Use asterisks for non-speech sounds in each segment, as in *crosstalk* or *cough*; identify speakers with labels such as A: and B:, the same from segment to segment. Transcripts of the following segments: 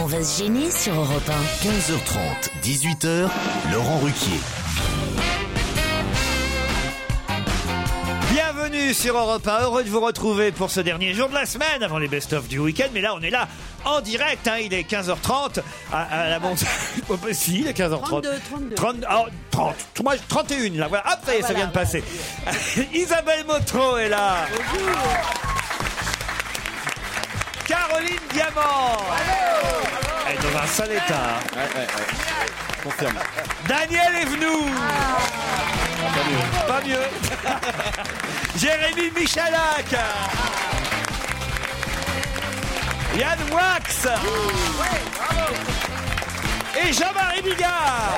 A: On va se gêner sur Europe
B: 15h30, 18h, Laurent Ruquier.
C: Bienvenue sur Europe 1, heureux de vous retrouver pour ce dernier jour de la semaine avant les best-of du week-end. Mais là, on est là en direct, hein, il est 15h30 à, à la montagne. *laughs* si, il est 15h30.
D: 32, 32.
C: 30, oh, 30, Moi, 31, là, voilà. Hop, ça y est, ça vient de passer. *laughs* Isabelle Motro est là. Caroline Diamant. Elle est dans un sale état. hein.
E: Confirme.
C: Daniel est venu. Pas mieux. Jérémy Michalak. Yann Wax. Et Jean-Marie Bigard.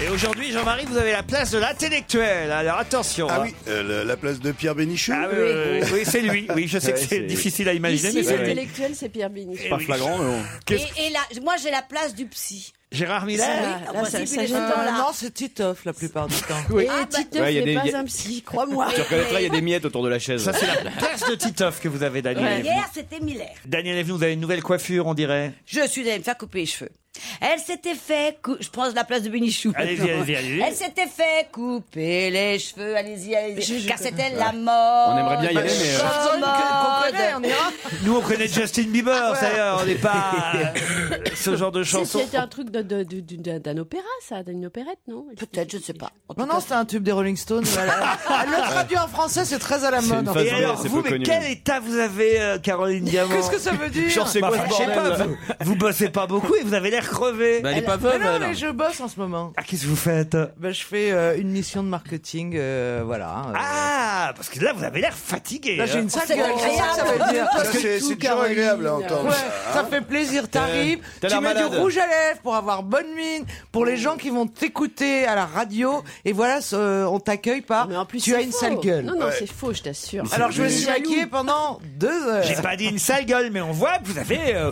C: Et aujourd'hui, Jean-Marie, vous avez la place de l'intellectuel. Alors attention.
E: Ah
C: hein.
E: oui, euh, la- la place de Pierre Bénichou.
C: Ah oui, oui, oui, oui, c'est lui. Oui, je sais que
E: Ouais,
C: c'est
E: c'est-
C: difficile à imaginer, mais
D: Ici,
C: c'est lui.
D: l'intellectuel, c'est Pierre Bénichou.
E: Pas flagrant, mais bon.
C: Qu'est-ce-
A: Et, et là, Ah, moi j'ai la place du psy.
C: Gérard Miller.
A: Ah,
D: Là,
A: en
D: ça-
A: principe,
D: ça
A: il est
D: gêne
A: pas
D: pas.
A: là.
F: Non, c'est Titoff la plupart du
D: *laughs*
F: temps.
D: Et
A: Ah, bah-
D: Titeuf
F: Ouais, il y a des-
D: n'est
F: il y
D: pas
F: a-
D: un psy, crois-moi.
F: Tu reconnaîtras, il y a des miettes autour de la chaise.
C: Ça, c'est
E: *laughs*
C: la place de Titoff que vous avez, Daniel. Evnou.
A: Hier, c'était Miller.
C: Daniel Evnou, vous avez une nouvelle coiffure, on dirait.
A: Je suis allée me faire couper les cheveux. Elle s'était fait cou- Je prends la place de Bénichou.
C: Allez-y,
A: maintenant.
C: allez-y, allez-y.
A: Elle s'était fait couper les cheveux. Allez-y, allez-y.
D: je
A: Car
D: connais.
A: c'était la mort.
F: On aimerait bien y aller, mais, euh,
D: Personne que- qu'on connaît, on ira.
C: Oh, bah, Nous, on connaît Justin
F: Ah,
C: Bieber, d'ailleurs, on n'est pas
F: *laughs*
C: euh, ce genre de
D: C'est-
C: chanson.
D: C'était un truc de- de- de- d'un d'un opéra, ça, d'une opérette, non
A: Peut-être, je ne sais pas. En tout
F: Non,
A: cas,
F: non, c'était un tube des Rolling Stones. Voilà.
D: *laughs*
F: Ah, Le traduit en français, c'est très à la
E: C'est
F: mode.
E: une
F: en
E: phase
C: Et
F: fait.
E: vrai,
C: alors,
E: c'est
C: vous,
E: peu
C: mais
E: connu.
C: quel état vous avez, euh, Caroline Diamant
F: Qu'est-ce que ça veut dire
E: Genre, c'est quoi
C: Bah,
E: ce
C: Je sais pas,
E: bordel
C: vous, vous bossez pas beaucoup et vous avez l'air crevé.
F: Bah, Elle- Mais non, mais je bosse en ce moment.
C: Ah, qu'est-ce que vous faites
F: Bah, je fais euh, une mission de marketing, euh, voilà. euh.
C: Ah, parce que là, vous avez l'air fatigué.
F: Là, j'ai
C: hein.
F: une sale
A: c'est
F: gueule, c'est ça que ça veut dire.
E: Ça, C'est c'est toujours agréable à entendre.
F: Ouais,
C: Ah.
F: ça hein. fait plaisir, t'arrives,
E: t'as
F: tu
E: l'air
F: mets
E: malade.
F: du rouge à lèvres pour avoir bonne mine, pour les gens qui vont t'écouter à la radio, et voilà, ce- euh, on t'accueille pas,
D: Mais en plus,
F: tu
D: c'est
F: as une
D: faux.
F: sale gueule.
D: Non, non,
E: Ouais.
D: c'est faux, je t'assure.
F: Alors je me suis
D: Jaloux.
F: maquillée pendant deux
C: J'ai
F: heures.
C: pas dit une sale gueule, mais on voit que vous avez. euh,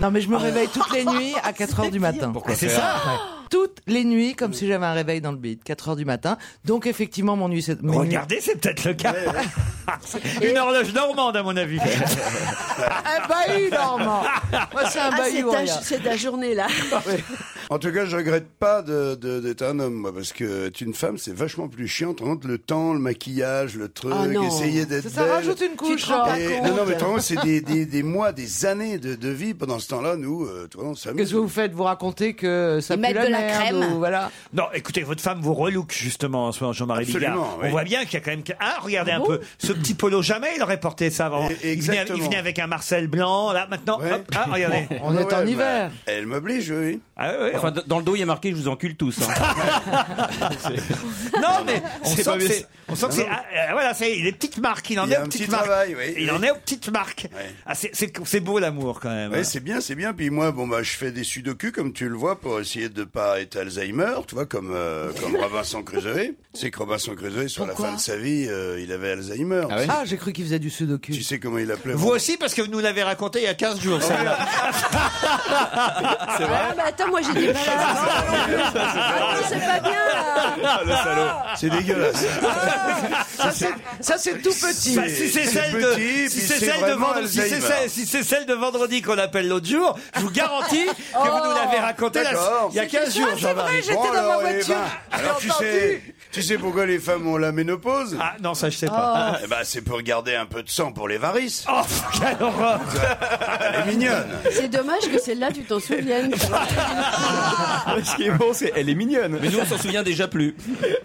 F: Non mais je me réveille toutes les nuits à 4 heures du matin.
C: Ah, c'est ça
F: Toutes les nuits, comme si j'avais un réveil dans le bide, 4 heures du matin. Donc effectivement, mon nuit, c'est... mes nuits-
C: Regardez, c'est peut-être le cas. *laughs* une horloge normande, à mon
F: *laughs*
C: avis.
F: Un bahut, Normand Moi, c'est un
D: Ah, c'est
F: bahut,
D: ta-
F: regarde.
D: c'est ta
F: *laughs*
D: journée, là.
E: En tout cas, je regrette pas de- de- d'être un homme, moi, parce que être une femme, c'est vachement plus chiant. Entre le temps, le maquillage, le truc,
D: Ah non.
E: essayer d'être
F: Ça,
E: belle.
F: ça rajoute une couche. hein,
D: te rends pas
F: Et-
E: Et- non, non, mais vraiment, c'est des, des, des mois, des années de, de vie. Pendant ce temps-là, nous, euh, tu vois, on s'amuse.
F: Qu'est-ce que vous faites Vous racontez que Euh, ça
A: Ils
F: pue
A: mettent
F: la
A: de la
F: merde,
A: crème.
F: ou voilà.
C: Non, écoutez, votre femme vous relook justement en ce moment, Jean-Marie Bigard.
E: Absolument, oui.
C: On voit bien qu'il y a quand même. que- Ah, regardez un peu. Ce petit polo, jamais il aurait porté ça avant.
E: Et-
C: Il venait,
E: E- exactement.
C: il venait avec un Marcel Blanc, là, maintenant.
E: Ouais.
C: hop, ah, regardez.
F: *laughs* On
E: Ouais,
F: est en
E: bah,
F: hiver.
E: Elle m'oblige, oui.
C: Ah, oui, oui.
G: Enfin, d- dans le dos, il y a marqué Je vous encule tous. hein.
C: non,
E: *laughs*
C: mais on
G: C'est
C: sent
G: pas
C: que
G: bien.
C: c'est. On sent que c'est. ah, euh, voilà, c'est les petites marques. Il en
E: Il y
C: est
E: a
C: aux
E: un petit
C: petites marques.
E: travail, oui.
C: Il en est aux petites marques.
E: Ouais.
C: Ah, c'est- c'est c'est beau l'amour quand même.
E: Ouais, c'est bien, c'est bien. Puis moi, bon bah, je fais des sudoku comme tu le vois pour essayer de pas être Alzheimer, tu vois, comme euh,
C: *laughs*
E: comme Robinson Crusoe. C'est que Robinson Crusoe, sur la fin de sa vie, euh, il avait Alzheimer.
G: ouais
F: Ah, j'ai cru qu'il faisait du sudoku.
E: Tu sais comment il appelait
C: Vous aussi, parce que vous nous l'avez raconté il y a 15
E: *laughs*
C: jours, celle-là. *laughs*
D: Ah, mais attends, moi, j'étais pas là. Ah, non, c'est pas bien. là.
E: *laughs* C'est dégueulasse.
F: Ça, c'est- ça, c'est tout petit.
C: Bah, si c'est
E: C'est
C: celle de,
E: petit,
C: si
E: puis
C: c'est
E: c'est
C: celle de
E: vraiment
C: vendredi, si c'est
E: Alzheimer.
C: celle, si c'est celle de vendredi qu'on appelle l'autre jour, je vous
F: *laughs*
C: garantis que vous nous
F: Oh.
C: l'avez raconté la-
E: d'accord.
C: il y a 15 jours, Jean-Marie.
F: J'étais dans ma
E: alors, eh
F: voiture,
E: ben, alors
F: j'ai
E: tu sais, tu sais pourquoi les femmes ont la ménopause
C: Ah, non, ça, je sais pas.
F: Oh.
E: Ah, eh ben, c'est pour garder un peu de sang pour les varices.
C: Oh, *laughs* quelle horreur
F: Oh.
E: Elle est mignonne.
D: C'est dommage que celle-là, tu
F: *laughs*
D: t'en souviennes.
F: Ah,
E: *laughs* Ce qui est bon, c'est elle est mignonne.
G: Mais nous, on s'en souvient déjà plus.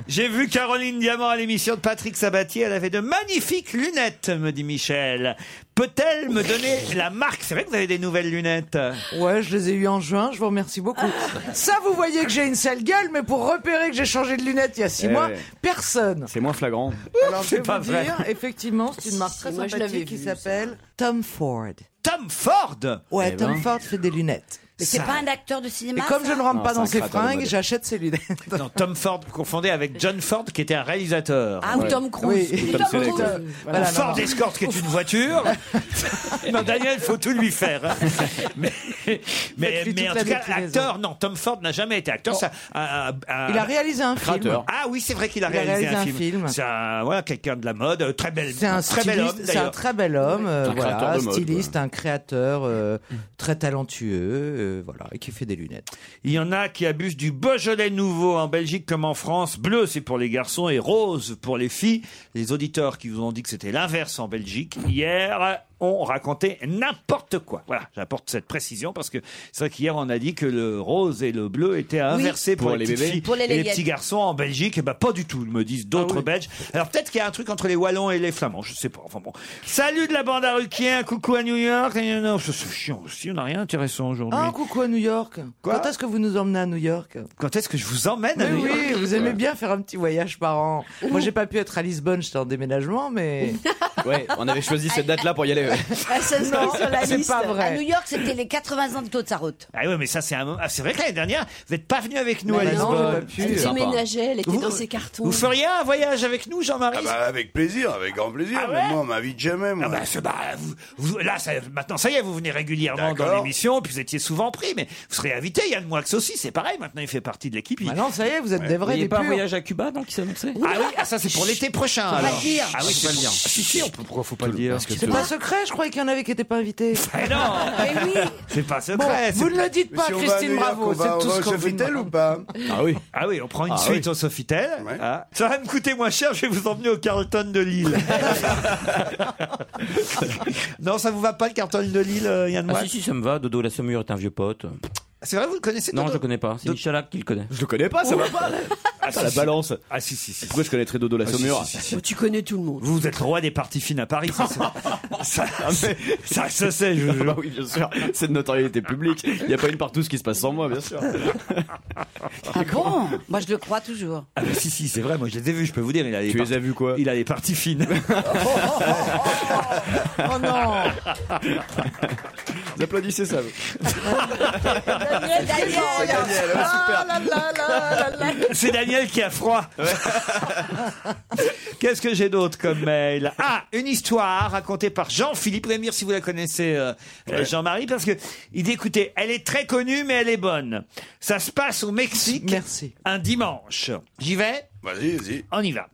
C: J'ai vu Caroline Diamant à l'émission de Patrick Sabatier, elle avait de magnifiques lunettes, me dit Michel. peut-elle me donner la marque C'est vrai que vous avez des nouvelles lunettes.
F: Ouais, je les ai eues en juin, je vous remercie beaucoup. Ça, vous voyez que j'ai une sale gueule, mais pour repérer que j'ai changé de lunettes il y a six
H: Eh
F: mois,
H: ouais.
F: personne.
H: C'est moins flagrant.
F: Alors, je
H: c'est
F: vais
H: pas
F: vous
H: vrai.
F: dire, effectivement, c'est une marque très
D: moi, je l'avais
F: sympathique qui
D: vu, ça.
F: s'appelle Tom Ford.
C: Tom Ford
F: Ouais,
H: Eh
F: Tom
H: ben.
F: Ford fait des lunettes.
A: Mais c'est pas un acteur de cinéma
F: Et comme je
A: ça
F: ne rentre
H: Non,
F: pas
H: c'est
F: dans
H: un
F: ses
H: créateur de
F: fringues,
H: mode.
F: j'achète ses lunettes.
C: *laughs* Non, Tom Ford confondé avec John Ford qui était un réalisateur.
A: Ah, ou Tom Cruise.
F: Oui.
A: Ou
H: Ou Tom Selleck.
F: Voilà, non,
C: Ford
F: non.
C: Escort qui est une
F: *laughs*
C: voiture. non, Daniel, faut tout lui faire. hein. Mais, mais,
F: Faites-lui
C: mais
F: toute
C: en
F: la
C: tout cas,
F: déclinaison.
C: acteur, non, Tom Ford n'a jamais été acteur. Ça, un- un- un-
F: Il a réalisé un film.
H: Créateur.
C: *laughs* Ah oui, c'est vrai qu'il a,
F: Il a réalisé un film.
C: C'est un, voilà, quelqu'un de la mode, euh, très belle,
F: C'est un,
C: très bel homme
F: styliste, c'est un
C: d'ailleurs.
F: très bel homme, euh,
H: Un créateur
F: voilà,
H: de mode,
F: styliste, un créateur euh, très talentueux, euh, voilà, et qui fait des lunettes.
C: Il y en a qui abusent du Beaujolais nouveau en Belgique comme en France. Bleu, c'est pour les garçons et rose pour les filles. Les auditeurs qui vous ont dit que c'était l'inverse en Belgique hier ont raconté n'importe quoi. Voilà, j'apporte cette précision parce que c'est vrai qu'hier on a dit que le rose et le bleu étaient inversés pour,
H: pour
C: les,
H: les
C: petites
H: bébés.
C: filles
A: Pour les
C: et les
A: layettes. Ah
C: petits garçons en Belgique. Et ben pas du tout, ils me disent d'autres Belges. Alors peut-être qu'il y a un truc entre les Wallons et les Flamands, je sais pas. Enfin bon. Salut de la bande à Ruquier, un coucou à New York. Et euh, Non, c'est c'est chiant aussi, on n'a rien d'intéressant aujourd'hui.
A: Oh.
F: Ah, coucou à New York.
C: Quoi
F: Quand est-ce que vous nous emmenez à New York
C: Quand est-ce que je vous emmène à
F: Mais
C: New York
F: oui, vous aimez bien faire un petit voyage par an. Moi, j'ai pas pu être à Lisbonne, j'étais en déménagement, mais
H: Ouais, on avait choisi cette date-là pour y aller. ouais.
D: Ah, ça se trouve sur la
F: c'est
D: liste.
F: pas
A: À New
F: vrai.
A: York, c'était les 80 ans de Claude Sarraute.
C: Ah oui, mais ça, c'est un moment- ah, c'est vrai que l'année dernière, vous n'êtes pas venu avec nous à
F: Mais non,
C: Lisbonne.
F: j'ai pas
H: C'est
F: pu.
D: Elle
H: sympa.
D: déménageait, elle était
C: Vous-
D: dans ses cartons.
C: Vous feriez un voyage avec nous, Jean-Marie
E: Ah bah, avec plaisir, avec grand plaisir.
C: Ah
E: mais
C: ouais
E: moi, on m'invite jamais, moi.
C: Ah bah, c'est- bah, vous- vous- là, ça- maintenant, ça y est, vous venez régulièrement dans
E: D'accord.
C: l'émission, puis vous étiez souvent pris, mais vous serez invité. Yann Moix aussi, c'est pareil, maintenant il fait partie de l'équipe. il-
F: Bah non, ça y est, vous êtes des
H: Il
F: vrais,
H: n'y a
F: des
H: pas un
F: purs.
H: voyage à Cuba, non, qui s'annonçait
C: Ah oui, ah, ça c'est pour l'été prochain.
A: pas
C: alors.
A: le dire.
C: Ah oui,
H: Faut
C: c'est
H: pas le dire.
C: Si, si, on peut, pourquoi faut pas le dire
H: que
F: C'est pas secret, je croyais qu'il y en avait qui n'étaient pas invités.
C: *laughs* Mais non,
A: Mais oui,
C: c'est pas
F: Bon,
C: secret. c'est-
F: vous ne le dites
E: Mais
F: pas,
E: si on va à
F: Christine
E: New York, on
F: Bravo,
E: va-
F: c'est
E: on
F: tout
E: va
F: ce
E: au
F: qu'on vous
E: Sofitel
F: demande.
E: ou pas
H: Ah oui.
C: Ah oui, on prend une
H: Ah
C: suite au Sofitel.
E: Ouais.
C: Ah, ça va me coûter moins cher, je vais vous emmener au Carlton de Lille. non, ça vous va pas le Carlton de Lille, euh, Yann
G: Ah
C: Moix
G: si, si, ça me va. Dodo la Saumure est un vieux pote.
C: C'est vrai, vous le connaissez
G: Non,
C: Dodo
G: je le connais pas. C'est Michalak qui le connaît.
H: Je le connais pas, ça va pas.
C: Ah, si,
H: la
C: si.
H: balance.
C: Ah si, si, si.
H: Pourquoi je connaîtrais Dodo la
C: Ah, si,
H: Saumure
C: si, si, si.
D: Oh, tu connais tout le monde.
C: Vous êtes le roi des parties fines à Paris, ça, ça, Ah, ça, ça se sait, je vous
H: Ah bah
C: jure.
H: oui, bien sûr. C'est de notoriété publique. Il n'y a pas une partout ce qui se passe sans moi, bien sûr.
A: ah bon Moi, je le crois *laughs* toujours.
C: Ah, mais si, si, c'est vrai, moi je les ai vus, je peux vous dire, il a les,
H: Tu les as vus quoi
C: il a les parties fines.
F: Oh non
H: Vous applaudissez ça. vous.
A: Daniel,
E: hein,
A: Daniel,
F: Ah là là là là là.
C: C'est Daniel qui a froid. Qu'est-ce que j'ai d'autre comme mail Ah, une histoire racontée par Jean-Philippe. Vous allez me dire si vous la connaissez, euh, euh, Jean-Marie, parce que il dit, écoutez, elle est très connue, mais elle est bonne. Ça se passe au Mexique.
F: Merci.
C: Un dimanche. J'y vais
E: Vas-y, vas-y.
C: on y va.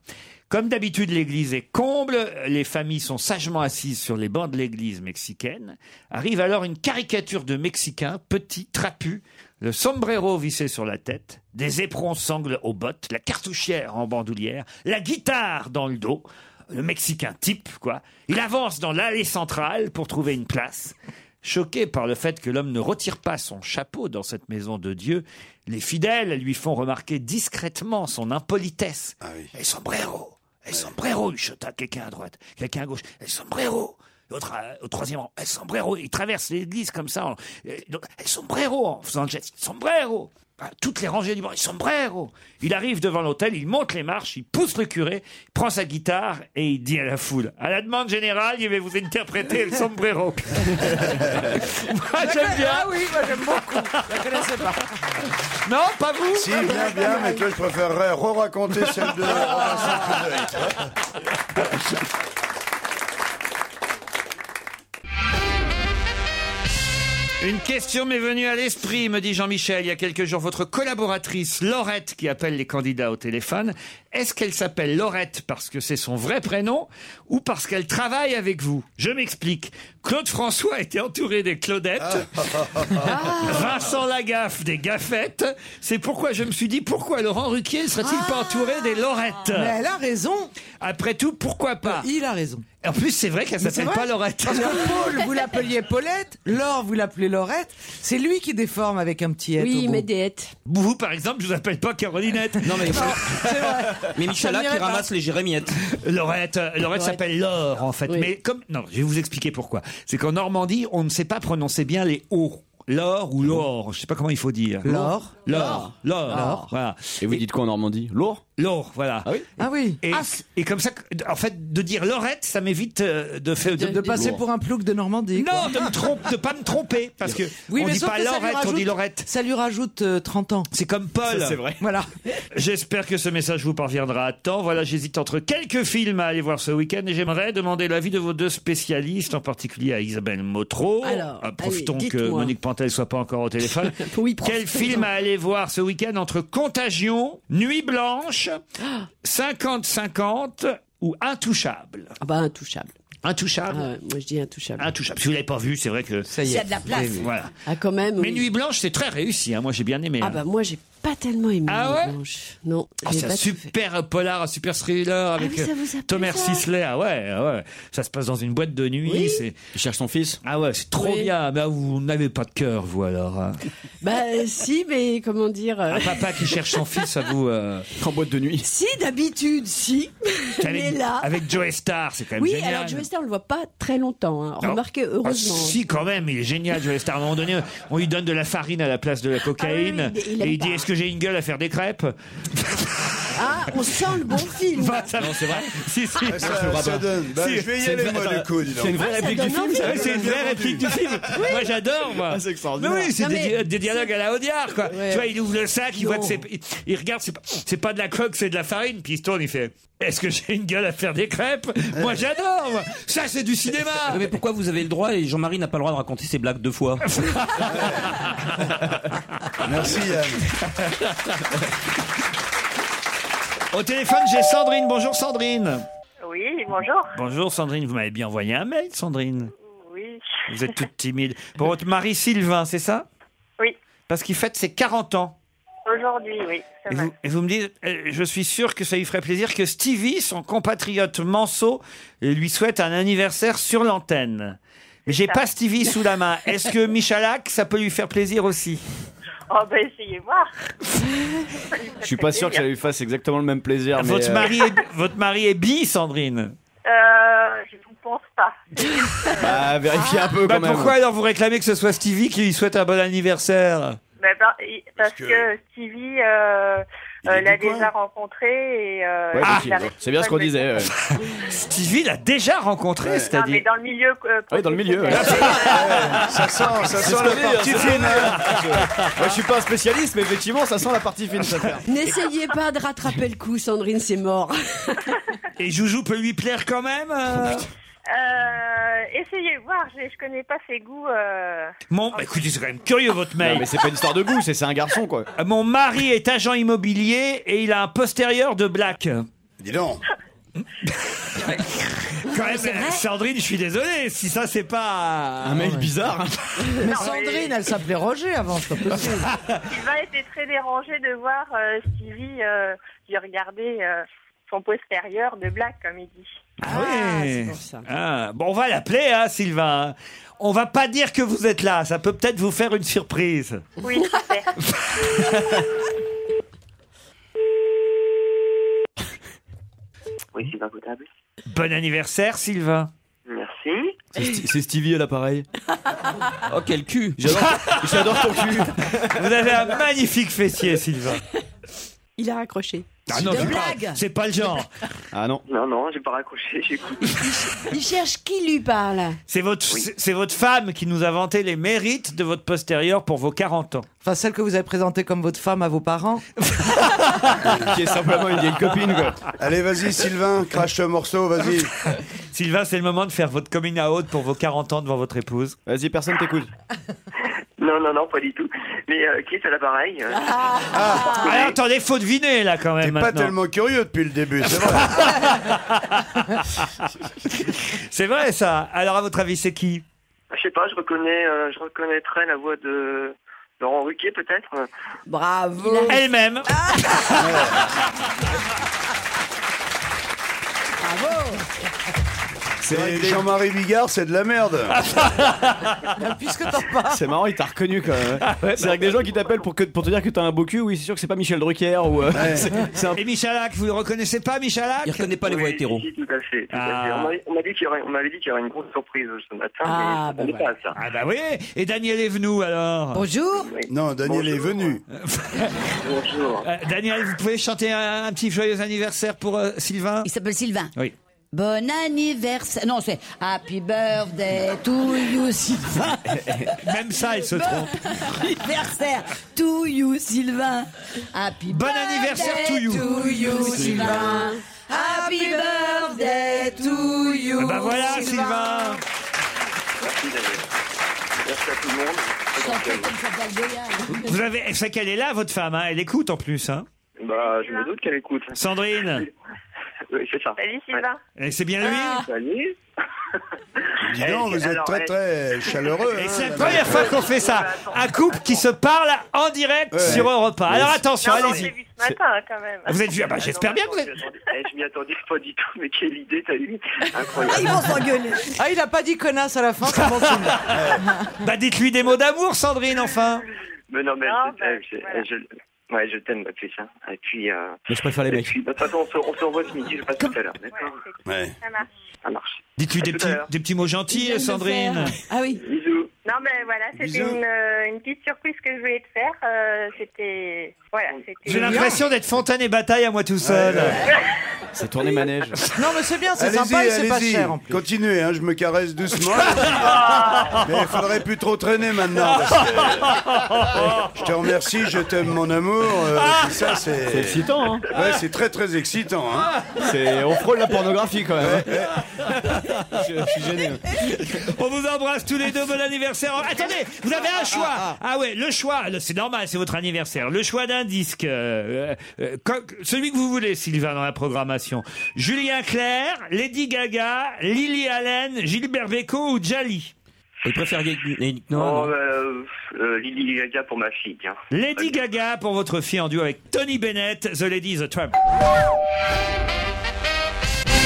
C: Comme d'habitude, l'église est comble, les familles sont sagement assises sur les bancs de l'église mexicaine. Arrive alors une caricature de Mexicain, petit, trapu, le sombrero vissé sur la tête, des éperons sangles aux bottes, la cartouchière en bandoulière, la guitare dans le dos, le Mexicain type, quoi. Il avance dans l'allée centrale pour trouver une place. Choqués par le fait que l'homme ne retire pas son chapeau dans cette maison de Dieu, les fidèles lui font remarquer discrètement son impolitesse.
E: Ah oui.
C: Et sombrero. Et sombrero, il chota quelqu'un à droite, quelqu'un à gauche. Et sombrero. L'autre, euh, au troisième rang, et sombrero. Il traverse l'église comme ça. En, et, donc, et sombrero, en faisant le geste. Sombrero. À toutes les rangées du bord. Et sombrero. Il arrive devant l'hôtel, il monte les marches, il pousse le curé, il prend sa guitare et il dit à la foule À la demande générale, je vais vous interpréter le sombrero. *laughs* Moi, j'aime bien.
F: Ah oui, moi j'aime beaucoup. Je la connaissais *laughs* pas.
C: Non, pas vous
E: Si, bien,
F: *laughs*
E: bien, mais toi, je préférerais re-raconter celle de
F: Oh,
C: Ah.
E: Robinson Crusoe.
C: Une question m'est venue à l'esprit, me dit Jean-Michel. Il y a quelques jours, votre collaboratrice, Laurette, qui appelle les candidats au téléphone, est-ce qu'elle s'appelle Laurette parce que c'est son vrai prénom ou parce qu'elle travaille avec vous Je m'explique. Claude François était entouré des Claudettes,
F: Ah.
C: Vincent Lagaffe des Gaffettes. C'est pourquoi je me suis dit, pourquoi Laurent Ruquier ne serait-il pas entouré des Laurettes
F: Mais elle Ah. a raison.
C: Après tout, pourquoi pas
F: Il a raison.
C: En plus, c'est vrai qu'elle
F: Mais
C: s'appelle
F: c'est
C: pas
F: vrai,
C: Laurette. *laughs*
F: Parce que Paul, vous l'appeliez Paulette, Laure, vous l'appelez Laurette. C'est lui qui déforme avec un petit être.
D: Oui, mais des hêtes.
C: Vous, par exemple, je vous appelle pas Carolinette.
G: Non,
C: *laughs*
G: mais, *laughs* mais Michalak
F: Ça me
G: qui
F: dirait pas.
G: ramasse les Jérémiettes.
C: Laurette, euh, Laurette s'appelle Laure, en fait.
D: Oui.
C: Mais comme. Non, je vais vous expliquer pourquoi. C'est qu'en Normandie, on ne sait pas prononcer bien les O. Laure
G: Ah
C: ou Laure, je sais pas comment il faut dire.
F: Laure.
C: Laure. Laure. Voilà.
H: Et vous dites quoi en Normandie Lourd
C: Laure, voilà.
H: Ah oui
F: Ah oui.
C: Et,
A: Ah, c'est-
C: et comme ça, que- en fait, de dire Laurette, ça m'évite euh, de faire. de-
F: De passer pour un plouc de Normandie.
C: non,
F: quoi.
C: de, me trompe- de pas me tromper, parce que
F: *laughs* Oui,
C: on
F: mais
C: dit
F: sauf
C: pas
F: que ça lui
C: Laurette, on
F: rajoute-
C: dit Laurette.
F: Ça lui rajoute euh, 30 ans.
C: C'est comme Paul.
H: Ça, c'est vrai.
F: Voilà.
C: J'espère que ce message vous parviendra à temps. Voilà, j'hésite entre quelques films à aller voir ce week-end et j'aimerais demander l'avis de vos deux spécialistes, en particulier à Isabelle Motro.
D: Alors,
C: Ah, profitons
D: allez,
C: que
D: dites-moi.
C: Monique Pantel soit pas encore au téléphone.
D: *laughs* Oui,
C: Quel
D: profitons.
C: film à aller voir ce week-end entre Contagion, Nuit Blanche, 50-50 ou Intouchable
D: Ah bah intouchable.
C: Intouchable
D: Ah, moi je dis intouchable.
C: Intouchable. Si vous l'avez pas vu, c'est vrai que...
A: Il y a de la place.
C: Voilà.
D: Ah quand même.
C: Mais
D: oui.
C: Nuit Blanche, c'est très réussi. hein. Moi, j'ai bien aimé.
D: Ah
C: hein.
D: bah moi j'ai pas tellement aimé.
C: Ah
D: les
C: ouais
D: Blanches. Non.
C: Ah,
D: j'ai
C: c'est un
D: pas- Ah
C: super polar, un super thriller avec euh,
D: oui, ça vous a plu,
C: Thomas
D: ça
C: Sisley. Ah ouais, ah ouais, ça se passe dans une boîte de nuit. C'est
H: Il cherche son fils
C: ah ouais, c'est trop
D: Oui.
C: bien. Mais vous n'avez pas de cœur, vous alors.
D: *laughs*
C: hein.
D: Bah euh, si, mais comment dire. euh,
C: Un papa qui cherche son fils, à vous. euh,
H: En boîte de nuit.
D: *laughs* Si d'habitude, si.
C: *laughs*
D: mais
C: avec,
D: là.
C: avec Joe Star, c'est quand même
D: Oui,
C: génial.
D: alors Joe Star, on le voit pas très longtemps. hein.
C: Non.
D: Remarquez,
C: Ah,
D: heureusement.
C: si, quand même, il est génial, Joe Star. À un moment donné, on lui donne de la farine à la place de la cocaïne.
D: Ah oui, il- il aime
C: et il dit
D: pas.
C: Est-ce que j'ai une gueule à faire des crêpes
D: Ah, on sent le bon
C: *laughs*
D: film.
C: Bah, ça- Si, si.
E: Ah, Ça, ça
C: *laughs*
E: donne. Bah,
C: Si,
E: je vais y
C: c'est
E: aller, moi, du coup, dis donc.
D: Ah, ça donne envie. Ah,
C: Ouais, c'est une vraie
E: Bien
C: réplique du film. Moi, j'adore, moi.
H: Ah, c'est extraordinaire.
C: Mais oui, c'est
D: Non,
C: des,
D: mais-
C: di- des dialogues à la Audiard, quoi.
D: Ouais.
C: Tu vois, il ouvre le sac, il voit
D: Non.
C: que c'est, il, il regarde, c'est pas, c'est pas de la coque, c'est de la *laughs* farine, puis il se tourne, il fait, est-ce que j'ai une gueule à faire des crêpes? Moi, j'adore, moi. Ça, c'est du cinéma.
G: Ouais, Ah, mais pourquoi vous avez le droit et Jean-Marie n'a pas le droit de raconter ses blagues deux fois
E: Merci, Yann.
C: Au téléphone, j'ai Sandrine. Bonjour, Sandrine.
I: Oui, bonjour.
C: Bonjour, Sandrine. Vous m'avez bien envoyé un mail, Sandrine.
I: Oui.
C: Vous êtes toute timide. Pour votre mari Sylvain, c'est ça?
I: Oui.
C: Parce qu'il fête ses 40 ans.
I: Aujourd'hui, oui. ce
C: Et vous,
I: matin.
C: et vous me dites, euh, je suis sûr que ça lui ferait plaisir que Stevie, son compatriote Manceau, lui souhaite un anniversaire sur l'antenne. Mais j'ai pas Stevie sous la main. Est-ce que Michalak, ça peut lui faire plaisir aussi
I: Oh, ben, essayez *laughs* voir.
H: Je suis pas sûr que ça lui fasse exactement le même plaisir. mais,
C: votre,
H: euh,
C: mari est, votre mari est bi, Sandrine.
I: Euh, je ne pense
H: *laughs*
I: pas.
H: Bah, vérifiez un peu
C: Bah,
H: quand même.
C: pourquoi alors vous réclamez que ce soit Stevie qui lui souhaite un bon anniversaire
I: Ben, ben, il- parce
E: que-
I: que, Stevie euh,
H: Il
I: euh,
H: est
I: l'a
H: du coin.
I: déjà rencontré et. Euh, il
H: Ouais, bah, si,
I: n'arrête
H: c'est bien ce
I: pas
H: qu'on
I: de me dire.
H: disait. ouais.
C: *laughs* Stevie l'a déjà rencontré,
I: Non, mais
C: c'est-à-dire.
I: dans le milieu. euh,
H: Ah oui, dans le milieu. ouais.
I: professionnel.
C: *laughs*
E: Ça sent, ça sent
H: Parce que-
E: la partie
H: parce que-
E: fine. hein.
H: Moi, je suis pas un spécialiste, mais effectivement, ça sent la partie fine, cette affaire.
D: N'essayez pas de rattraper le coup, Sandrine, c'est mort. *laughs*
C: Et Joujou peut lui plaire quand même
H: Oh,
C: euh
I: Euh, essayez voir. Je ne connais pas ses goûts. euh.
C: Bon, bah, écoutez, c'est quand même curieux votre mail. Euh,
H: Non, mais c'est pas une histoire de goût, c'est c'est un garçon, quoi.
C: Mon mari est agent immobilier et il a un postérieur de black.
E: Dis donc.
C: Quand même, euh, Sandrine, je suis désolé, si ça c'est pas... euh,
H: Un mec bizarre. hein.
F: Mais
I: Non,
F: Sandrine,
I: mais-
F: elle s'appelait Roger avant, c'est pas possible.
C: *laughs*
I: Sylvain était très dérangé de voir euh, Stevie euh, lui regarder euh, son postérieur de blague, comme il dit.
C: Ah
D: c'est
C: oui
D: pour ça.
C: Ah, Bon, on va l'appeler, hein, Sylvain. On va pas dire que vous êtes là, ça peut peut-être vous faire une surprise.
I: Oui, super.
C: *laughs*
J: Oui, Sylvain Potable.
C: Bon anniversaire, Sylvain.
J: Merci.
H: C'est Stevie à l'appareil.
G: Oh, quel cul
H: J'adore ton cul.
C: Vous avez un magnifique fessier, Sylvain.
D: Il a raccroché.
C: Ah non,
A: De
C: c'est pas-
A: blague.
C: c'est pas le genre.
H: Ah non.
J: Non, non, j'ai pas raccroché, j'écoute.
D: Il cherche qui lui parle.
C: C'est votre, c'est- c'est votre femme qui nous a vanté les mérites de votre postérieur pour vos 40 ans.
F: Enfin, celle que vous avez présentée comme votre femme à vos parents.
H: Qui est simplement une vieille copine, quoi.
E: *laughs* Allez, vas-y, Sylvain, crache ce morceau, vas-y.
C: *laughs* Sylvain, c'est le moment de faire votre coming out pour vos 40 ans devant votre épouse.
H: Vas-y, personne t'écoute.
J: Non, non, non, pas du tout. Mais euh, qui est à l'appareil euh,
C: Ah, attendez, faut deviner là quand même.
E: T'es pas
C: maintenant.
E: tellement curieux depuis le début,
C: *laughs*
E: c'est vrai.
C: C'est vrai ça. Alors à votre avis, c'est qui
J: *laughs* Je sais pas, je reconnais, euh, je reconnaîtrais la voix de Laurent Ruquier, peut-être.
A: Bravo.
C: Elle-même.
D: Ah.
F: Bravo
E: C'est vrai que Jean-Marie Bigard, c'est de la merde.
F: *laughs* Puisque t'en parles.
H: C'est marrant, il t'a reconnu quand même. hein.
C: Ah
H: c'est
C: bah,
H: vrai que des gens qui t'appellent pour, que- pour te dire que t'as un beau cul, oui, c'est sûr que c'est pas Michel Drucker ou. euh, c'est- c'est un-
C: Et Michalak, vous le reconnaissez pas, Michalak
H: Il reconnaît pas les voix hétéro.
J: Si, tout à fait. tout à
C: Ah.
J: fait. On m'a- On m'avait dit qu'il y aurait- on m'avait dit qu'il y aurait une grosse surprise ce matin,
C: Ah,
J: mais je
C: bah
J: ne pas à ça.
C: Ah bah oui Et Daniel est venu alors
A: Bonjour
E: Non, Daniel est
C: *laughs*
E: venu.
J: Bonjour.
C: Euh, Daniel, vous pouvez chanter un, un petit joyeux anniversaire pour euh, Sylvain
A: Il s'appelle Sylvain.
C: Oui. *laughs*
A: Bon anniversaire. Non, c'est Happy Birthday to you, Sylvain.
C: Même ça, elle Ah, se trompe.
A: Bon *laughs* anniversaire to you, Sylvain. Happy
C: Bon anniversaire to you.
A: to you, Sylvain. Happy birthday to you.
C: Ah bah voilà, Sylvain.
J: Merci Daniel. Merci à tout le monde. C'est
A: Chantez
J: gentil.
A: comme Chantal Goya.
C: Vous avez, elle sait qu'elle est là, votre femme, hein, elle écoute en plus. Hein.
J: Bah, je me doute qu'elle écoute. *laughs*
C: Sandrine,
J: Oui, c'est ça. Ah,
I: Salut Sylvain.
C: et c'est bien lui
I: Ah.
J: Salut.
E: Dis donc, vous êtes très très chaleureux.
C: Et
E: hein,
C: c'est la
E: là-bas.
C: première fois qu'on fait ça. Un couple qui se parle en direct
E: Ouais.
C: sur Europe 1. Alors
H: Mais-
C: attention,
I: Non, non,
C: allez-y.
I: j'ai vu ce matin quand même.
C: Ah, Vous êtes vu Ah bah, J'espère bien. Vous
J: que
C: êtes...
J: Eh, Je m'y attendais pas du tout, mais quelle idée t'as eu
D: Ah, ils
J: Incroyable.
D: vont s'engueuler.
F: Ah, il a pas dit connasse à la fin, c'est bon signe.
C: Bah dites-lui des mots d'amour, Sandrine, enfin.
J: Mais non, mais
I: Non,
J: je t'aime.
I: bah,
J: je-
I: voilà.
J: je- Ouais, je t'aime, Patricia. Et puis, euh,
H: Mais je préfère les
J: et
H: mecs.
J: puis, bah, de toute façon, on se, on se revoit ce midi, je passe tout à l'heure,
I: Ouais,
J: d'accord
I: c'est-
E: Ouais.
I: ça marche.
J: Ça marche.
C: Dites-lui
J: À
C: des
J: tout à
C: petits,
J: l'heure.
C: des petits mots gentils, Sandrine.
D: Ah oui.
J: Bisous.
I: Non, mais voilà, c'était
E: Bisous.
I: une, euh, une petite surprise que je voulais te faire. euh, c'était. Voilà,
C: J'ai
I: c'était.
C: l'impression d'être Fontaine et Bataille à moi tout seul.
H: C'est tourné manège.
F: Non, mais c'est bien, c'est
E: Allez-y,
F: sympa et c'est pas
E: allez-y.
F: cher en plus.
E: Continuez, hein, je me caresse doucement.
F: *laughs*
I: Ah.
E: Mais il faudrait plus trop traîner maintenant. parce que- Je te remercie, je t'aime mon amour. euh, tout ça,
H: C'est
E: c'est.
H: excitant, hein.
E: Ouais, c'est très très excitant. Hein.
H: C'est- On frôle la pornographie
C: *laughs*
H: quand même. Je, je suis gêné.
C: On vous embrasse tous les deux, bon anniversaire. Attendez, vous avez un choix. Ah, ouais, le choix, le- c'est normal, c'est votre anniversaire. Le choix d'un disque, euh, euh, quand- celui que vous voulez, Sylvain, dans la programmation. Julien Clerc, Lady Gaga, Lily Allen, Gilbert Beco ou Jali.
G: Il préfère Gay- Gay-
J: Oh,
G: Non, non.
J: bah, euh, euh, Lily Gaga pour ma fille,
K: hein.
J: tiens.
C: Lady Gaga pour votre fille en duo avec Tony Bennett, The Lady, The Trump.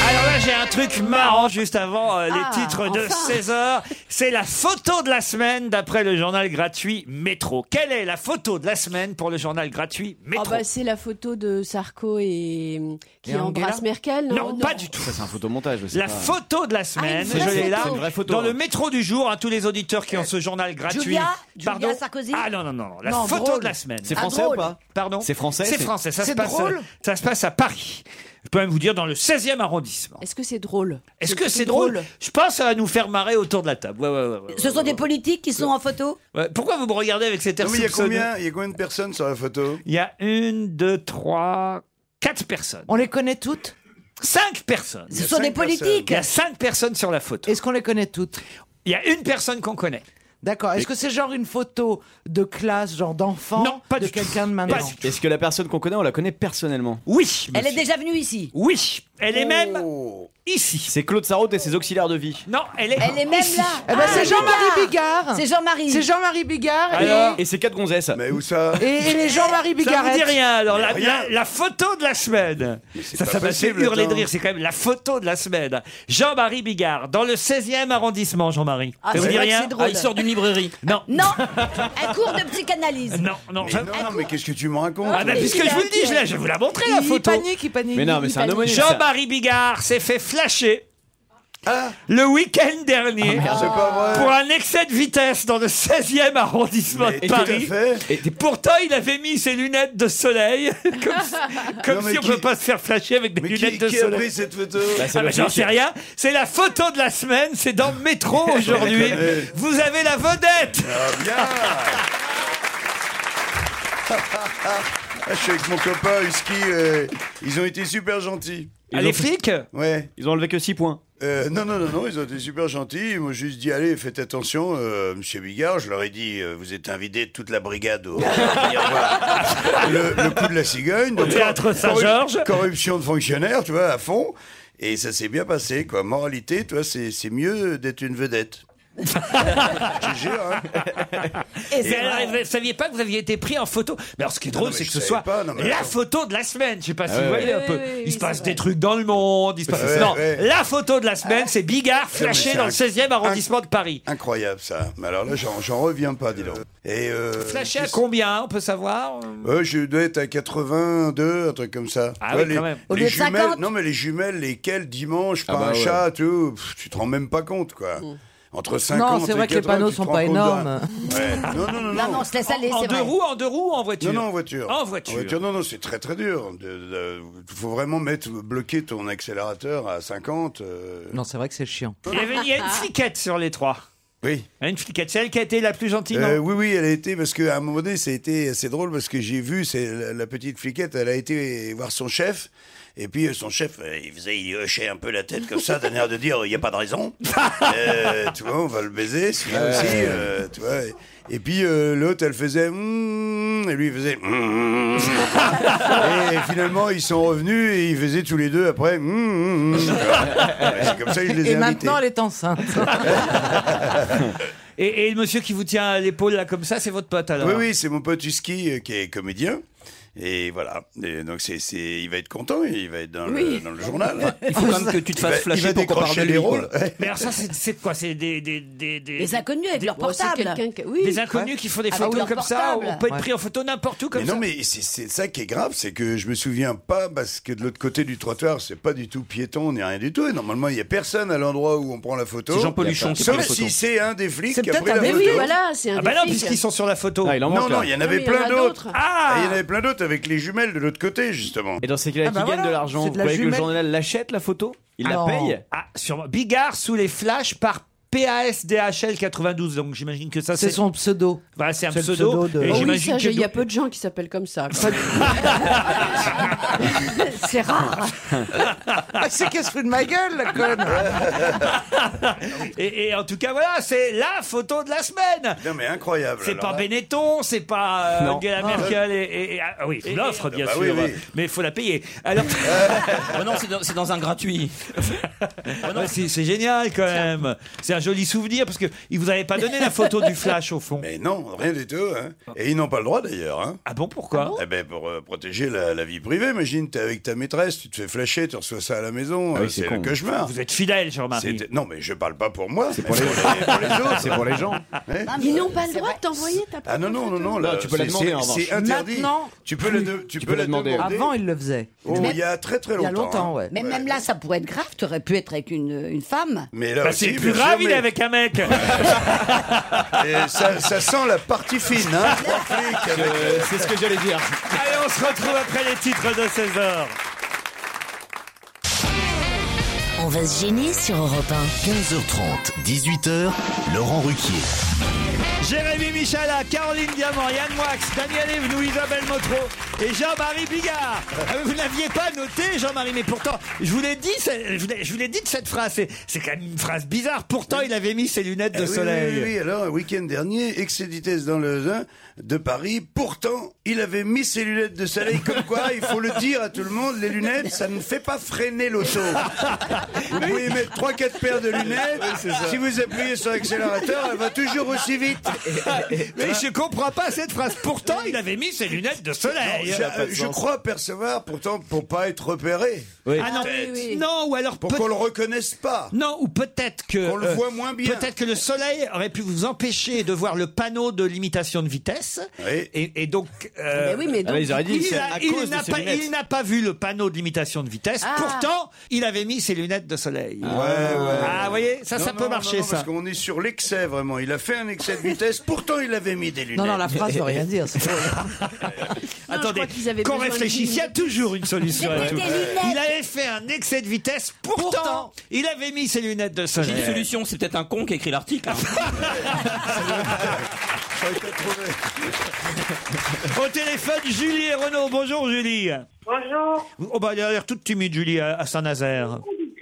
C: Alors là, j'ai un truc marrant juste avant euh, les
D: Ah,
C: titres de
D: enfin.
C: 16h. C'est la photo de la semaine d'après le journal gratuit Métro. Quelle est la photo de la semaine pour le journal gratuit
D: Ah
C: Métro
D: bah c'est la photo de Sarko et qui
F: Et Angela
D: embrasse Merkel.
C: non, pas du tout.
H: Ça, c'est un photomontage aussi.
C: La photo de la semaine,
D: vraie
C: je l'ai là,
D: photo. C'est une
H: vraie photo,
C: dans le
H: hein.
C: métro du jour, à tous les auditeurs qui ont ce journal gratuit.
A: Julia
C: Pardon
A: Julia Sarkozy
C: Ah non, non, non, la
F: Non,
C: photo
F: drôle.
C: de la semaine.
H: C'est
A: Ah,
H: français
A: drôle.
H: ou pas
C: Pardon
H: C'est français,
C: C'est
H: c'est-
C: français. Ça se
F: c'est
C: passe.
F: drôle
C: Ça se passe à Paris. Je peux même vous dire dans le 16e arrondissement.
D: Est-ce que c'est drôle
C: Est-ce que c'est drôle, Je pense que ça va nous faire marrer autour de la table. Ouais, ouais, ouais, ouais,
A: Ce
C: ouais,
A: sont des
C: ouais.
A: politiques qui sont en photo
C: Ouais, Pourquoi vous me regardez avec cet air
E: Non, mais il y a
C: soupçonneux
E: combien, il y a combien de personnes sur la photo
C: Il y a une, deux, trois, quatre personnes.
F: On les connaît toutes
C: Cinq personnes.
A: Ce
E: a
A: sont des
E: cinq personnes.
A: politiques
C: Il y a cinq personnes sur la photo.
F: Est-ce qu'on les connaît toutes
C: Il y a une personne qu'on connaît.
F: D'accord. Est-ce que c'est genre une photo de classe, genre d'enfant
C: Non, pas
F: De
C: du tout.
F: quelqu'un de
C: Pas
F: maintenant
C: du tout.
H: Est-ce que la personne qu'on connaît, on la connaît personnellement
C: Oui.
A: Elle est
C: monsieur.
A: déjà venue ici.
C: Oui. Elle est même
E: Oh.
C: ici.
H: C'est Claude Sarraute et ses auxiliaires de vie.
C: Non, elle est.
A: Elle est même
C: ici.
A: là.
F: Eh ben, c'est Jean-Marie Bigard
A: C'est Jean-Marie.
F: C'est Jean-Marie Bigard
C: Alors
H: Et c'est quatre gonzesses.
E: Mais où ça
F: et, et les Jean-Marie
C: Ça
F: Bigard.
C: vous dit rien alors la,
E: Rien.
C: la- la photo de la semaine.
E: c'est
C: Ça,
E: pas
C: ça m'a fait
E: possible,
C: hurler de
E: attends.
C: rire. C'est quand même la photo de la semaine. Jean-Marie Bigard dans le 16e arrondissement. Jean-Marie.
A: Ah,
C: ça vous
A: c'est
C: dit
A: vrai que
C: rien
A: c'est drôle.
G: Ah, il sort d'une librairie.
C: *laughs* Non. Ah,
A: Non, un cours de psychanalyse.
C: Euh, Non, non.
E: Mais
C: ça-
E: non, non, mais qu'est-ce que tu me racontes
C: Ah, bah,
D: mais
C: puisque
D: il
C: je vous
D: a-
C: le dis, je, l'ai- je vais vous la montrer la
F: Il
C: photo.
F: panique, il panique.
H: Mais non, mais c'est un homonyme. ça.
C: Jean-Marie Bigard s'est fait flasher le week-end dernier
E: Ah. C'est pas vrai.
C: pour un excès de vitesse dans le 16e arrondissement
E: Mais
C: de
E: tout à
C: Paris.
E: fait.
H: Et t'es-
C: Pourtant, il avait mis ses lunettes de soleil, *laughs* comme, si- comme
E: Non, mais
C: si on ne
E: qui-
C: peut pas se faire flasher avec des
E: Mais
C: lunettes
E: qui,
C: de
E: qui a
C: soleil.
E: pris cette photo
H: Bah, c'est
C: Ah
H: le
C: bah, j'en
H: flic.
C: sais rien, c'est la photo de la semaine, c'est dans le
H: *laughs*
C: métro aujourd'hui.
E: déconner.
C: Vous avez la vedette
E: Ah bien *laughs* Ah, Je suis avec mon copain Husky, euh, ils ont été super gentils.
H: Ils
C: Ah, Les
H: ont-
C: flics
E: Ouais.
H: Ils ont enlevé que 6 points.
E: Euh, non, non, non, non, ils ont été super gentils. Ils m'ont juste dit, allez, faites attention, euh, monsieur Bigard. Je leur ai dit, euh, vous êtes invité toute la brigade au *laughs* le, le coup de la cigogne. donc,
C: Théâtre
E: corru-
C: Saint-Georges.
E: Corruption de fonctionnaires, tu vois, à fond. Et ça s'est bien passé, quoi. Moralité, tu vois, c'est c'est mieux d'être une vedette. Je te jure, hein.
C: Et,
E: Et c'est
C: alors,
E: vrai.
C: vous ne saviez pas que vous aviez été pris en photo. Mais alors, ce qui est
E: Non,
C: drôle,
E: mais
C: c'est
E: je
C: que ce
E: savais
C: soit
E: pas, non, mais
C: la
E: attends.
C: photo de la semaine. Je sais pas si
E: Ah
C: vous
E: ouais.
C: voyez un
E: Oui,
C: peu.
E: oui, oui,
C: il
E: oui,
C: se passe
E: c'est
C: des trucs dans le monde. Il se passe.
E: Ouais,
C: non,
E: ouais. Ah.
C: la photo de la semaine, Ben, c'est Bigard
E: Non, mais
C: flashé
E: c'est
C: dans le
E: inc-
C: 16e arrondissement de Paris.
E: Incroyable ça. Mais alors là, j'en j'en reviens pas, dis donc. Et euh,
C: Flashé à combien On peut savoir
E: Euh, je dois être à 82, un truc comme ça.
C: Ah
E: Tu vois,
C: oui,
E: les,
C: quand même.
E: les
C: Au lieu de
E: jumelles,
C: 50?
E: non mais les jumelles, lesquelles dimanche,
C: Ah
E: pas
C: bah
E: un
C: ouais.
E: chat, tout, pff, tu te rends même pas compte quoi. Entre 50
F: Mm. Non, c'est vrai
E: et
F: que les
E: 80,
F: panneaux
E: tu te
F: sont
E: rends
F: pas
E: compte
F: énormes.
E: d'un- *laughs* Ouais. Non, non, non, non.
A: Non, non, on se laisse aller,
C: En
A: c'est
C: deux
A: vrai.
C: roues, en deux roues, ou en *laughs* voiture
E: Non, non, en voiture.
C: En voiture.
E: non, non, c'est très très dur. Il faut vraiment mettre, bloquer ton accélérateur à 50. euh.
F: Non, c'est vrai que c'est chiant.
C: Il y, avait, il y a une fliquette sur les trois.
E: Oui.
C: Une fliquette, c'est elle qui a été la plus gentille. non
E: Euh, oui, oui, elle a été, parce qu'à un moment donné, ça a été assez drôle, parce que j'ai vu c'est la, la petite fliquette, elle a été voir son chef, et puis euh, son chef, euh, il faisait, il hochait un peu la tête comme ça, d'un air de dire, il n'y a pas de
C: *laughs*
E: raison. Euh, tu vois, on va le baiser, celui-là
L: Ouais.
E: aussi, euh, tu vois. Et puis euh, l'autre, elle faisait, Hmm et lui, il faisait,
G: *laughs*
E: Hmm Et finalement, ils sont revenus, et ils faisaient tous les deux après, Hmm, hmm, hmm. Tu vois. Ouais, C'est comme ça que je les ai
F: Et
E: invités.
F: maintenant, elle est enceinte.
C: Et, et le monsieur qui vous tient à l'épaule là comme ça, c'est votre pote alors
E: Oui, oui, c'est mon pote Husky euh, qui est comédien. Et voilà. Et donc, c'est, c'est- il va être content, il va être dans, le,
C: Oui.
E: dans le journal.
G: Il faut quand même que tu te
E: Il va-
G: fasses flasher
E: il va
G: pour qu'on parle
E: décrocher
G: de lui,
E: les
G: quoi.
E: rôles. Ouais.
C: Mais alors ça, c'est c'est quoi C'est des, des, des, des...
A: Les inconnus avec leur
C: Ouais, c'est
A: portable.
C: quelqu'un qui- Des inconnus qui font des
A: Avec
C: photos
A: leur
C: comme ça,
A: portable.
C: on peut être pris en photo n'importe où comme
E: mais
C: ça.
E: non, mais c'est, c'est ça qui est grave, c'est que je me souviens pas parce que de l'autre côté du trottoir, c'est pas du tout piéton ni rien du tout. Et normalement, il y a personne à l'endroit où on prend la photo.
G: C'est Jean-Paul Huchon qui a pris
E: Sauf
G: la photo.
E: si c'est un des flics
G: C'est
E: qui a
G: peut-être
E: pris
G: un
E: la
G: des
E: photo.
G: flics, voilà, c'est un
C: Ah
G: des
C: bah non,
G: flics.
C: puisqu'ils sont sur la photo.
H: Ah, il en
E: non,
H: manque,
E: non,
H: là.
E: il y en
H: Non,
E: avait
H: mais il y en
E: plein
H: a
E: d'autres.
H: d'autres.
E: Ah, Il y en avait plein d'autres avec les jumelles de l'autre côté, justement.
H: Et dans ces cas-là,
E: Ah, bah
H: qui gagne
E: voilà,
H: de l'argent
E: c'est
H: Vous
E: de la
H: croyez que le
E: jumelle.
H: journal l'achète, la photo Il la
C: Ah,
H: paye
C: Ah, sûrement. Bigard sous les flashs par PASDHL 92. Donc j'imagine que ça c'est. son
F: pseudo.
C: Voilà, c'est un
F: C'est le
C: pseudo.
F: pseudo
C: Et
F: de- Oh oui,
D: Ah Oui,
C: j'imagine
D: ça,
C: que *laughs*
D: j'ai- il y a
C: Dou-
D: peu de gens qui s'appellent comme ça.
C: *laughs*
D: *laughs* C'est rare.
F: Ah, c'est qu'elle se fout de ma gueule, la conne
C: *laughs* et, et en tout cas, voilà, c'est la photo de la semaine.
E: Non, mais incroyable.
C: C'est
E: alors
C: pas
E: là.
C: Benetton, c'est pas euh,
E: Non.
C: Angela
E: Non.
C: Merkel. Et, et- et- ah oui, l'offre, bien
E: bah
C: sûr.
E: oui, oui.
C: Mais il faut la payer.
G: *laughs*
C: Alors.
G: Oh non, c'est dans, c'est dans un gratuit.
C: Ouais, c'est c'est génial quand même. C'est un joli souvenir parce que il vous avait pas donné la photo du flash au fond.
E: Mais non, rien du tout. hein. Et ils n'ont pas le droit d'ailleurs. hein.
C: Ah bon, pourquoi
E: Eh ben pour euh, protéger la, la vie privée. Imagine, t'es avec ta maîtresse, tu te fais flasher, tu reçois ça à la maison.
C: Ah
E: euh,
C: oui, c'est
E: c'est le
C: con.
E: cauchemar.
C: Vous êtes fidèle, Jean-Marie.
E: C'est- Non, mais je parle pas pour moi. C'est pour, les... pour les
H: *laughs*
E: autres.
H: C'est pour les gens.
E: Ouais.
F: Ah,
D: Ils n'ont pas le droit de t'envoyer ta
E: Ah non, non, non, non. là,
H: Non, tu peux la
E: c'est-
H: demander,
E: c'est-
H: en revanche.
E: C'est interdit.
F: Maintenant,
E: tu peux, la, de- tu peux la demander.
F: Avant, ils le faisaient.
E: Oh, il y a très très
F: Il y a
E: longtemps.
F: longtemps,
E: hein.
F: ouais.
A: Mais même là, ça pourrait être grave. Tu aurais pu être avec une, une femme.
E: Mais là
C: Bah,
E: aussi,
C: c'est plus
E: mais
C: grave, il est
E: jamais.
C: avec un mec.
E: *laughs* Et ça, ça sent la partie fine.
F: *laughs*
E: Hein, trois flics avec, euh,
H: C'est ce que j'allais dire.
C: Allez, on se retrouve après les titres de 16h.
B: On va se gêner sur Europe 1. 15h30, 18h, Laurent Ruquier.
C: Jérémy Michala, Caroline Diamant, Yann Moix, Daniel Evenou, Isabelle Motro et Jean-Marie Bigard. Ah, Vous n'aviez pas noté, Jean-Marie, mais pourtant, je vous l'ai dit, c'est- je vous l'ai- je vous l'ai dit de cette phrase. C'est- C'est quand même une phrase bizarre. Pourtant, il avait mis ses lunettes
E: Eh
C: de
E: oui,
C: soleil.
E: Oui, oui, oui. alors, le week-end dernier, excès de vitesse dans le Zin de Paris. Pourtant, il avait mis ses lunettes de soleil. Comme quoi, il faut le dire à tout le monde, les lunettes, ça ne fait pas freiner
C: *laughs*
E: l'auto. Vous pouvez mettre 3-4 paires de lunettes. si vous appuyez sur l'accélérateur, elle va toujours aussi *laughs*
C: *laughs*
E: vite.
C: Mais je comprends pas cette phrase. Pourtant, il avait mis ses lunettes de soleil.
E: Je, euh, je crois percevoir, pourtant, pour pas être repéré.
C: Ah non,
E: Peut-être.
C: non, ou alors
E: Pour
C: peut-
E: qu'on le reconnaisse pas.
C: Non, ou peut-être que euh,
E: Qu'on le voit moins bien.
C: Peut-être que le soleil aurait pu vous empêcher de voir le panneau de limitation de vitesse. Et, et donc, euh,
D: Mais oui, mais donc, Ah, mais ils auraient dit,
C: il
D: c'est
C: a-
D: à
C: il
D: cause de
C: n'a
D: ses
C: pas,
D: lunettes.
C: il n'a pas vu le panneau de limitation de vitesse.
D: Ah.
C: Pourtant, il avait mis ses lunettes de soleil. Ah, vous voyez, ça,
E: Non,
C: ça
E: non,
C: peut
E: non,
C: marcher,
E: non,
C: ça.
E: Parce qu'on est sur l'excès, vraiment. Il a fait un excès de
F: *laughs*
E: vitesse, pourtant il avait mis des lunettes.
F: Non, non, la phrase veut
E: *laughs*
F: rien dire. c'est drôle.
C: Attendez,
D: qu'ils avaient
C: qu'on
D: besoin de
C: réfléchisse, il y a toujours une solution à
F: *laughs*
D: Mettez
C: tout.
D: des lunettes.
C: Il avait fait un excès de vitesse, pourtant, il avait mis ses lunettes de
G: J'ai une
C: soleil.
G: solution, c'est peut-être un con qui a écrit l'article. hein.
C: Au téléphone, Julie et Renaud. Bonjour, Julie.
I: Bonjour.
C: Oh, bah, elle a l'air toute timide, Julie, à à Saint-Nazaire.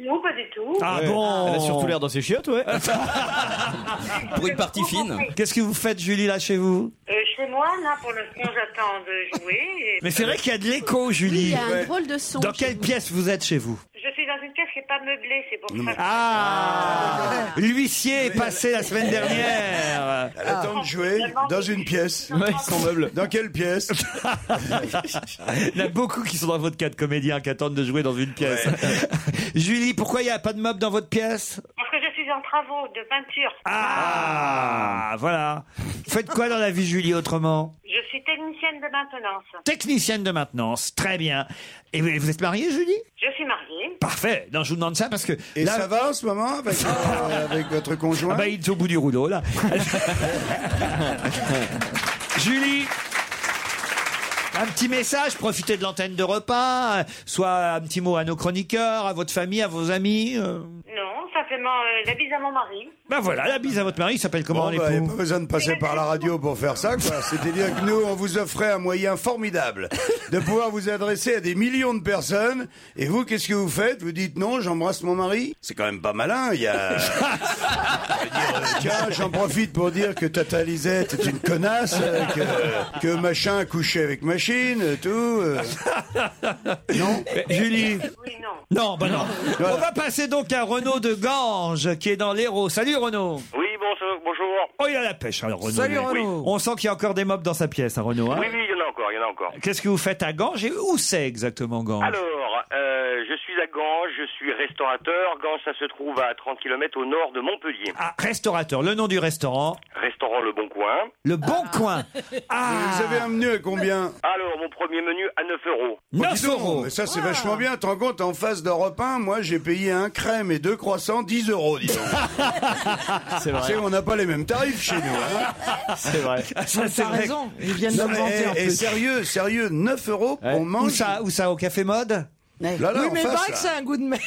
I: Non, pas du tout.
C: Ah
H: Ouais.
C: bon
H: Elle a surtout l'air dans ses chiottes, ouais.
G: *laughs* Pour une partie fine.
C: Qu'est-ce que vous faites, Julie, là, chez vous
I: Euh, chez moi, là, pour l'instant, j'attends de jouer. et-
C: Mais c'est vrai qu'il y a de l'écho, Julie.
D: Il y a un drôle de son.
C: Dans quelle pièce vous êtes chez vous
I: Je suis dans une
L: caisse n'est pas meublée, c'est pour ça. que-
C: Ah L'huissier est passé la semaine dernière.
E: Elle
F: Ah.
E: attend de jouer
D: Ah.
E: dans une
F: *laughs*
E: pièce. Dans quelle pièce *laughs*
C: Il y en a beaucoup qui sont dans votre cas de comédien qui attendent de jouer dans une pièce. *laughs* Julie, pourquoi il n'y a pas de meubles dans votre pièce
L: Parce que je suis en travaux de peinture.
C: Ah, voilà. Faites quoi dans la vie, Julie, autrement
L: Je suis technicienne de maintenance.
C: Technicienne de maintenance, très bien. Et vous vous êtes mariée, Julie
L: Je suis mariée.
C: Parfait. Non, je vous demande ça parce que.
E: Et ça va en ce moment avec, euh, avec votre conjoint
C: Ah bah, il est au bout du
E: *laughs*
C: rouleau, là. Julie un petit message, profitez de l'antenne de repas, soit un petit mot à nos chroniqueurs, à votre famille, à vos amis. euh.
L: Non, ça fait ma- euh, la bise à mon mari.
C: Ben voilà, la bise à votre mari, il s'appelle comment
E: Bon,
C: l'époux
E: bah, il n'y a pas besoin de passer par la radio pour faire ça, quoi. C'est-à-dire que nous, on vous offrait un moyen formidable de pouvoir vous adresser à des millions de personnes. Et vous, qu'est-ce que vous faites Vous dites non, j'embrasse mon mari C'est quand même pas malin, il y
C: *laughs*
E: a... Je veux dire, euh, Tiens, j'en profite pour dire que Tata Lisette est une connasse, euh, que, que machin a couché avec machine, euh, tout. euh.
C: *laughs*
E: Non
C: Julie Non, bah non. On va passer donc à Renaud de Ganges, qui est dans l'Hérault. Salut Renaud
K: *laughs* Oui, bonjour. bonjour.
C: Oh, il a la pêche, alors Renaud.
K: Salut,
C: lui.
K: Renaud.
C: On sent qu'il y a encore des mobs dans sa pièce, hein, Renaud. hein.
K: Oui, oui, il y en a encore, il y en a encore.
C: Qu'est-ce que vous faites à Ganges et où c'est exactement Ganges
K: Alors, euh, je suis à Ganges, je suis restaurateur. Ganges, ça se trouve à 30 km au nord de Montpellier.
C: Ah, Restaurateur, le nom du restaurant.
K: Restaurant Le Bon
C: *laughs*
K: Coin. Ah.
C: Le Bon Coin.
E: Ah, Vous avez un menu à combien
K: Alors, mon premier menu à 9 euros.
E: Oh, dis donc, Mais ça, c'est vachement bien. T'en compte, en face d'Europe 1, moi, j'ai payé un crème et deux croissants 10 euros, dis donc.
H: C'est vrai.
E: Tu sais, On n'a pas les mêmes tarifs chez nous. hein.
H: C'est vrai.
C: Ça, c'est vrai.
E: Non, mais, eh, eh, sérieux, sérieux, 9 euros, on mange. Où
C: ça, au Café Mode
E: Là, là,
F: oui,
E: en
F: mais il
E: face,
F: paraît que
E: là.
F: c'est un goût
E: *laughs*
F: de mer.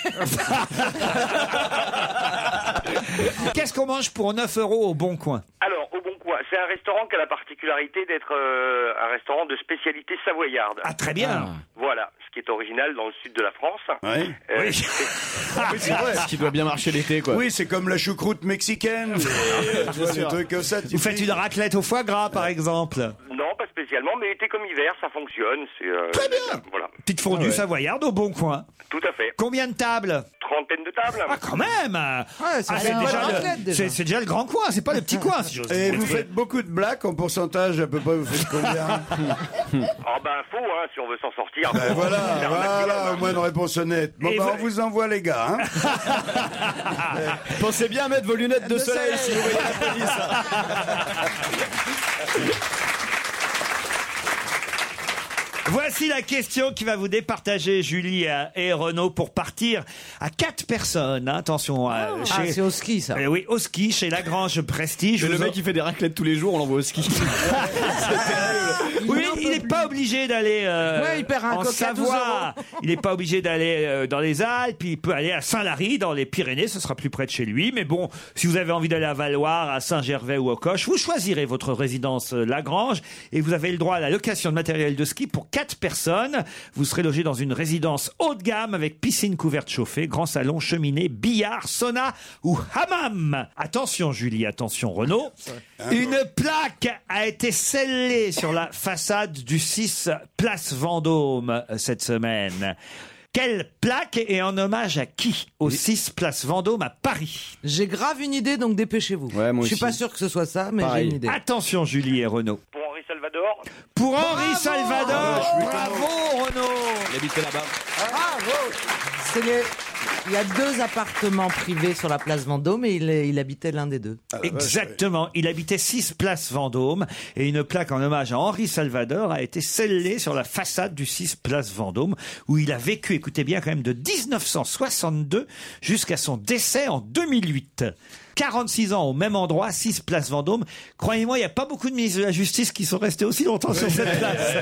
C: Qu'est-ce qu'on mange pour 9 euros au Bon Coin
K: Alors, au Bon Coin, c'est un restaurant qui a la particularité d'être euh, un restaurant de spécialité savoyarde.
C: Ah, très bien. Ah.
K: Voilà, ce qui est original dans le sud de la France.
E: Ouais.
K: Euh,
C: *laughs* Ah,
E: Oui, c'est vrai.
H: Ce qui doit bien marcher l'été, quoi.
E: Oui, c'est comme la choucroute
C: *laughs*
E: mexicaine. les- tu vois, les trucs comme ça.
C: Ah, Vous faites une raclette au foie gras, Ah, par exemple.
K: Non, pas spécialement, mais été comme hiver, ça fonctionne. C'est, euh,
C: Très bien.
K: Voilà,
C: Petite
K: Ah
C: fondue
K: ouais.
C: savoyarde au Bon Coin.
K: tout à fait.
C: Combien de tables
K: Trentaine de tables.
C: Ah, quand même
K: Ouais, c'est
C: Ah,
K: une bonne
C: le-
K: raclette, déjà.
C: c'est- c'est déjà le grand coin, c'est pas le petit coin, si j'ose
E: Et
C: dire.
E: vous faites beaucoup de blagues en pourcentage, à peu près, vous faites combien
C: *laughs*
K: Ah ben faux, hein, si on veut s'en sortir.
E: Ben voilà, voilà, au moins une réponse honnête. Bon,
K: Et
E: bah,
K: vous-
E: on vous envoie, les
C: *laughs*
E: gars. hein.
H: Pensez bien à mettre vos lunettes de,
E: De
H: soleil,
E: soleil. *laughs*
H: si vous voyez la police.
C: Voici la question qui va vous départager, Julie euh, et Renaud, pour partir à quatre personnes. hein, Attention, euh,
F: Ah,
C: chez-
F: c'est au ski, ça.
C: Eh oui, au ski, chez Lagrange Prestige.
H: Le
C: Vous
H: mec qui fait des raclettes tous les jours, on l'envoie
C: *laughs*
H: au ski.
C: Oui, il n'est pas obligé d'aller euh,
H: Ouais, il perd un
C: en
H: coq à
C: Savoie. Il n'est
H: *laughs*
C: pas obligé d'aller euh, dans les Alpes. Il peut aller à Saint-Lary, dans les Pyrénées. Ce sera plus près de chez lui. Mais bon, si vous avez envie d'aller à Valoir, à Saint-Gervais ou au Coche, vous choisirez votre résidence euh, Lagrange et vous avez le droit à la location de matériel de ski pour quatre personnes. Vous serez logé dans une résidence haut de gamme avec piscine couverte chauffée, grand salon, cheminée, billard, sauna ou hammam. Attention, Julie. Attention, Renaud. Une plaque a été scellée sur la façade du 6 Place Vendôme euh, cette semaine. Quelle plaque et en hommage à qui Au 6 Place Vendôme à Paris.
F: J'ai grave une idée, donc dépêchez-vous. je suis pas sûr que ce soit ça, mais j'ai une idée.
C: Attention Julie et Renaud.
K: Pour Henri Salvador.
C: Pour Henri
H: Ah,
C: Salvador, bravo Renaud
H: Il habitait là-bas.
F: C'est les- Il y a deux appartements privés sur la place Vendôme et il, est- il habitait l'un des deux.
E: Ah,
C: Exactement. Il habitait 6 Place Vendôme et une plaque en hommage à Henri Salvador a été scellée sur la façade du 6 Place Vendôme où il a vécu, écoutez bien quand même, de 1962 jusqu'à son décès en 2008. 46 ans au même endroit, 6 Place Vendôme. Croyez-moi, il n'y a pas beaucoup de ministres de la Justice qui sont restés aussi longtemps sur cette place.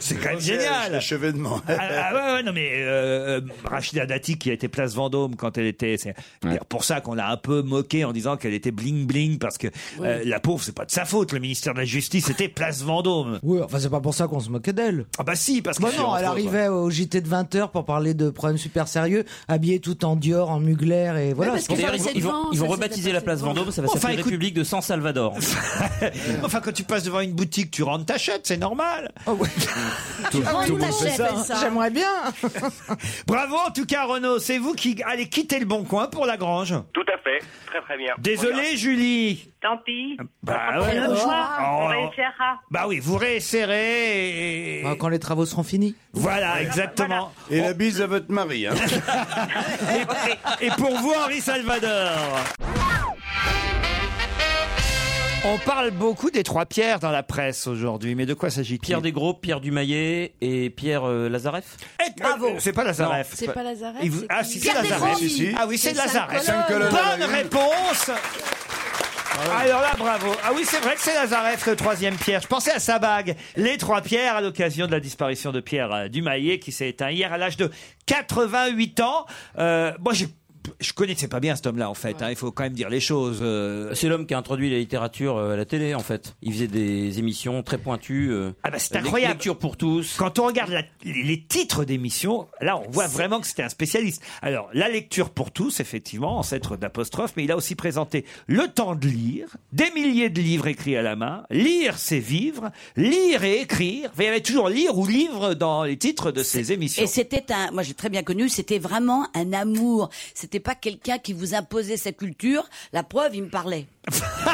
C: C'est quand même génial.
E: Achevènement.
C: Ah, ah, ouais, ouais, non mais euh, euh, Rachida Dati qui a été place Vendôme quand elle était, c'est d'ailleurs pour ça qu'on l'a un peu moqué en disant qu'elle était bling bling parce que euh, la pauvre c'est pas de sa faute. Le ministère de la Justice était place Vendôme.
F: Oui, enfin c'est pas pour ça qu'on se moquait d'elle.
C: Ah bah si parce que
F: Bah non, elle arrivait au JT de 20h pour parler de problèmes super sérieux, habillée tout en Dior, en Mugler et voilà.
G: D'ailleurs,
F: c'est pour ça
G: ils, vont,
F: que c'est
G: ils vont-
F: devant,
G: ils vont
F: ça, c'est
G: rebaptiser la place
F: devant.
G: Vendôme, ça va
C: Enfin,
G: s'appeler
C: écoute-
G: République de San
F: *laughs*
G: Salvador.
C: enfin quand tu passes devant une boutique, tu rentres ta chatte, c'est normal. *laughs*
F: Tout- Ah, tout le oui, monde fait ça, ça. hein. J'aimerais bien.
C: Bravo en tout cas Renaud Renaud, c'est vous qui allez quitter le bon coin pour la grange.
K: Tout à fait. Très très bien.
C: Désolé, Julie.
L: Tant pis.
C: Bah,
L: C'est
C: ouais.
L: notre choix. On
C: Oh.
L: réessayera.
C: Bah oui, vous réessayerez. et-
F: Bah, Quand les travaux seront finis.
C: Voilà, exactement.
E: Et la bise à votre mari. hein.
C: *laughs* Et pour vous, Henri Salvador. On parle beaucoup des trois pierres dans la presse aujourd'hui, mais de quoi s'agit-il
G: Pierre Desgros, Pierre Dumayet et Pierre euh, Lazareff.
C: Bravo. C'est pas Lazareff.
G: Non, c'est pas
D: Lazareff,
C: Il vous-
D: c'est
C: Ah
D: qui
C: si, c'est
D: Pierre Desgros.
C: Lazareff.
D: Si, si.
C: Ah oui, c'est
D: C'est
C: Lazareff.
D: Sainte-Colonne.
C: Bonne réponse. Alors là, bravo. Ah oui, c'est vrai que c'est Lazareff, le troisième pierre. Je pensais à sa bague. Les trois pierres à l'occasion de la disparition de Pierre euh, Dumayet, qui s'est éteint hier à l'âge de 88 ans. Euh, moi, j'ai- je connaissais pas bien cet homme-là, en fait. hein. Il faut quand même dire les choses. euh.
G: C'est l'homme qui a introduit la littérature euh, à la télé, en fait. Il faisait des émissions très pointues. euh.
C: ah bah c'est incroyable.
G: Lecture pour tous.
C: Quand on regarde la- les les titres d'émissions, là, on voit vraiment que c'était un spécialiste. Alors, la lecture pour tous, effectivement, ancêtre d'apostrophe, mais il a aussi présenté le temps de lire, des milliers de livres écrits à la main, lire c'est vivre, lire et écrire. Enfin, Il y avait toujours lire ou livre dans les titres de ces émissions.
A: Et c'était un, moi j'ai très bien connu, c'était vraiment un amour. C'était pas quelqu'un qui vous imposait sa culture. La preuve, il me parlait.
C: *laughs*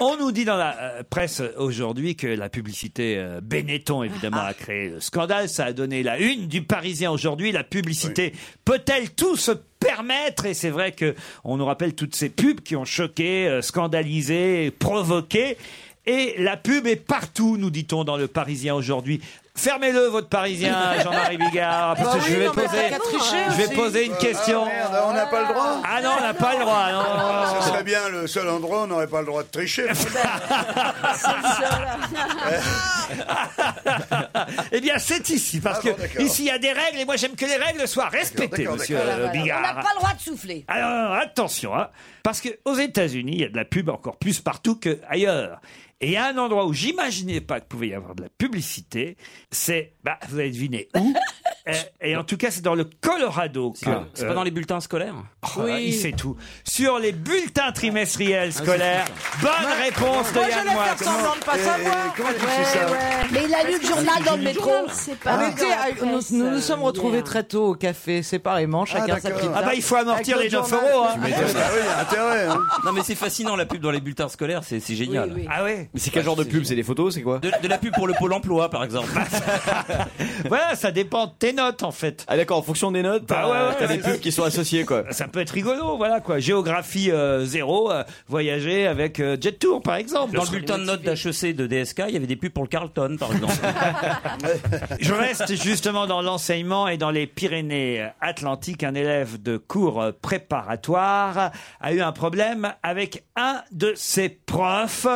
C: On nous dit dans la euh, presse aujourd'hui que la publicité euh, Benetton, évidemment, a créé le scandale. Ça a donné la une du Parisien aujourd'hui. La publicité peut-elle tout se permettre Et c'est vrai que on nous rappelle toutes ces pubs qui ont choqué, euh, scandalisé, provoqué. Et la pub est partout, nous dit-on dans le Parisien aujourd'hui. Fermez-le, votre Parisien,
E: *laughs*
C: Jean-Marie Bigard, parce
E: Bah
C: que
E: oui,
C: je vais
E: non, mais
C: poser,
E: t'as qu'à tricher
C: je vais
E: aussi.
C: poser une
E: Euh,
C: question.
E: ah, merde, on n'a pas le droit
C: Ah non, on n'a pas le droit. non, non, non, non.
E: Ce serait bien le seul endroit où on n'aurait pas le droit de
C: *laughs*
E: tricher.
C: *laughs* Eh bien, c'est ici, parce
E: Ah bon,
C: que
E: d'accord.
C: ici, il y a des règles, et moi, j'aime que les règles soient respectées,
E: d'accord,
C: monsieur
E: d'accord.
C: euh,
A: On n'a
C: Bigard.
A: pas le droit de souffler.
C: Alors, attention, hein, parce que aux États-Unis, il y a de la pub encore plus partout qu'ailleurs. Et il y a un endroit où j'imaginais pas qu'il pouvait y avoir de la publicité, c'est, bah, vous avez deviné
F: *laughs*
C: où Euh, Et en tout cas, c'est dans le Colorado. que, euh,
G: pas- c'est pas dans les
C: bulletins scolaires
G: Oui.
C: Il sait tout. Sur les bulletins
G: Ah,
C: trimestriels scolaires. Bonne réponse de
F: moi,
C: Yann
F: j'allais
C: Moix.
F: faire semblant de pas savoir.
A: Mais il a lu le journal dans le métro.
F: On était à- Ah, nous, nous nous sommes retrouvés très tôt au café, séparément, chacun sa pizza.
C: Ah bah, il faut amortir
F: Avec
C: les
F: le
C: 9
F: journal.
C: euros. hein.
G: Non mais c'est fascinant la pub dans les bulletins scolaires, c'est c'est génial.
C: Ah ouais
H: Mais c'est quel genre de pub C'est des photos C'est quoi
G: de, de la pub pour le pôle emploi par exemple.
C: *laughs* Voilà, ça dépend de tes notes en fait.
H: Ah d'accord, en fonction des notes,
C: Bah
H: t'as
C: ouais, ouais,
H: t'as des
C: ouais.
H: pubs qui sont associées quoi.
C: *laughs* Ça peut être rigolo, voilà quoi. Géographie euh, zéro, euh, voyager avec euh, Jet Tour par exemple.
G: Dans le bulletin de notes d'HEC de DSK, il y avait des pubs pour le Carlton par exemple.
C: Je reste justement dans l'enseignement et dans les Pyrénées-Atlantiques. Un élève de cours préparatoire a eu un problème avec un de ses profs.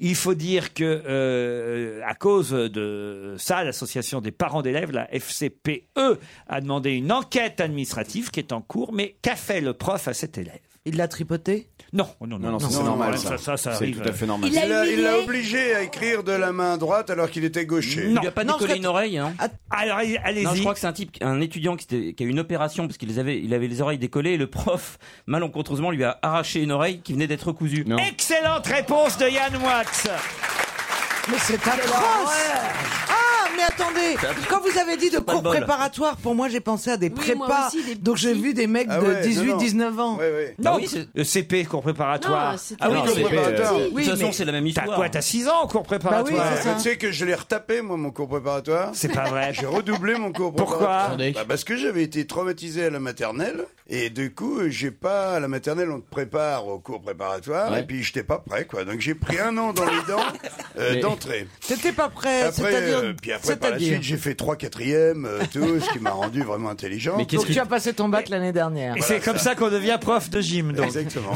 C: Il faut dire que euh, à cause de ça, l'association des parents d'élèves, la FCPE, E, a demandé une enquête administrative qui est en cours. Mais qu'a fait le prof à cet élève
F: Il l'a tripoté
C: Non, oh, non, non,
H: Non, non, ça, c'est normal, ça.
C: ça, ça
H: C'est
C: arrive.
H: tout à fait normal.
E: Il
H: Il a
E: l'a- il
H: humilié.
E: l'a obligé à écrire de la main droite alors qu'il était gaucher.
G: Il lui a pas décollé une oreille, hein
C: Alors, allez-y.
G: je crois que c'est un type, un étudiant qui, s'était- qui a eu une opération parce qu'il avait, il avait les oreilles décollées et le prof, *laughs* malencontreusement, lui a arraché une oreille qui venait d'être Eh, cousue.
C: Excellente réponse de Yann Wax.
F: Mais c'est atroce Ah, mais attendez Quand vous avez dit de
G: pas le
F: cours
G: bol.
F: préparatoire, pour moi, j'ai pensé à des
D: moi
F: prépas.
D: aussi, des
F: donc j'ai vu des mecs
E: Ah
F: de
E: ouais,
F: 18,
E: non, non.
F: 19 ans.
C: Non,
G: Bah oui, c'est-
C: le CP, cours préparatoire.
D: Non, c'est-
C: ah oui,
G: Non,
C: cours
G: c'est-
C: préparatoire.
G: De toute
F: Oui,
G: façon,
F: mais-
G: c'est la même
C: T'as
G: histoire.
C: quoi T'as 6 ans en cours préparatoire
F: Bah oui, c'est ça.
E: Mais Tu sais que je l'ai retapé, moi, mon cours préparatoire.
C: C'est pas vrai.
E: *laughs* J'ai redoublé mon cours
C: Pourquoi
E: préparatoire.
C: Attendez.
E: Bah, Parce que j'avais été traumatisé à la maternelle. Et du coup, euh, j'ai pas. À la maternelle, on te prépare au cours préparatoire.
H: Ouais.
E: Et puis, j'étais pas prêt, quoi. Donc, j'ai pris un an dans les dents euh,
H: Mais-
E: d'entrée.
F: T'étais pas prêt,
E: Après, euh,
F: c'est-à-dire.
E: puis après, par la
F: C'est-à-dire.
E: suite, j'ai fait 3 quatrièmes, euh, tout, ce qui m'a rendu vraiment intelligent.
H: Mais qu'est-ce
F: Donc
H: qui
F: tu as passé ton bac l'année dernière.
C: Et c'est comme ça, qu'on devient prof de gym. Donc.
E: Exactement.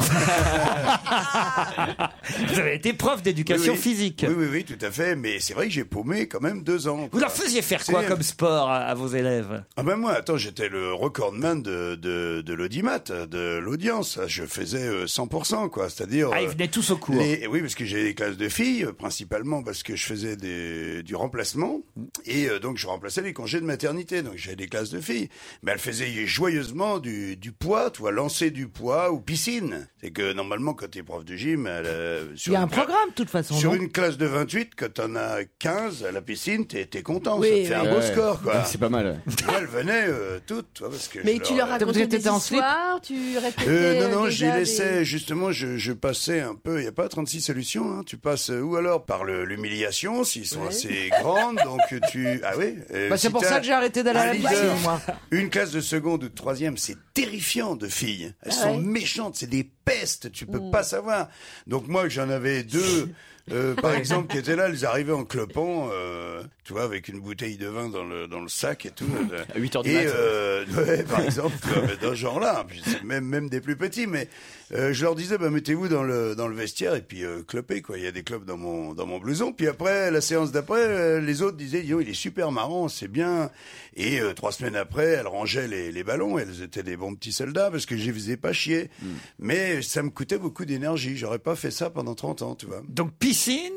C: Vous avez été prof d'éducation
E: Oui, oui.
C: physique.
E: Oui, oui, oui, tout à fait. Mais c'est vrai que j'ai paumé quand même deux ans.
C: Vous
E: quoi.
C: leur faisiez faire quoi
E: C'est-
C: comme sport à, à vos élèves
E: Ah ben moi, attends, j'étais le recordman de, de, de l'audimat, de l'audience. Je faisais euh, 100%, quoi. C'est-à-dire.
C: Ah, ils
E: euh,
C: venaient tous au cours.
E: les- oui, parce que j'ai des classes de filles, euh, principalement parce que je faisais des, du remplacement. Et euh, donc, je remplaçais les congés de maternité. Donc, j'avais des classes de filles. Mais elles faisaient joyeusement du, du poids, tu vois, lancer du poids ou piscine. C'est que normalement, quand t'es prof de gym, elle, euh, sur
M: Il y a un
E: une cla-
M: programme, de toute façon.
E: Sur
M: non
E: une classe de 28, quand t'en as 15 à la piscine, t'es t'es content,
M: Oui,
E: ça te fait
M: oui.
E: un beau
M: Ouais.
E: score, quoi.
H: C'est pas mal.
E: Elles venaient euh, toutes, toi, parce que
D: Mais
E: je
D: tu leur racontais des histoires, tu répétais.
E: euh,
D: euh,
E: non, non, j'y
D: déjà
E: laissais,
D: des-
E: justement, je, je passais un peu, il n'y a pas 36 solutions, hein, tu passes, euh, ou alors par le- l'humiliation, s'ils sont assez grandes, donc tu... Ah oui euh,
F: Bah, c'est
E: si
F: pour
E: t'as
F: ça que j'ai arrêté d'aller à
E: un
F: la
E: leader,
F: piscine, moi.
E: Une classe de seconde ou de troisième, c'est terrifiant de filles. Elles
F: Ah
E: sont
F: ouais. Mm.
E: méchantes, c'est des pestes, tu peux pas savoir. Donc moi, j'en avais deux, euh, par exemple, qui étaient là, elles arrivaient en clopant, euh, tu vois, avec une bouteille de vin dans le, dans le sac et tout.
H: À 8 heures du
E: et,
H: mat.
E: euh, *laughs* ouais, par exemple, tu vois, mais dans ce genre-là, puis c'est même, même des plus petits, mais euh, je leur disais, bah, mettez-vous dans le, dans le vestiaire et puis euh, clopez, quoi. Il y a des clopes dans mon, dans mon blouson. Puis après, la séance d'après, euh, les autres disaient, dis donc, il est super marrant, c'est bien. Et euh, trois semaines après, elles rangeaient les, les ballons, elles étaient des bons petits soldats parce que je les faisais pas chier. Mais ça me coûtait beaucoup d'énergie, j'aurais pas fait ça pendant 30 ans, tu vois.
C: Donc piscine,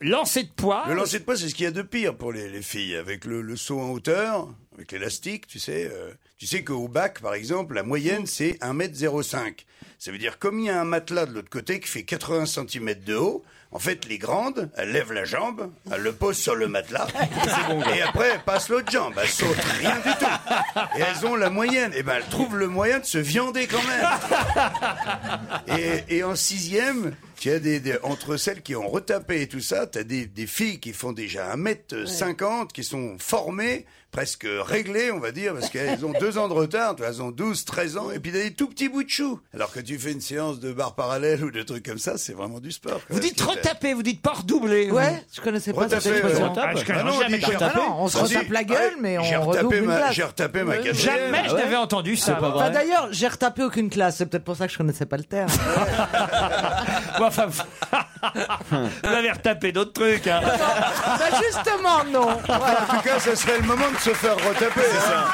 C: lancer de poids.
E: Le lancer de poids, c'est ce qu'il y a de pire pour les, les filles, avec le, le saut en hauteur, avec l'élastique, tu sais. euh, tu sais qu'au bac, par exemple, la moyenne, c'est 1m05. Ça veut dire, comme il y a un matelas de l'autre côté qui fait 80 cm de haut, en fait, les grandes, elles lèvent la jambe, elles le posent sur le matelas, et après, elles passent l'autre jambe, elles sautent rien du tout. Et elles ont la moyenne. Et ben, elles trouvent le moyen de se viander quand
C: Ah,
E: même. Et, et en sixième, tu as des, des- entre celles qui ont retapé et tout ça, tu as des, des filles qui font déjà 1m50, qui sont formées, presque réglées, on va dire, parce qu'elles ont deux ans de retard, tu vois, elles ont 12, 13 ans, et puis t'as des tout petits bouts de chou. Alors que tu fais une séance de barre parallèle ou de trucs comme ça, c'est vraiment du sport.
F: Vous dites
E: retaper, vous dites pas redoubler.
F: Ouais, je connaissais pas cette
E: Retaper,
F: expression.
E: euh, Ah, je connais
F: Ah non, on
E: jamais
F: dit retaper.
E: retaper.
F: Ah non, on se
E: Vas-y.
F: retape la gueule, mais
E: J'ai
F: on
E: retapé
F: redouble
E: ma-
F: une Ah classe.
E: j'ai retapé ma quatrième.
C: Jamais je n'avais entendu ça.
F: Enfin, D'ailleurs, j'ai retapé aucune classe, c'est peut-être pour ça que je connaissais pas
E: *laughs*
F: le terme.
C: Bon, enfin, vous avez retapé d'autres trucs. hein.
F: bah justement, non. Voilà.
E: En tout cas, ce serait le moment de se faire retaper. hein.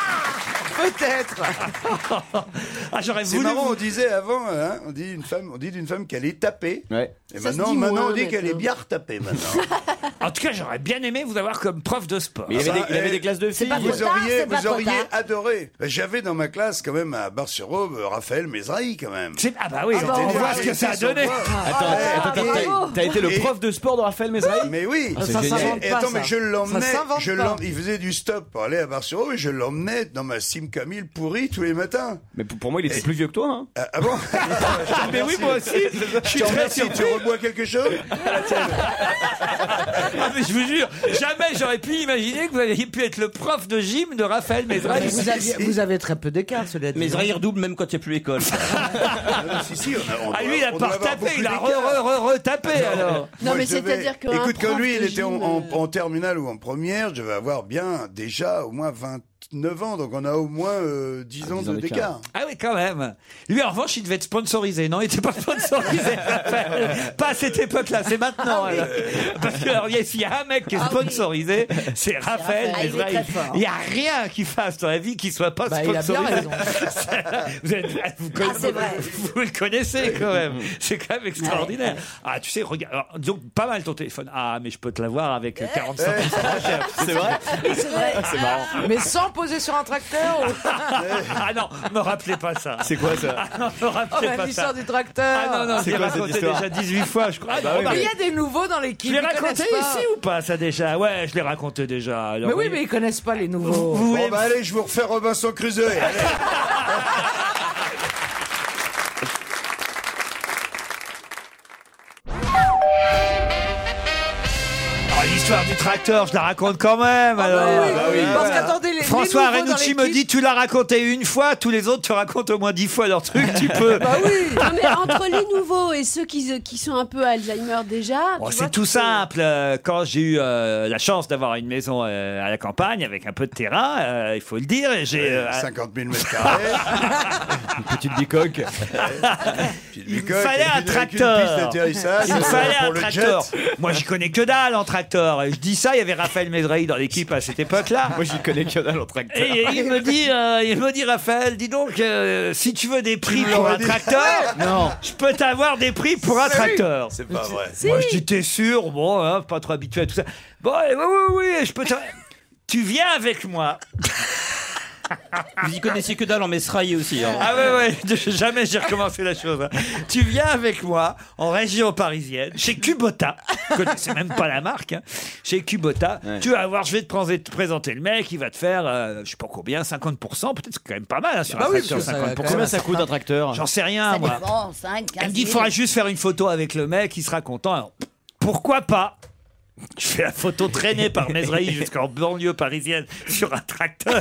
F: Peut-être.
C: Ah, j'aurais
E: C'est
C: voulu
E: marrant,
C: vous-
E: on disait avant, hein, on dit une femme, on dit d'une femme qu'elle est tapée. Et
C: Ça se
E: maintenant,
C: dit
E: maintenant,
C: moins,
E: on dit qu'elle est
C: maintenant.
E: bien retapée maintenant.
C: En tout cas, j'aurais bien aimé vous avoir comme prof de sport.
E: Ah bah, eh, Vous auriez, vous auriez adoré. J'avais dans ma classe quand même à Bar-sur-Aube euh, Raphaël Mesrahi quand même.
C: Ah bah oui, on voit ce que ça a donné.
H: Attends,
E: Ah
H: attends, attends, t'as- t'as été le prof de sport de Raphaël Mesrahi
E: Mais oui.
H: Ah, c'est Ça génial. s'invente
E: Et
H: pas,
E: attends,
H: ça.
E: mais je l'emmenais.
H: Ça s'invente
E: je
H: pas.
E: l'em- Il faisait du stop pour aller à Bar-sur-Aube et je l'emmenais dans ma Sim Camille pourrie tous les matins.
H: Mais pour pour moi, il était plus vieux que toi. hein.
E: Ah, ah
H: *laughs*
E: bon
H: Mais oui, moi *laughs* aussi. Je suis
E: Tu en
H: très
E: remercie,
H: surpris.
E: Tu rebois quelque chose
C: Ah, mais je vous jure, jamais j'aurais pu imaginer que vous aviez pu être le prof de gym de Raphaël Mesrahi.
F: Vous, aviez- vous avez très peu d'écart, cela dit. hein.
C: Mais Zahir
G: double même quand il n'y a plus
F: *laughs*
G: école.
E: si, si, on a- on
C: Ah,
E: doit-
C: lui, il a
E: on
C: pas
E: doit avoir
C: retapé,
E: beaucoup
C: il a re,
E: d'écart.
C: re, re, retapé alors.
E: *laughs* Moi,
D: mais
E: je devais-
D: c'est-à-dire qu'un
E: Écoute, quand
D: prof
E: lui,
D: de
E: il était en,
D: gym,
F: euh,
E: en- en terminale ou en première, je devais avoir bien déjà au moins 29 ans, donc on a au moins euh, 10 ans de d'écart.
C: Ah oui, quand même. Lui, en revanche, il devait être sponsorisé. Non, il n'était pas
D: *laughs*
C: sponsorisé. Raphaël. pas à cette époque-là, c'est
D: Ah
C: maintenant. alors. Parce que alors, il y a- s'il y a un mec qui est sponsorisé, c'est Raphaël.
D: Raphaël.
C: Mesrahi.
D: Ah, il est très fort.
C: Il n'y a rien qu'il fasse dans la vie qui ne soit pas
D: Bah, il a
C: sponsorisé.
D: bien Ah,
C: vous, êtes- vous conna- vous le connaissez quand même. C'est quand même extraordinaire. Ah, tu sais, regarde. alors, Donc, pas mal ton téléphone. Ah, mais je peux te l'avoir avec 45 C'est vrai Ah,
F: C'est vrai.
C: C'est marrant.
F: Mais sans poser sur un tracteur ou...
C: *laughs* Ah non, me rappelez pas ça.
H: C'est quoi ça
C: *laughs* Ah non, me
F: Oh,
C: rappelez
F: bah,
C: pas ça.
F: l'histoire du tracteur.
C: Ah non, non, je l'ai raconté déjà 18 fois, je crois. Ah,
F: Mais
C: bah,
F: il y a des nouveaux dans
C: Je
F: l'équipe.
C: l'ai
F: ils
C: raconté
F: connaissent pas.
C: ici ou pas, ça déjà Ouais, je l'ai raconté déjà. Alors,
F: Mais oui,
C: voyez.
F: mais ils connaissent pas les nouveaux.
C: Vous voulez-
E: Bon, bah allez, je vous refais Robinson Crusoe.
C: *laughs*
E: allez.
C: Ah, L'histoire du tracteur, je la raconte quand même. alors.
F: oui, Ah, bah oui. parce qu'attendez, les-
C: François
F: les nouveaux dans
C: Renucci me
F: l'équipe-
C: dit tu l'as raconté une fois, tous les autres te racontent au moins dix fois leur truc, tu
F: *laughs*
C: peux.
F: Bah
D: Non, mais entre les nouveaux et ceux qui, qui sont un peu Alzheimer déjà.
C: Bon,
D: tu vois,
C: Oh, c'est tout simple. Euh, Quand j'ai eu euh, la chance d'avoir une maison euh, à la campagne avec un peu de terrain, euh, il faut le dire, et j'ai euh,
E: 50 000 mètres carrés.
H: Une petite bicoque.
C: Il me
E: bicoque,
C: fallait
E: avec
C: un
E: une-
C: tracteur.
E: avec une piste d'atterrissage,
C: Il me
E: euh,
C: fallait
E: pour
C: un
E: le
C: tracteur.
E: jet.
C: Moi, j'y connais que dalle en tracteur. Et je dis ça, il y avait Raphaël Médrahi dans l'équipe hein, à *laughs* cette époque-là.
H: Moi, j'y connais que dalle
M: un autre acteur.
C: Et il me dit, euh, il me dit Raphaël, dis donc, euh, si tu veux des prix pour
M: m'aurais
C: un
M: dit.
C: tracteur,
M: Non.
C: je peux t'avoir des prix pour un
M: Salut.
C: tracteur.
M: C'est pas vrai.
C: Je- Moi, je dis, t'es sûr Bon, hein, pas trop habitué à tout ça. Bon, eh, oui, oui, oui, je peux t'a- Tu viens avec moi.
G: Vous y connaissiez que dalle en Mesraillé aussi. hein.
C: Ah ouais, ouais, jamais j'ai recommencé la chose. hein. Tu viens avec moi en région parisienne, chez Cubota. Je connaissais même pas la marque. hein. Chez Cubota, tu vas voir, je vais te pré- te présenter le mec, il va te faire, euh, je sais pas combien, 50%, peut-être c'est quand même pas mal hein, sur
H: Bah
C: un
H: oui,
C: tracteur,
H: parce que ça-
C: 50%.
H: combien ça coûte un tracteur
C: J'en sais rien,
A: Ça
C: moi.
A: dépend, 5, 15
C: Elle me dit, il
A: 000.
C: faudra juste faire une photo avec le mec, il sera content. Alors, pourquoi pas Je fais la photo traînée par Mesrahi jusqu'en banlieue parisienne sur un tracteur.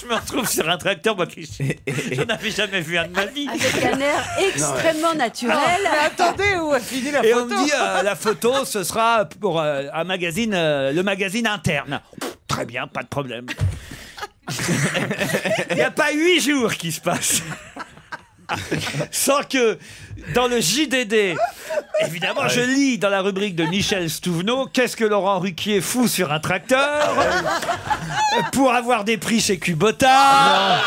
C: Je me retrouve sur un tracteur, moi qui je n'avais jamais vu un de ma vie.
D: Avec
C: *laughs*
D: un air extrêmement naturel.
F: Mais attendez,
C: oh.
F: où a fini la
C: Et on
F: photo
C: me dit, euh,
F: *laughs*
C: la photo, ce sera pour euh, un magazine, euh, le magazine interne. Très bien, pas de problème. *laughs* Il n'y a pas huit jours qui se passent. *laughs* Sans que dans le JDD, *laughs* évidemment, je lis dans la rubrique de Michel Stouvenot Qu'est-ce que Laurent Ruquier fout sur un tracteur pour avoir des prix chez Kubota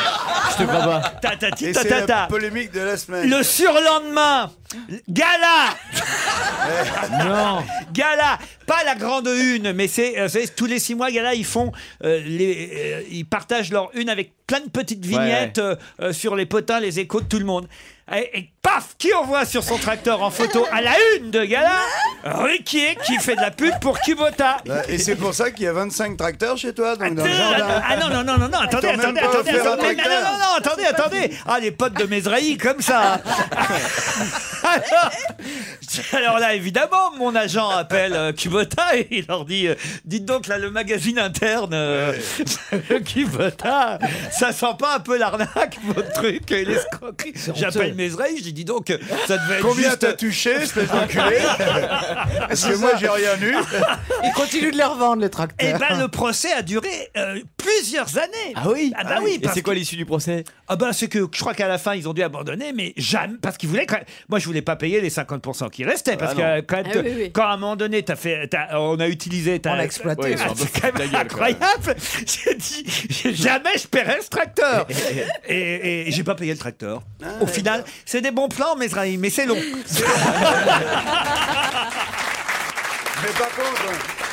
C: Je te crois pas. Ta, ta, ti,
E: Et
C: ta,
E: c'est
C: ta,
E: la
C: ta.
E: polémique de la semaine.
C: Le surlendemain, gala Non Gala Pas la grande une, mais c'est, euh, vous savez, tous les six mois, gala, ils font, euh, les, euh, ils partagent leur une avec plein de petites vignettes euh, euh, sur les potins, les échos de tout le monde. Et, et paf Qui envoie sur son tracteur en photo à la une de gala Ruquier qui fait de la pub pour Kubota
E: Ouais, Et c'est pour ça qu'il y a 25 tracteurs chez toi, donc dans le jardin.
C: ah non, non, non, non, non, attendez,
E: T'as même
C: attendez,
E: pas
C: attendez,
E: offert un
C: attendez, non,
E: tracteur.
C: non, non, non, attendez, attendez. Ah, les potes de Mesrahi, comme ça. alors, alors là, évidemment, mon agent appelle euh, Kubota et il leur dit, euh, dites donc là, le magazine interne euh, *laughs* Kubota, ça sent pas un peu l'arnaque, votre truc et l'escroquerie. J'appelle Mesrahi, je dis, dis donc, euh, ça devait être
E: Combien
C: juste...
E: t'as touché, espèce
C: *laughs*
E: d'enculé Parce que moi, j'ai rien eu.
F: Ils continuent de les revendre, les
C: Eh
F: tracteurs.
C: ben, le procès a duré euh, plusieurs années. Ah oui Ah bah oui,
H: Et
C: parce
H: c'est quoi l'issue du procès
C: Ah ben c'est que je crois qu'à la fin ils ont dû abandonner, mais jamais parce qu'ils voulaient. quand même- Moi je voulais pas payer les 50% qui restaient parce
H: Ah
C: que
H: non.
C: euh, quand, même,
H: Ah
C: te-
H: oui, oui.
C: quand à un moment donné t'as fait, t'as- on a utilisé, t'as-
H: On l'a exploité.
C: Ouais,
H: Ouais,
C: ah,
H: c'est un peu
C: c'est quand
H: foutu de la
C: même
H: gueule, quoi.
C: incroyable. *laughs* J'ai dit jamais je paierai ce
H: *laughs*
C: tracteur et, et j'ai pas payé le tracteur.
H: Ah,
C: Au final c'est des bons plans Mesrahi, mais
H: *laughs*
C: c'est long.
E: Mais par contre.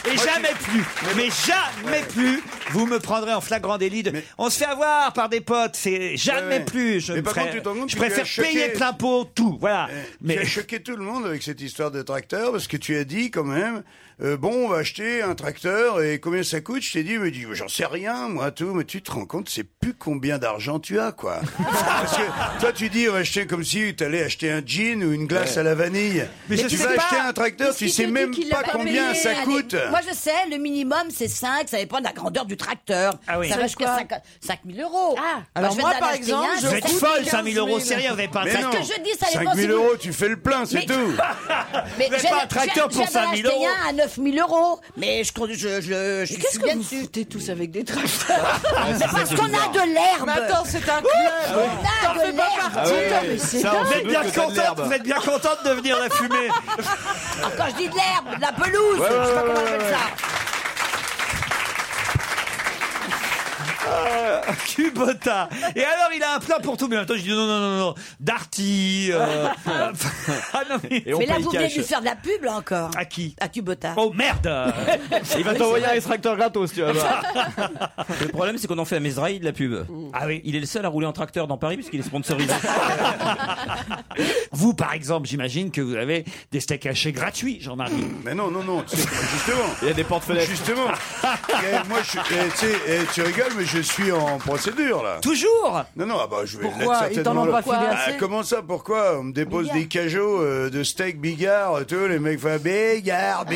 C: Et jamais plus, mais jamais plus, vous me prendrez en flagrant délit de... On se fait avoir par des potes, c'est jamais
E: ouais.
C: plus. Je,
E: Mais
C: me
E: par
C: ferai-
E: contre, tu t'en comptes
C: je
E: que tu as
C: préfère
E: choqué-
C: payer plein pot, tout, voilà.
E: Tu as choqué tout le monde avec cette histoire de tracteur parce que tu as dit quand même euh, bon on va acheter un tracteur et combien ça coûte je t'ai dit mais dis, j'en sais rien moi tout mais tu te rends compte c'est plus combien d'argent tu as quoi parce que toi tu dis on va acheter comme si tu allais acheter un jean ou une glace
H: Ouais.
E: à la vanille
H: Mais
E: mais
H: je
E: tu
H: sais
E: vas
H: pas.
E: acheter un tracteur
A: Parce
E: tu
A: qu'il
E: sais
A: te dit
E: même
A: qu'il l'a
E: pas combien
A: payé.
E: ça
A: Allez,
E: coûte
A: Moi, je sais, le minimum, c'est 5. Ça dépend de la grandeur du tracteur.
C: Ah oui.
A: Ça va
C: Cinq
A: jusqu'à
C: quoi
A: 5, 000 euros. Ah,
E: Bah,
C: Alors moi, par exemple, je Vous êtes folle, 5 000 euros, c'est
A: sérieux
C: rien, vous avez pas un
A: C'est ce
C: tracteur.
A: que je dis, ça
E: 5
A: dépend.
E: 000
A: si vous-
E: euros tu fais le plein c'est
A: Mais- *laughs*
E: tout
A: Mais
C: Vous avez
A: j'ai-
C: pas un tracteur
A: j'ai-
C: pour
A: j'avais
C: 5 000 euros.
A: acheté un à 9 000 euros. Mais je, je, je, je, je
D: qu'est-ce
A: suis
D: que
A: bien
D: vous
A: dessus.
D: tous avec
A: *laughs*
D: des tracteurs.
F: Ah,
A: Mais parce qu'on a de l'herbe.
F: Mais attends, c'est un
C: Ah
F: club.
A: On a de l'herbe.
E: Ah
A: Ah
F: partie. Attends, mais c'est dingue.
C: vous, êtes bien contente, vous êtes bien contente de venir la
E: *laughs*
C: fumer.
A: *laughs*
C: *laughs*
A: Ah, Quand je dis de l'herbe, de la pelouse,
C: Ouais,
A: je sais pas
C: ouais,
A: comment
C: ouais,
A: on appelle
C: ouais.
A: ça.
C: Ah, Cubota. Et alors, il a un plan pour tout. Mais en même temps, je dis non, non, non, non. Darty.
A: *laughs*
C: euh, ah non, mais.
A: Mais là, vous venez de lui faire de la pub, là, encore.
C: À qui
A: À Cubota.
C: Oh merde
A: *laughs*
H: Il va t'envoyer un extracteur gratos, tu
C: *laughs*
H: vas voir.
G: Le problème, c'est qu'on en fait à Mesrahi de la pub.
F: Mm.
C: Ah oui.
G: Il est le seul à rouler en tracteur dans Paris puisqu'il est
C: *laughs*
G: sponsorisé.
C: Vous, par exemple, j'imagine que vous avez des steaks hachés gratuits, Jean-Marie.
E: Mais non, non, non, tu sais, justement.
H: Il y a des
C: *laughs*
H: porte-fenêtres.
E: Justement. Eh, moi, je, suis- eh, tu sais, eh, tu rigoles, mais je suis en procédure, là.
C: Toujours
E: Non, non, ah bah, je vais
F: Pourquoi
E: l'être
F: Ils t'en
E: certainement.
F: ont
E: là.
F: pas filé
E: Ah,
F: assez
E: comment ça, pourquoi On me dépose
F: Bigard.
E: des cajots euh, de steak bigard, euh, tu vois, les mecs font bigard,
F: *laughs*
E: bigard.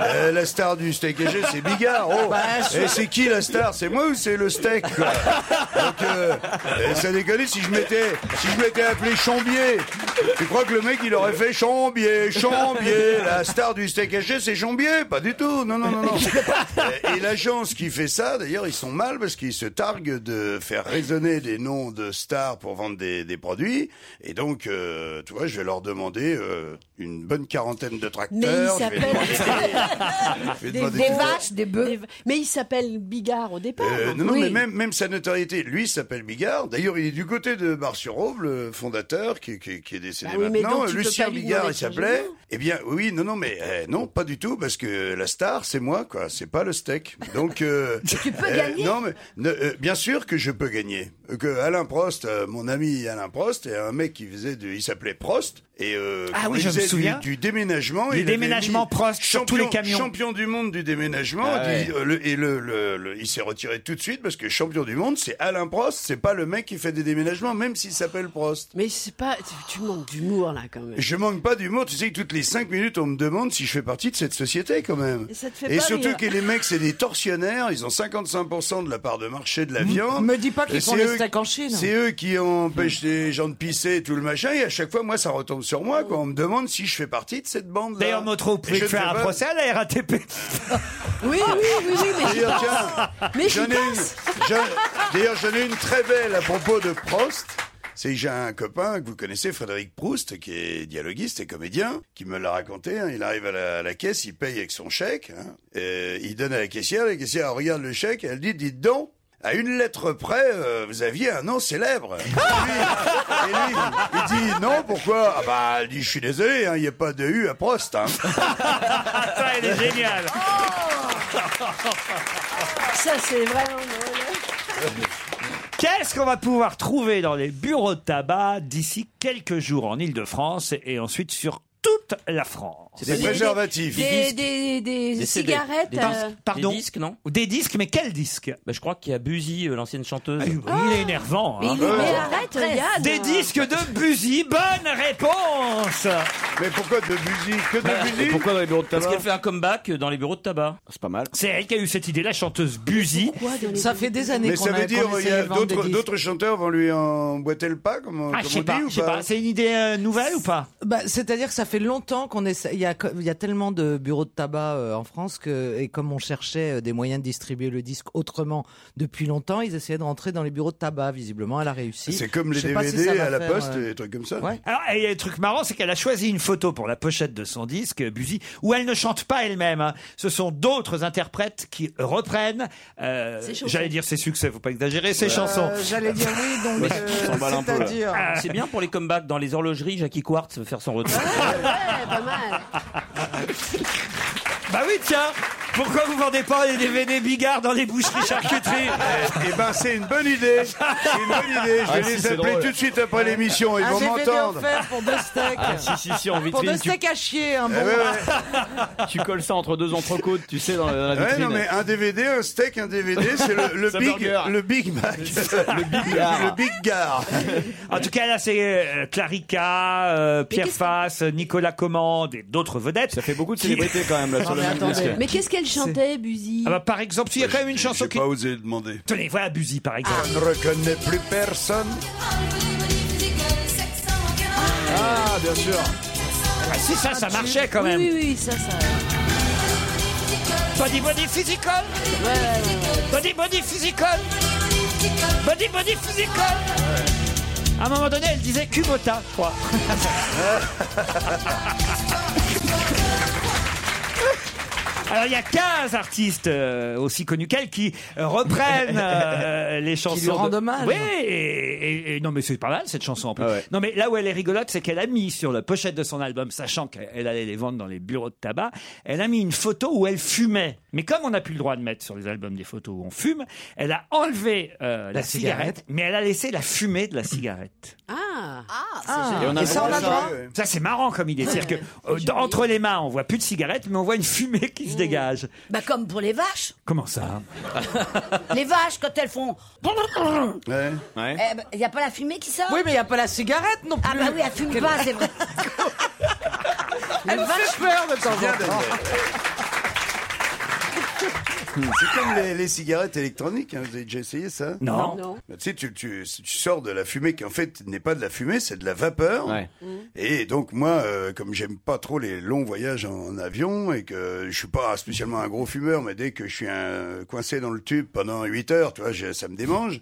E: Euh, la star du steak haché, c'est bigard. Oh.
F: Bah, sûr.
E: Et c'est qui la star C'est moi ou c'est le steak quoi Donc, euh, eh, ça déconne si je m'étais si je m'étais appelé Chambier Tu crois que le mec, il aurait fait Chambier, Chambier, la star du steak haché, c'est Chambier Pas du tout, non, non, non, non. Et, et l'agence qui fait ça, d'ailleurs, ils sont mal parce qu'ils se targuent de faire résonner des noms de stars pour vendre des, des produits. Et donc, euh, tu vois, je vais leur demander euh, une bonne quarantaine de tracteurs.
D: Mais ils
E: je vais demander- je
D: *laughs* Des,
E: vais demander-
D: des vaches, des bœufs. Mais il s'appelle Bigard au départ.
E: euh,
D: donc.
E: non, non,
D: Oui.
E: mais même, même sa notoriété, lui il s'appelle Bigard. D'ailleurs, il est du côté de Bar-sur-Aube, le fondateur, qui, qui- qui est décédé
D: Bah oui, mais
E: maintenant.
D: donc, tu peux
E: Lucien
D: pas l'ignorer,
E: Bigard, il
D: Pierre
E: s'appelait.
D: Géliot.
E: Eh bien, oui, non, non, mais euh, non, pas du tout, parce que la star, c'est moi, quoi. C'est pas le steak. Donc,
D: *laughs*
E: tu
D: peux gagner.
E: Non, mais ne- euh, bien sûr que je peux gagner. Que Alain Prost, euh, mon ami Alain Prost, est un mec qui faisait, du, il s'appelait Prost, et euh,
C: Ah
E: quand
C: oui,
E: il
C: je me
E: faisait du-
C: souviens.
E: du, déménagement.
C: Du
E: il avait
C: déménagement
E: mis
C: Prost sur tous les
E: champion-
C: camions.
E: Champion du monde du déménagement.
C: Ah ouais.
E: dit, euh, le- et le, le- le- il s'est retiré tout de suite parce que champion du monde, c'est Alain Prost, c'est pas le mec qui fait des déménagements, même s'il s'appelle Prost.
D: Mais c'est pas, tu- tu manques d'humour là quand même.
E: Je manque pas d'humour, tu sais que toutes les cinq minutes on me demande si je fais partie de cette société quand même.
D: Et ça te fait pas
E: surtout
D: rire.
E: que les mecs c'est des tortionnaires, ils ont 55% de la part de marché de la viande.
F: Mm. me dis pas qu'ils
E: Et
F: font
E: c'est
F: les
E: eux-
F: steaks en Chine. Mm.
E: C'est eux qui empêchent les gens de pisser et tout le machin et à chaque fois moi ça retombe sur moi quand on me demande si je fais partie de cette bande là.
C: D'ailleurs, notre vous pouvez faire un procès à la RATP.
D: Oui, oui, oui, oui, mais j'y
E: D'ailleurs,
D: pense.
E: tiens,
D: Mais j'y
E: j'en ai
D: pense.
E: une- j'en- D'ailleurs, j'en ai une très belle à propos de Prost. C'est que j'ai un copain que vous connaissez, Frédéric Proust, qui est dialoguiste et comédien, qui me l'a raconté. hein. Il arrive à la, à la caisse, il paye avec son chèque, hein. Et il donne à la caissière, la caissière regarde le chèque, elle dit, dites donc, à une lettre près, euh, vous aviez un nom célèbre. Et lui, il dit non, pourquoi Ah bah, il dit, je suis désolé, il n'y a pas de U à Prost. hein.
C: Ça, Ah, elle
E: *laughs*
C: est géniale.
D: Ça, c'est vraiment drôle.
C: Qu'est-ce qu'on va pouvoir trouver dans les bureaux de tabac d'ici quelques jours en Ile-de-France et ensuite sur toute la France
E: C'est Des pas des- préservatifs.
A: Des, des, des, cigarettes. euh,
C: Pardon
G: Des disques, non
C: Des disques, mais quels disques
G: bah, Je crois qu'il y a Buzy, euh, l'ancienne chanteuse.
C: Ah, Il est énervant.
G: hein.
C: hein.
E: Ah.
C: Des disques de Buzy, bonne réponse
E: Mais pourquoi de Buzy Que
G: Bah,
E: de
G: et
E: Buzy
G: pourquoi dans les bureaux de
E: tabac
G: Parce qu'elle fait un comeback dans les bureaux de tabac.
H: C'est pas mal.
C: C'est elle qui a eu cette idée, la chanteuse Buzy.
F: Ça fait des années
E: Mais
F: qu'on
E: ça
F: a-
E: veut dire,
F: qu'on
E: il y
F: essayait
E: a
F: de vendre des
E: d'autres,
F: disques.
E: d'autres chanteurs vont lui emboîter le pas, comme, comme
C: Ah, je
E: on
C: sais pas,
E: dit, ou
C: je sais
E: pas
C: pas. C'est une idée euh, nouvelle ou pas
F: Bah, C'est-à-dire que ça fait longtemps qu'on essaie. Il y, a, co- il y a tellement de bureaux de tabac euh, en France que, et comme on cherchait euh, des moyens de distribuer le disque autrement depuis longtemps, ils essayaient de rentrer dans les bureaux de tabac. Visiblement, elle a réussi.
E: C'est comme
F: Je
E: les
F: sais pas si
E: DVD
F: ça va
E: à la
F: faire,
E: poste,
F: euh,
E: des trucs comme ça.
C: Alors, et il y a un truc marrant, c'est qu'elle a choisi une photo pour la pochette de son disque, euh, Buzy, où elle ne chante pas elle-même. hein. Ce sont d'autres interprètes qui reprennent, euh,
F: Ses chansons.
C: j'allais dire ses succès, faut pas exagérer, ses
G: Euh,
C: chansons. Ah,
F: J'allais dire oui, donc. euh, c'est-à-dire-
G: Ah, C'est bien pour les comebacks dans les horlogeries. Jackie Quartz veut faire son retour.
C: Ah, Bah oui, tiens Pourquoi vous vendez pas les DVD Bigard dans les boucheries charcuteries
E: *laughs* Eh ben, c'est une bonne
F: *laughs*
E: idée. C'est une bonne idée. Je vais
C: Ah, si,
E: les
C: c'est
E: appeler
C: drôle.
E: tout de suite
F: Ah,
E: après l'émission. Ils
F: un
E: vont
F: DVD
E: m'entendre.
F: offert pour
E: *laughs*
F: deux steaks.
H: Ah, si, si, si, en
F: pour
H: vitrine,
F: deux
H: tu-
F: steaks à chier,
E: Eh
F: un bon.
H: Tu colles ça entre deux entrecôtes, tu sais, dans la, dans la
E: Ouais,
H: vitrine.
E: non, mais un DVD, un steak, un *laughs* DVD, c'est le, le
H: Ça
E: big,
H: burger.
E: le Big Mac. *laughs* le
H: Big Gar.
E: Le Big Gar.
C: Ah. En tout cas, là, c'est euh, Clarica, euh, Pierre Fasse, Nicolas Commande et d'autres vedettes. Ça fait
H: beaucoup de
E: célébrités,
H: quand même, là, sur le même disque.
D: Mais qu'est-ce qu'elle chantait, Buzy
C: Ah bah, par exemple, s'il y a quand même une chanson qui...
E: Pas osé demander.
C: Tenez, voilà Buzy, par exemple.
E: Je ne reconnais plus personne. Ah, bien sûr.
C: Ah, si, ça, ça marchait quand même.
D: Oui, oui, oui, ça, ça.
C: Body body physical Body body physical Body body physical À un moment donné, elle disait Kubota, je crois. *laughs* Alors il y a 15 artistes euh, aussi connus qu'elle qui euh,
F: *laughs*
C: reprennent euh, les chansons.
F: lui rendent
C: de-
F: hommage. Ah
C: Oui, et, et- et- non mais c'est pas mal cette chanson en plus. Non mais là où elle est rigolote, c'est qu'elle a mis sur la pochette de son album, sachant qu'elle allait les vendre dans les bureaux de tabac, elle a mis une photo où elle fumait. Mais comme on n'a plus le droit de mettre sur les albums des photos où on fume, elle a enlevé euh, la,
F: La
C: cigarette,
F: cigarette.
C: mais elle a laissé la fumée de la cigarette.
D: Ah,
F: Ah, et, ça, on a le droit.
C: Ça c'est marrant comme idée, c'est-à-dire que euh, dans- entre les mains, on voit plus de cigarette, mais on voit une fumée qui
F: Mmh.
C: se dégage.
A: Bah comme pour les vaches.
C: Comment ça
A: Les vaches, quand elles font... Il
E: *laughs* Ouais.
A: n'y a pas la fumée qui sort
F: Oui, mais il n'y a pas la cigarette non plus.
A: Ah bah oui, elle fume pas, c'est vrai.
F: Elle me fait peur de temps en temps.
E: C'est comme les, les cigarettes électroniques, hein, vous avez déjà essayé ça
D: Non. Non.
E: Bah, tu sais, tu, tu, tu sors de la fumée qui en fait n'est pas de la fumée, c'est de la vapeur. Et donc moi, euh, comme j'aime pas trop les longs voyages en, en avion et que je suis pas spécialement un gros fumeur, mais dès que je suis un- coincé dans le tube pendant 8 heures, tu vois, je- ça me démange.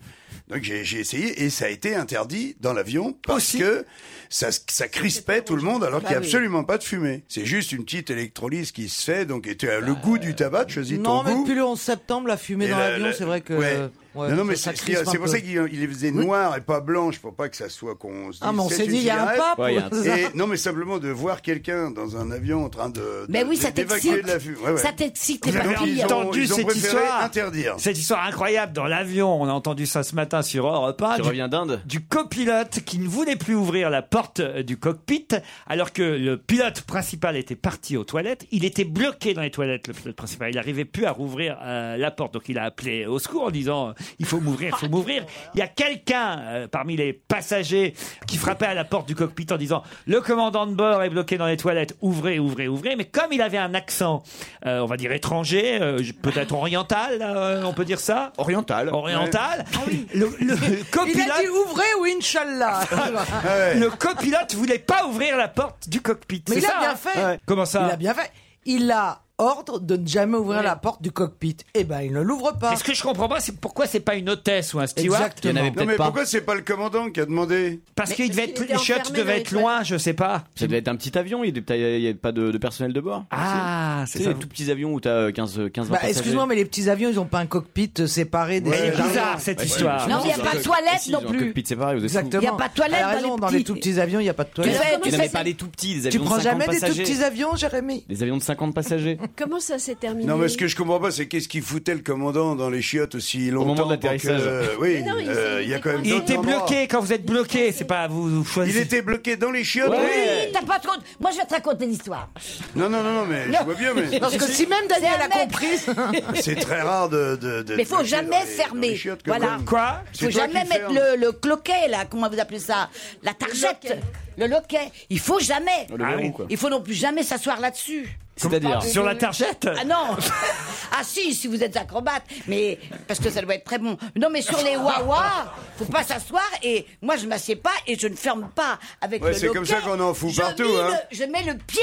E: Donc j'ai j'ai essayé et ça a été interdit dans l'avion parce que ça, ça crispait tout le monde alors qu'il n'y a
F: Bah oui.
E: absolument pas de fumée. C'est juste une petite électrolyse qui se fait, donc et tu as le goût du tabac, tu choisis
F: Bah, Non,
E: ton
F: mais
E: goût.
F: depuis le 11 septembre, la fumée
E: Et
F: dans
E: la-
F: l'avion,
E: la-
F: c'est vrai que.
E: ouais.
F: euh, ouais,
E: non, non, mais
F: ça
E: c'est-
F: crispe un
E: c'est pour
F: peu.
E: ça qu'il il les faisait noirs et pas blanches pour pas que ça soit qu'on se dise.
F: Ah, mais on
E: c'est
F: s'est
E: une
F: dit, il y a un
E: cigarette.
F: pape, Ouais, il y a un c'est ça.
E: Et, non, mais simplement de voir quelqu'un dans un avion en train de.
A: Mais
E: de-
A: oui, ça
E: d'évacuer
A: t'excite.
E: de la fumée. Ouais, ouais.
A: Ça t'excite, les
E: Donc,
A: papilles.
E: ils ont-
C: entendu
E: ils ont
C: cette
E: préféré
C: histoire
E: interdire.
C: Cette histoire incroyable dans l'avion, on a entendu ça ce matin sur Europe 1.
H: Qui
C: du-
H: revient d'Inde.
C: Du copilote qui ne voulait plus ouvrir la porte euh, du cockpit alors que le pilote principal était parti aux toilettes. Il était bloqué dans les toilettes, le pilote principal. Il n'arrivait plus à rouvrir euh, la porte. Donc il a appelé au secours en disant euh, il faut m'ouvrir, il faut m'ouvrir. Il y a quelqu'un euh, parmi les passagers qui frappait à la porte du cockpit en disant le commandant de bord est bloqué dans les toilettes, ouvrez, ouvrez, ouvrez. Mais comme il avait un accent, euh, on va dire étranger, euh, j- peut-être oriental, euh, on peut dire ça Oriental. Oriental. Le, le
F: Il a dit
C: *laughs* copilote. Ah
F: ouvrez ou Inch'Allah. *laughs* Ah
C: Le copilote voulait pas ouvrir la porte du cockpit.
F: Mais
C: c'est
F: il a
C: ça,
F: bien
C: hein
F: fait.
C: Comment ça
F: Il a bien fait. Il a ordre de ne jamais ouvrir la porte du cockpit. Eh ben, il ne l'ouvre pas.
C: Mais ce que je comprends pas, c'est pourquoi c'est pas une hôtesse ou un steward
F: Exactement. Il y en avait
E: Non, mais pourquoi c'est pas le commandant qui a demandé
C: Parce
E: Mais
C: qu'il devait
E: parce
C: être,
E: qu'il
C: les
E: était
C: chiottes
E: enfermé dans
C: devaient
E: les
C: être loin, je sais pas.
H: Ça devait être un petit avion, il n'y a pas de, de personnel de bord.
C: Ah, c'est
H: Tu sais,
C: ça.
H: les tout petits avions où t'as euh, 15 euh, 15
F: Bah, excuse-moi, mais les petits avions, ils ont pas un cockpit euh, séparé des.
H: Elle est
F: des-
H: bizarre, cette
F: Ouais,
H: histoire.
F: ouais,
H: Non, il
F: ouais.
H: y a pas de
F: Ils ont
H: toilette
F: un cockpit
H: non plus.
F: séparé, vous êtes
H: Exactement.
F: fous.
H: Il y a pas de toilette
F: Elle a
H: dans
F: raison,
H: les
F: dans
H: petits-
F: les tout petits avions, il n'y a pas de toilette.
H: Mais non, mais pas les tout petits, les
F: Tu
H: avions de
F: prends
H: 50
F: jamais des tout
H: passagers.
F: petits avions, Jérémy
H: Les avions de 50 passagers.
D: Comment ça s'est terminé
E: Non, mais ce que je comprends pas, c'est qu'est-ce qui foutait le commandant dans les chiottes aussi longtemps
H: moment de
E: pour que-
H: l'atterrissage.
E: euh, Oui,
H: Mais non, il
E: euh, il y a quand même.
C: Il
E: d'autres
C: était
E: endroits.
C: bloqué quand vous êtes bloqué, c'est pas vous, vous choisissez.
E: Il était bloqué dans les chiottes.
M: Oui, t'as pas de compte. Moi, je vais te raconter l'histoire.
E: Non, non, non, non, mais je vois bien, mais.
M: Parce que si
F: même
M: Daniel a compris. *laughs*
E: C'est très rare de. de, de-
M: Mais faut
E: bloquer dans
M: jamais
E: les- dans les
M: fermer.
E: chiottes comme
M: Voilà.
E: ça. C'est
M: Faut
E: toi
M: jamais
E: qui
M: mettre
E: fermes.
M: le, le cloquet, là. Comment vous appelez ça La targette. Le loquet. Il faut jamais.
E: Oh,
H: Le verrou, quoi.
M: Il faut non plus jamais s'asseoir là-dessus.
H: Ah, C'est-à-dire
M: Pardon.
H: Sur la targette
M: Ah non *laughs* Ah si, si vous êtes acrobate, mais parce que ça doit être très bon. Non mais sur les wawa, faut pas s'asseoir et moi je m'assieds pas et je ne ferme pas avec
E: Ouais,
M: le
E: c'est comme ça
M: loquet.
E: qu'on en fout
M: Je
E: partout,
M: mets
E: hein.
M: le- je mets le pied.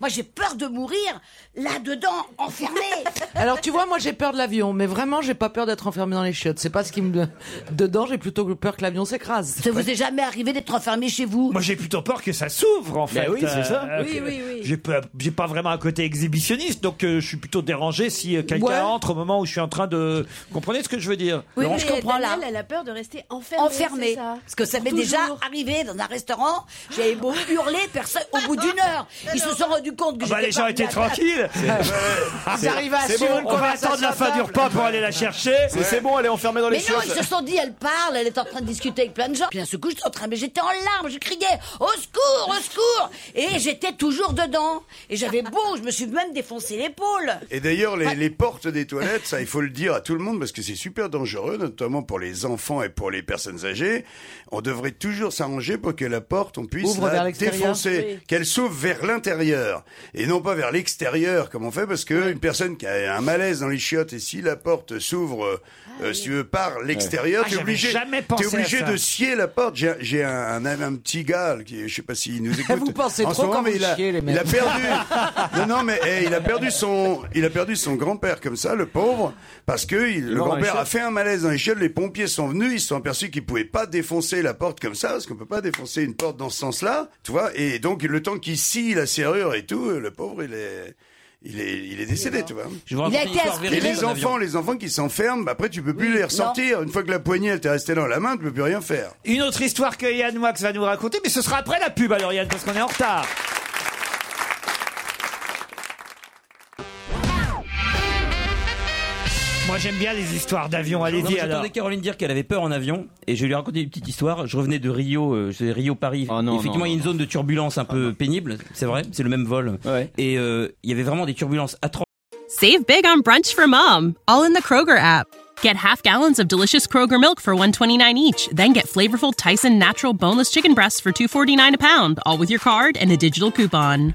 M: Moi j'ai peur de mourir là-dedans enfermé.
F: *laughs* Alors tu vois, moi j'ai peur de l'avion, mais vraiment j'ai pas peur d'être enfermé dans les chiottes. C'est pas ce qui me dedans, j'ai plutôt peur que l'avion s'écrase.
M: Ça vous est jamais arrivé d'être enfermé chez vous
C: Moi, j'ai plutôt peur que ça s'ouvre, en fait.
H: Ben
C: Euh,
H: oui, c'est ça.
M: Oui,
C: que-
M: oui, oui.
C: J'ai pas, j'ai pas vraiment un côté exhibitionniste, donc euh, je suis plutôt dérangé si euh, quelqu'un
D: Ouais.
C: entre au moment où je suis en train de. Vous Comprenez ce que je veux dire
D: Oui,
C: Laurent
D: mais
C: Je comprends.
D: Daniel, Elle a peur de rester enfermée.
M: enfermé.
D: c'est ça.
M: Parce que ça
D: Pour
M: m'est déjà
D: toujours.
M: arrivé dans un restaurant, j'avais beau hurler, personne, au bout d'une heure, ils se sont rendus compte que
C: Ah bah,
M: j'étais
C: les gens
M: pas
C: étaient
M: venue à-
C: tranquilles. Ah,
M: Ils arrivaient à
C: C'est
M: suivre
C: bon,
M: une
C: On va attendre la
M: conversation
C: fin du
M: à table.
C: repas pour aller la chercher.
H: C'est- c'est bon, elle est enfermée dans les
M: Mais non,
H: chiottes.
M: ils se sont dit, elle parle, elle est en train de discuter avec plein de gens. Puis à ce coup, j'étais en train, mais j'étais en larmes, je criais, au secours, au secours Et j'étais toujours dedans. Et j'avais beau, je me suis même défoncé l'épaule.
E: Et d'ailleurs, les, les portes des toilettes, ça, il faut le dire à tout le monde parce que c'est super dangereux, notamment pour les enfants et pour les personnes âgées. On devrait toujours s'arranger pour que la porte, on puisse
F: Ouvre
E: la
F: vers l'extérieur.
E: défoncer,
F: Oui.
E: qu'elle s'ouvre vers l'intérieur et non pas vers l'extérieur comme on fait parce que une personne qui a un malaise dans les chiottes et si la porte s'ouvre, euh, euh, si tu veux, par l'extérieur,
C: Ah,
E: t'es
C: j'avais
E: obligé,
C: jamais
E: t'es
C: pensé à
E: obligé
C: ça.
E: de scier la porte. J'ai, j'ai un, un, un petit gars qui, je sais pas s'il
F: *laughs*
E: nous écoute.
F: Vous pensez
E: en ce
F: trop
E: moment,
F: quand
E: mais
F: vous
E: il a-
F: chiez, les mecs.
E: il a perdu. *laughs*
F: *laughs*
E: Non, non, mais eh, il a perdu son, il a perdu son grand-père comme ça, le pauvre, parce que il- le
H: mort dans les
E: grand-père a
H: chiottes.
E: fait un malaise dans les chiottes. Les pompiers sont venus, ils se sont aperçus qu'ils pouvaient pas défoncer la porte comme ça, parce qu'on peut pas défoncer une porte dans ce sens-là, tu vois. Et donc le temps qu'il scie la serrure et tout, le pauvre, il est, il est, il est décédé, tu vois.
C: Je vous raconte
M: Il a
C: une
M: été
C: histoire
M: inscrit.
E: Et
C: véridique
E: les
C: d'un avion.
E: enfants, les enfants qui s'enferment, bah, après tu peux plus les ressortir. Une fois que la poignée elle t'est restée dans la main, tu peux plus rien faire.
C: Une autre histoire que Yann Moix va nous raconter, mais ce sera après la pub alors Yann, parce qu'on est en retard.
M: Ah.
C: Moi j'aime bien les histoires d'avion,
G: Non,
C: allez-y
G: mais
C: alors.
G: J'entendais Caroline dire qu'elle avait peur en avion et je lui ai raconté une petite histoire. Je revenais de Rio, euh, c'est Rio Paris.
H: Oh, non,
G: Effectivement,
H: non, Ah,
G: il y a une zone de turbulence un peu pénible, c'est vrai, c'est le même vol. Et euh, il y avait vraiment des turbulences atroces.
N: Save big on brunch for mom, all in the Kroger app. Get half gallons of delicious Kroger milk for 129 each, then get flavorful Tyson natural boneless chicken breasts for 249 a pound, all with your card and a digital coupon.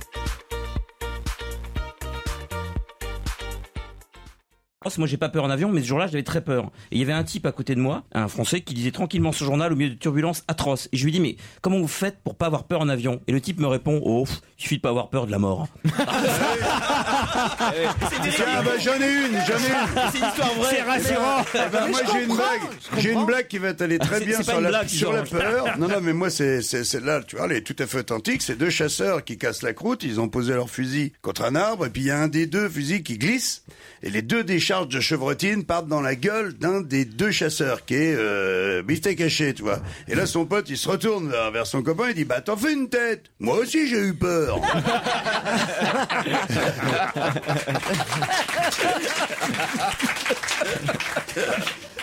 G: France, Moi, j'ai pas peur en avion, mais ce jour-là, j'avais très peur. Et il y avait un type à côté de moi, un Français, qui disait tranquillement ce journal au milieu de turbulences atroces. Et je lui dis, mais comment vous faites pour pas avoir peur en avion Et le type me répond, oh, pff, il suffit de pas avoir peur de la mort.
E: Tiens, bah, j'en ai une, j'en ai une.
D: Eh C'est une histoire vraie.
E: C'est rassurant.
D: Mais-
E: Eh ben,
D: mais
E: moi,
D: je
E: j'ai une
D: comprends,
E: blague.
D: je
E: J'ai une
D: comprends.
E: blague qui va t'aller très
D: C'est-
E: bien
D: c'est pas
E: sur,
D: une
E: la,
D: blague,
E: sur la
D: Georges.
E: peur. Non, non, mais moi, c'est c'est- c'est- là, tu vois, elle est tout à fait authentique. C'est deux chasseurs qui cassent la croûte. Ils ont posé leur fusil contre un arbre. Et puis, il y a un des deux fusils qui glisse. Et les deux décharges de chevrotine partent dans la gueule d'un des deux chasseurs qui est euh, bifté caché, tu vois. Et là, son pote, il se retourne vers, vers son copain. Il dit, bah, t'en fais une tête. Moi aussi, j'ai eu peur.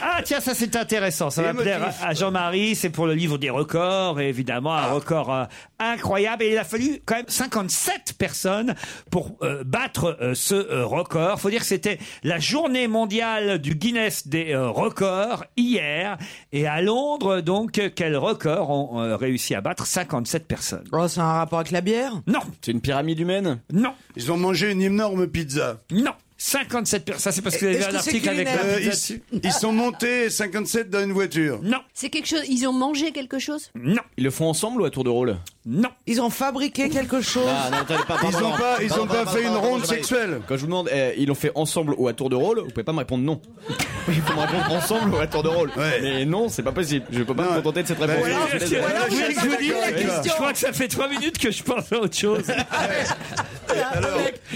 C: Ah tiens, ça c'est intéressant, ça va
E: Émotif.
C: plaire à Jean-Marie, c'est pour le livre des records, et évidemment
H: Ah.
C: un record euh, incroyable, et il a fallu quand même 57 personnes pour euh, battre euh, ce euh, record. Faut dire que c'était la journée mondiale du Guinness des euh, records hier, et à Londres, donc, quel record ont euh, réussi à battre 57 personnes
F: Oh, c'est un rapport avec la bière
C: Non.
H: C'est une pyramide humaine
C: Non.
E: Ils ont mangé une énorme pizza.
C: Non. 57 personnes. Ça, c'est parce que vous avez
E: Est-ce
C: un
E: que c'est
C: article avec
E: culinaire
C: la
E: Euh,
C: pizza
E: ils-
C: dessus.
E: Ils sont montés 57 dans une voiture.
C: Non.
O: C'est quelque chose. Ils ont mangé quelque chose
C: Non.
H: Ils le font ensemble ou à tour de rôle
C: Non.
F: Ils ont fabriqué quelque chose.
H: Ah,
E: Ils ont pas- ils ont pas fait une ronde sexuelle.
H: Quand je vous demande, eh, ils l'ont fait ensemble ou à tour de rôle, vous pouvez pas me répondre non. *laughs* Il faut me répondre ensemble ou à tour de rôle. Mais non, Bah, c'est pas possible. Je peux pas me contenter de cette réponse.
C: Voilà,
H: Je suis
C: monsieur,
H: désolé.
C: voilà, vous voulez que je vous dise
H: Ouais.
C: Je crois que ça fait 3 minutes que je pense à autre
H: *laughs*
C: chose.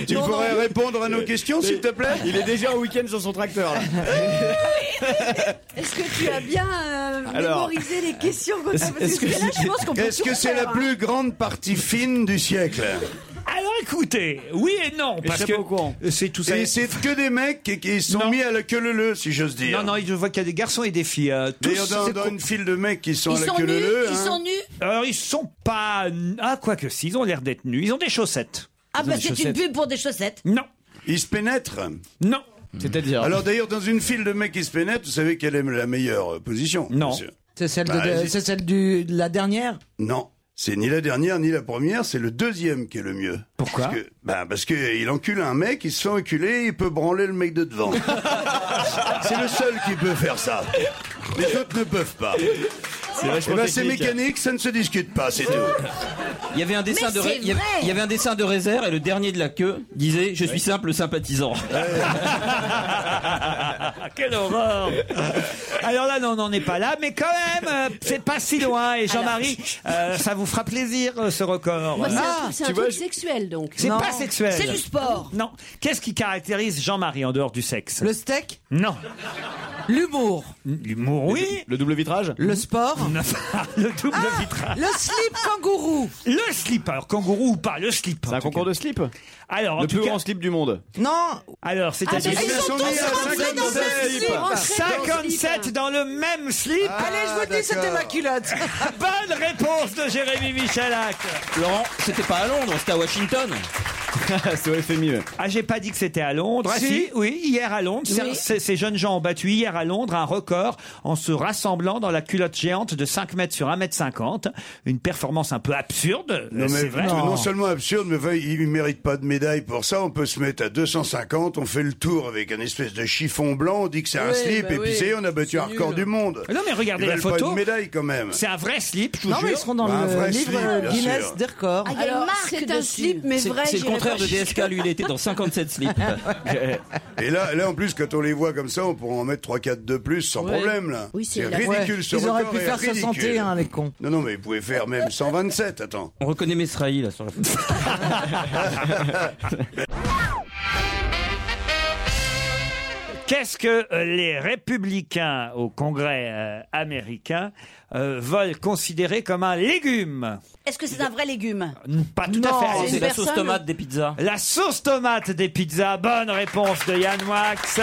E: Tu pourrais répondre à nos questions, s'il te plaît
H: Euh, Il est déjà au week-end sur son tracteur. là.
O: Est-ce que tu as bien euh,
E: Alors,
O: mémorisé les questions qu'on t'a- parce
E: Est-ce
O: que là, je pense qu'on peut
E: est-ce
O: tout
E: que c'est la
O: faire, hein.
E: plus grande partie fine du siècle
C: Alors écoutez, oui et non,
E: Et
C: parce
E: c'est
C: que euh,
E: pas au courant.
C: c'est tout ça.
E: Et c'est que des mecs qui, qui sont mis à la queue leu leu, si j'ose dire.
C: Non, non, je vois qu'il y a des garçons et des filles. euh, tous,
E: D'ailleurs, dans,
C: c'est
E: dans
C: pour-
E: une file de mecs qui sont
M: Ils
E: à la
M: sont
E: queue leu
M: nus,
E: leu.
M: ils
E: hein.
M: sont nus.
C: Alors ils sont pas. Ah, quoi que si, ils ont l'air d'être nus. Ils ont des chaussettes.
M: Ah
C: Ils ont
M: bah
C: des
M: c'est une
C: chaussettes.
M: pub pour des chaussettes.
C: Non.
E: Ils se pénètrent
C: Non.
H: C'est-à-dire
E: Alors d'ailleurs, dans une file de mecs qui se pénètrent, vous savez quelle est la meilleure euh, position Non.
F: C'est celle, de-
E: Bah,
F: de,
E: vas-y.
F: c'est celle du, de la dernière
E: Non. C'est ni la dernière ni la première, c'est le deuxième qui est le mieux.
C: Pourquoi
E: Parce que, bah, parce que il encule un mec, il se fait enculer, il peut branler le mec de devant. c'est le seul qui peut faire ça. Les autres ne peuvent pas.
G: C'est vachement
E: Eh ben, c'est
G: technique.
E: mécanique, ça ne se discute pas, c'est tout.
G: Il y avait un dessin
E: Mais
G: de
E: c'est
G: Ré- il y avait-
E: vrai.
G: il y avait un dessin de Réserve et le dernier de la queue disait je suis simple sympathisant.
C: Ah, Quelle
M: *laughs*
C: horreur Alors là, non, on n'en est pas là, mais quand même, euh, c'est pas si loin. Et Jean-Marie, euh, ça vous fera plaisir, euh, ce record.
O: Moi, c'est un
C: Ah,
O: truc- c'est un,
C: tu vois,
O: truc
C: je-
O: sexuel donc.
C: C'est pas sexuel.
O: C'est du sport.
C: Non. Qu'est-ce qui caractérise Jean-Marie en dehors du sexe
F: Le steak
C: Non.
F: L'humour.
C: L'humour, oui.
H: Le double vitrage
C: *laughs*
F: Le sport Ah,
C: Le double vitrage.
F: Le slip kangourou
C: Le slip, alors kangourou ou pas, le slip. C'est un
H: concours de slip
C: Alors, en
H: Le
C: tout
H: plus
C: cas-
H: grand slip du monde.
F: Non
C: Alors, c'est-à-dire.
H: Ah, mais ils sont Ils sont tous mis à rentrés dans un 57. slip. Rentrés
C: 57 dans le même slip.
F: Allez, je vous
H: Ah,
F: le dis, c'était ma culotte
C: *laughs* Bonne réponse de Jérémy Michalak.
G: Laurent, c'était pas à Londres, c'était à Washington.
E: *laughs*
H: c'est au FMI. ouais.
C: Ah, j'ai pas dit que c'était à Londres. Ah,
H: Si.
C: si, oui, hier à Londres. c'est-
H: Oui.
C: c'est- Ces jeunes gens ont battu hier à Londres un record en se rassemblant dans la culotte géante de 5 mètres sur 1 mètre 50. Une performance un peu absurde. euh,
E: Non, mais
C: c'est vrai.
E: non, non seulement absurde, mais enfin, il ne mérite pas de médaille pour ça. On peut se mettre à 250, on fait le tour avec un espèce de chiffon blanc, on dit que c'est un
C: Oui,
E: slip,
C: bah
E: et puis
C: oui.
E: ça y est, on a battu
C: C'est
E: un
C: nul.
E: record du monde.
C: Non, mais regardez
E: Ils
C: la
E: veulent pas
C: photo.
E: une médaille quand même.
C: C'est un vrai slip, je vous
F: Non, mais
C: jure.
F: ils seront dans
E: Bah, un
F: le
E: vrai
F: livre
E: slip, bien
F: Guinness
E: sûr.
F: des records.
M: Ah, il y a une marque
O: c'est un
M: dessus.
O: slip, mais
G: C'est
H: *laughs*
O: vrai.
G: c'est le
O: j'irai
G: contraire
O: pas
G: de
O: chier.
G: DSK, lui il était dans 57
F: *laughs*
G: slips.
E: Et là, là, en plus, quand on les voit comme ça, on pourra en mettre 3-4 de plus sans
F: Ouais.
E: problème, là.
F: Oui, c'est
E: c'est
F: la-
E: ridicule
F: Ouais.
E: ce
F: Ils
E: record.
F: auraient pu
E: est
F: faire
E: ridicule.
F: 61, les cons.
E: Non, non, mais ils pouvaient faire même 127, attends.
G: On reconnaît Mesrahi là sur la photo.
C: *laughs* Qu'est-ce que euh, les républicains au Congrès euh, américain euh, veulent considérer comme un légume
M: Est-ce que c'est un vrai légume
C: Pas tout
M: Non,
C: à fait.
M: c'est C'est une la sauce personne. tomate
G: des pizzas.
C: La sauce tomate des pizzas. Bonne réponse de Yann Wax.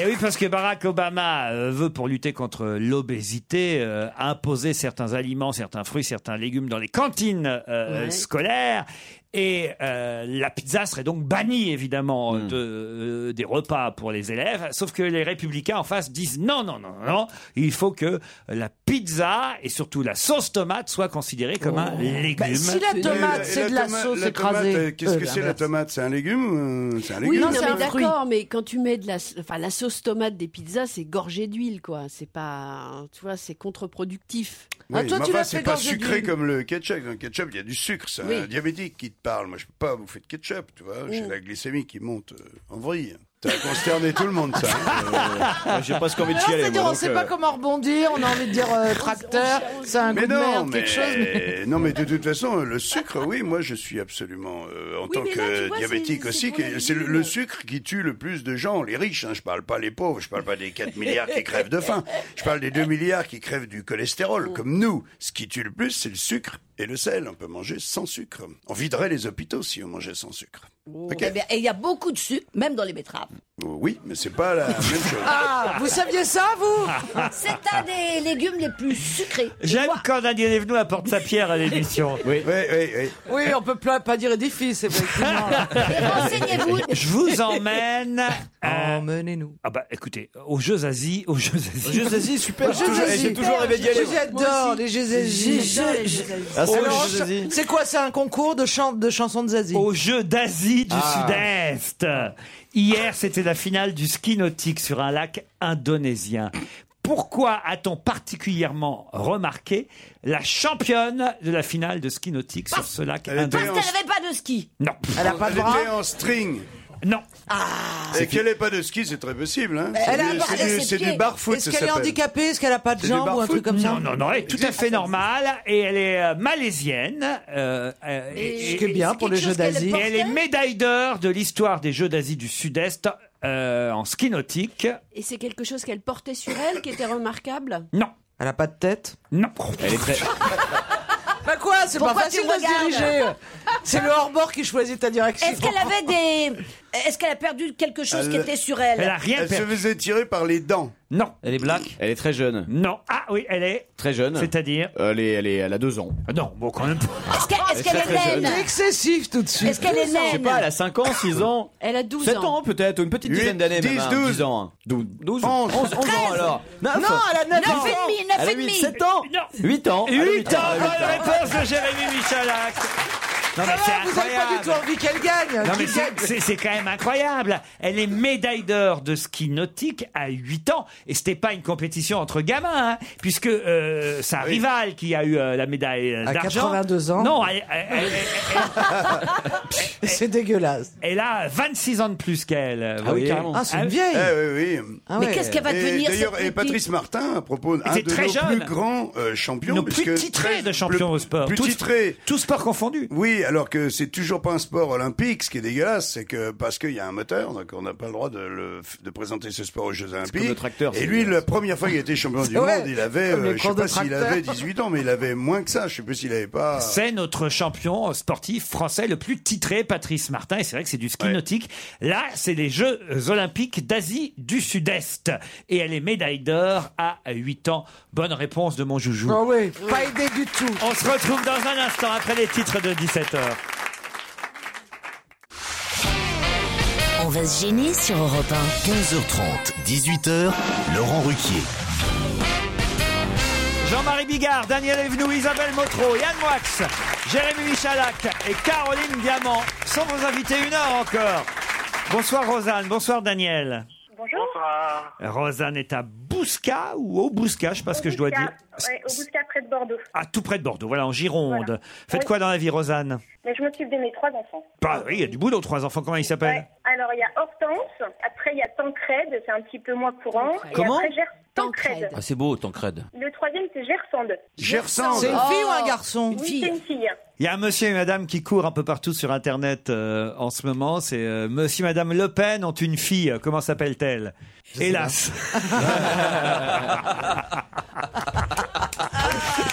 C: Et oui, parce que Barack Obama euh, veut, pour lutter contre l'obésité, euh, imposer certains aliments, certains fruits, certains légumes dans les cantines euh,
H: Ouais.
C: scolaires. Et euh, la pizza serait donc bannie, évidemment,
E: Hmm.
C: de, euh, des repas pour les élèves. Sauf que les républicains en face disent non, non, non, non, non, il faut que la pizza et surtout la sauce tomate soient considérées comme un légume.
E: Bah, si la Et tomate, la- c'est de la toma- sauce la tomate, écrasée. euh, qu'est-ce que c'est, la tomate C'est un légume euh, C'est un
O: Oui,
E: légume
O: non, mais d'accord, mais quand tu mets de la, enfin, la sauce tomate des pizzas, c'est gorgé d'huile, quoi. C'est pas, tu vois, c'est contre-productif.
E: Oui,
O: Ah, toi,
E: mais
O: tu
E: enfin,
O: l'as
E: c'est
O: fait
E: pas
O: gorgé
E: sucré
O: d'huile.
E: comme le ketchup. Dans le ketchup, il y a du sucre. C'est un
O: Oui.
E: diabétique qui te parle. Moi, je peux pas bouffer de ketchup, tu vois. J'ai
O: Mm.
E: la glycémie qui monte euh, en vrille. T'as consterné tout le monde, ça. hein.
H: *laughs* Euh, j'ai presque envie de
F: Alors,
H: chialer,
F: c'est-à-dire,
H: moi,
F: on
H: donc,
F: sait
H: euh,
F: pas comment rebondir, on a envie de dire euh, tracteur, c'est un
E: Mais
F: coup de
E: non,
F: merde,
E: mais...
F: quelque chose.
E: *laughs*
F: mais-
E: non, mais de toute façon, le sucre, oui, moi je suis absolument, euh, en
F: Oui,
E: tant
F: mais
E: que
F: là, tu vois,
E: diabétique
F: c'est- c'est
E: aussi,
F: pour
E: que
F: les
E: c'est le,
F: légumes.
E: le sucre qui tue le plus de gens, les riches, hein, je parle pas les pauvres, je parle pas des 4 milliards qui crèvent de faim, je parle des 2 milliards qui crèvent du cholestérol, comme nous. Ce qui tue le plus, c'est le sucre et le sel. On peut manger sans sucre. On viderait les hôpitaux si on mangeait sans sucre. Ok.
M: Eh bien, Et il y a beaucoup de sucre, même dans les betteraves.
E: Oui, mais c'est pas la même chose.
M: Ah,
F: vous saviez ça, vous
M: *laughs* C'est un des légumes les plus sucrés.
C: J'aime quand Daniel Evnou apporte sa pierre à l'émission.
E: oui, oui, oui.
F: Oui, on peut pla- pas dire édifice,
O: *laughs*
F: effectivement.
M: renseignez-vous.
C: Je vous emmène.
F: Emmenez-nous.
C: Ah bah écoutez, aux Jeux Asie, aux Jeux Asie.
H: Aux Jeux Asie, super. Aux Jeux J'ai Asie. toujours rêvé d'y aller.
F: J'adore les Jeux Asie.
C: J'adore les Jeux Asie. Ah, c'est
F: Alors,
C: les Jeux
F: cha-
C: Asie.
F: C'est quoi, c'est un concours de, chan- de chansons de Zazie
C: Aux Jeux d'Asie du
F: Ah.
C: Sud-Est. Hier, c'était la finale du ski nautique sur un lac indonésien. Pourquoi a-t-on particulièrement remarqué la championne de la finale de ski nautique
E: Ah.
C: sur ce lac
M: Parce
C: indonésien
M: qu'elle n'avait pas de ski.
C: Non.
E: Elle a pas de Elle bras était en string.
C: Non.
E: Et qu'elle n'ait pas de ski, c'est très possible. Hein.
F: Ah. Elle a un bar-
E: C'est du-
F: elle a ses
E: c'est du,
F: pieds.
E: barfoot,
F: Est-ce
E: ça
F: qu'elle est
E: s'appelle.
F: handicapée Est-ce qu'elle a pas de
E: C'est du
F: jambes ou un
E: barfoot
F: truc comme ça
C: Non, non, non, elle est tout à fait normale et elle est euh, malaisienne. euh, euh,
F: Ce qui est bien pour les Jeux d'Asie.
C: Et elle est médaille d'or de l'histoire des Jeux d'Asie du Sud-Est euh, en ski nautique.
O: Et c'est quelque chose qu'elle portait sur elle qui était remarquable.
C: Non.
F: Elle a pas de tête
C: Non.
H: Elle est très.
F: Bah quoi, c'est pas
M: Pourquoi
F: facile
M: tu
F: de se
M: regardes *laughs*
F: diriger. C'est le hors-bord qui choisit ta direction.
M: Est-ce qu'elle avait des. Est-ce qu'elle a perdu quelque chose qui était sur elle
E: elle se faisait tirer par les dents.
C: Non.
H: Elle est black Elle est très jeune.
C: Non. Ah oui, elle est.
H: Très jeune. Euh,
C: C'est-à-dire Ah,
H: elle, est, elle, est, elle a deux ans.
C: Non, bon, quand même.
M: Est-ce qu'elle est-ce qu'elle est, naine
F: C'est excessif tout de suite.
M: Est-ce qu'elle est
H: Je sais
M: naine
H: pas, elle a 5 ans, 6 ans.
O: Elle a 12
H: 7
O: ans.
H: ans, *laughs* peut-être, ou une petite
E: Huit,
H: dizaine d'années.
E: dix,
H: même, hein,
E: douze.
H: 10 ans. 12, 12
E: Onze.
H: 11, ans alors. Neuf.
F: Non, elle a 9 ans.
M: Neuf et demi, neuf
H: Elle a
M: et
H: huit,
M: demi.
H: sept ans.
C: Non.
H: 8 ans. Elle a
C: 8 ans,
H: elle a huit
C: bonne réponse de Jérémy Michalak. Non, mais
F: Ah,
C: c'est
F: vous avez pas du tout
C: incroyable.
F: envie qu'elle gagne.
C: Non, mais
F: Qu'il
C: c'est-
F: gagne.
C: c'est c'est quand même incroyable. Elle est médaille d'or de ski nautique à 8 ans. Et c'était pas une compétition entre gamins, hein, puisque euh, sa rivale qui a eu euh, la médaille euh,
F: À
C: d'argent.
F: 82 ans.
C: Non, elle, elle- elle-
F: *laughs* C'est dégueulasse.
C: elle a 26 ans de plus qu'elle. vous
H: oui,
C: voyez.
H: carrément.
F: Ah, c'est une
E: Eh
F: vieille.
E: oui, oui.
F: Ah
M: Mais
F: ouais.
M: qu'est-ce qu'elle va
E: Et
M: devenir
E: D'ailleurs,
M: cette
E: et Patrice Martin, à propos, un
C: était
E: de
C: très
E: nos plus
C: jeune.
E: grands euh, champions.
C: Nos
E: puisque
C: plus titrés
E: très-
C: de champion
E: le-
C: au sport.
E: Plus
C: Tous-
E: titré.
C: Tous sports confondus.
E: Oui, alors que c'est toujours pas un sport olympique. Ce qui est dégueulasse, c'est que parce qu'il y a un moteur, donc on n'a pas le droit de, le- de présenter ce sport aux Jeux Olympiques.
H: comme le tracteur, c'est
E: et lui,
H: dégueulasse.
E: la première fois qu'il était
F: *laughs*
E: champion du
F: Ouais,
E: monde, il avait,
F: comme les
E: euh, je sais
F: cours de
E: pas s'il
F: tracteur.
E: avait 18 ans, mais il avait moins que ça. Je sais pas s'il avait pas.
C: C'est notre champion sportif français le plus titré, Patrice Martin. Et c'est vrai que c'est du ski
E: Ouais.
C: nautique. Là, c'est les Jeux olympiques d'Asie du Sud-Est. Et elle est médaille d'or à 8 ans. Bonne réponse de mon joujou.
F: Ah ouais, pas aidé du tout.
C: On se retrouve dans un instant après les titres de 17h.
B: On va se gêner sur Europe
E: 15h30.
B: 1. 18h, Laurent Ruquier.
C: Jean-Marie Bigard, Daniel Evenou, Isabelle Motro, Yann Moix, Jérémy Michalak et Caroline Diamant sont vos invités une heure encore. Bonsoir Rosanne, bonsoir Daniel.
I: Bonjour.
K: Bonsoir.
C: Rosanne est à Bousca ou au Bousca, je sais pas ce que je dois
I: Bouscat,
C: dire.
I: ouais,
C: *laughs*
I: au Bouscat, près de Bordeaux.
C: Ah, tout près de Bordeaux, voilà, en Gironde.
I: Voilà.
C: Faites
I: Oui.
C: quoi dans la vie, Rosanne
I: Mais je m'occupe de mes trois enfants.
C: Bah oui, il y a du boulot, trois enfants, comment ils s'appellent
I: Ouais. Alors, il y a Hortense, après, il y a Tancred, c'est un petit peu moins courant. Et
H: Comment
I: après, Ger- Tancred.
G: Ah, c'est beau, Tancred.
I: Le troisième, c'est Gersande.
F: C'est une
E: Gersand.
F: fille ou un garçon
I: Oui, c'est une fille.
C: Il y a un monsieur et madame qui courent un peu partout sur Internet euh, en ce moment. C'est euh, monsieur et madame Le Pen ont une fille. Comment s'appelle-t-elle Hélas
J: *laughs*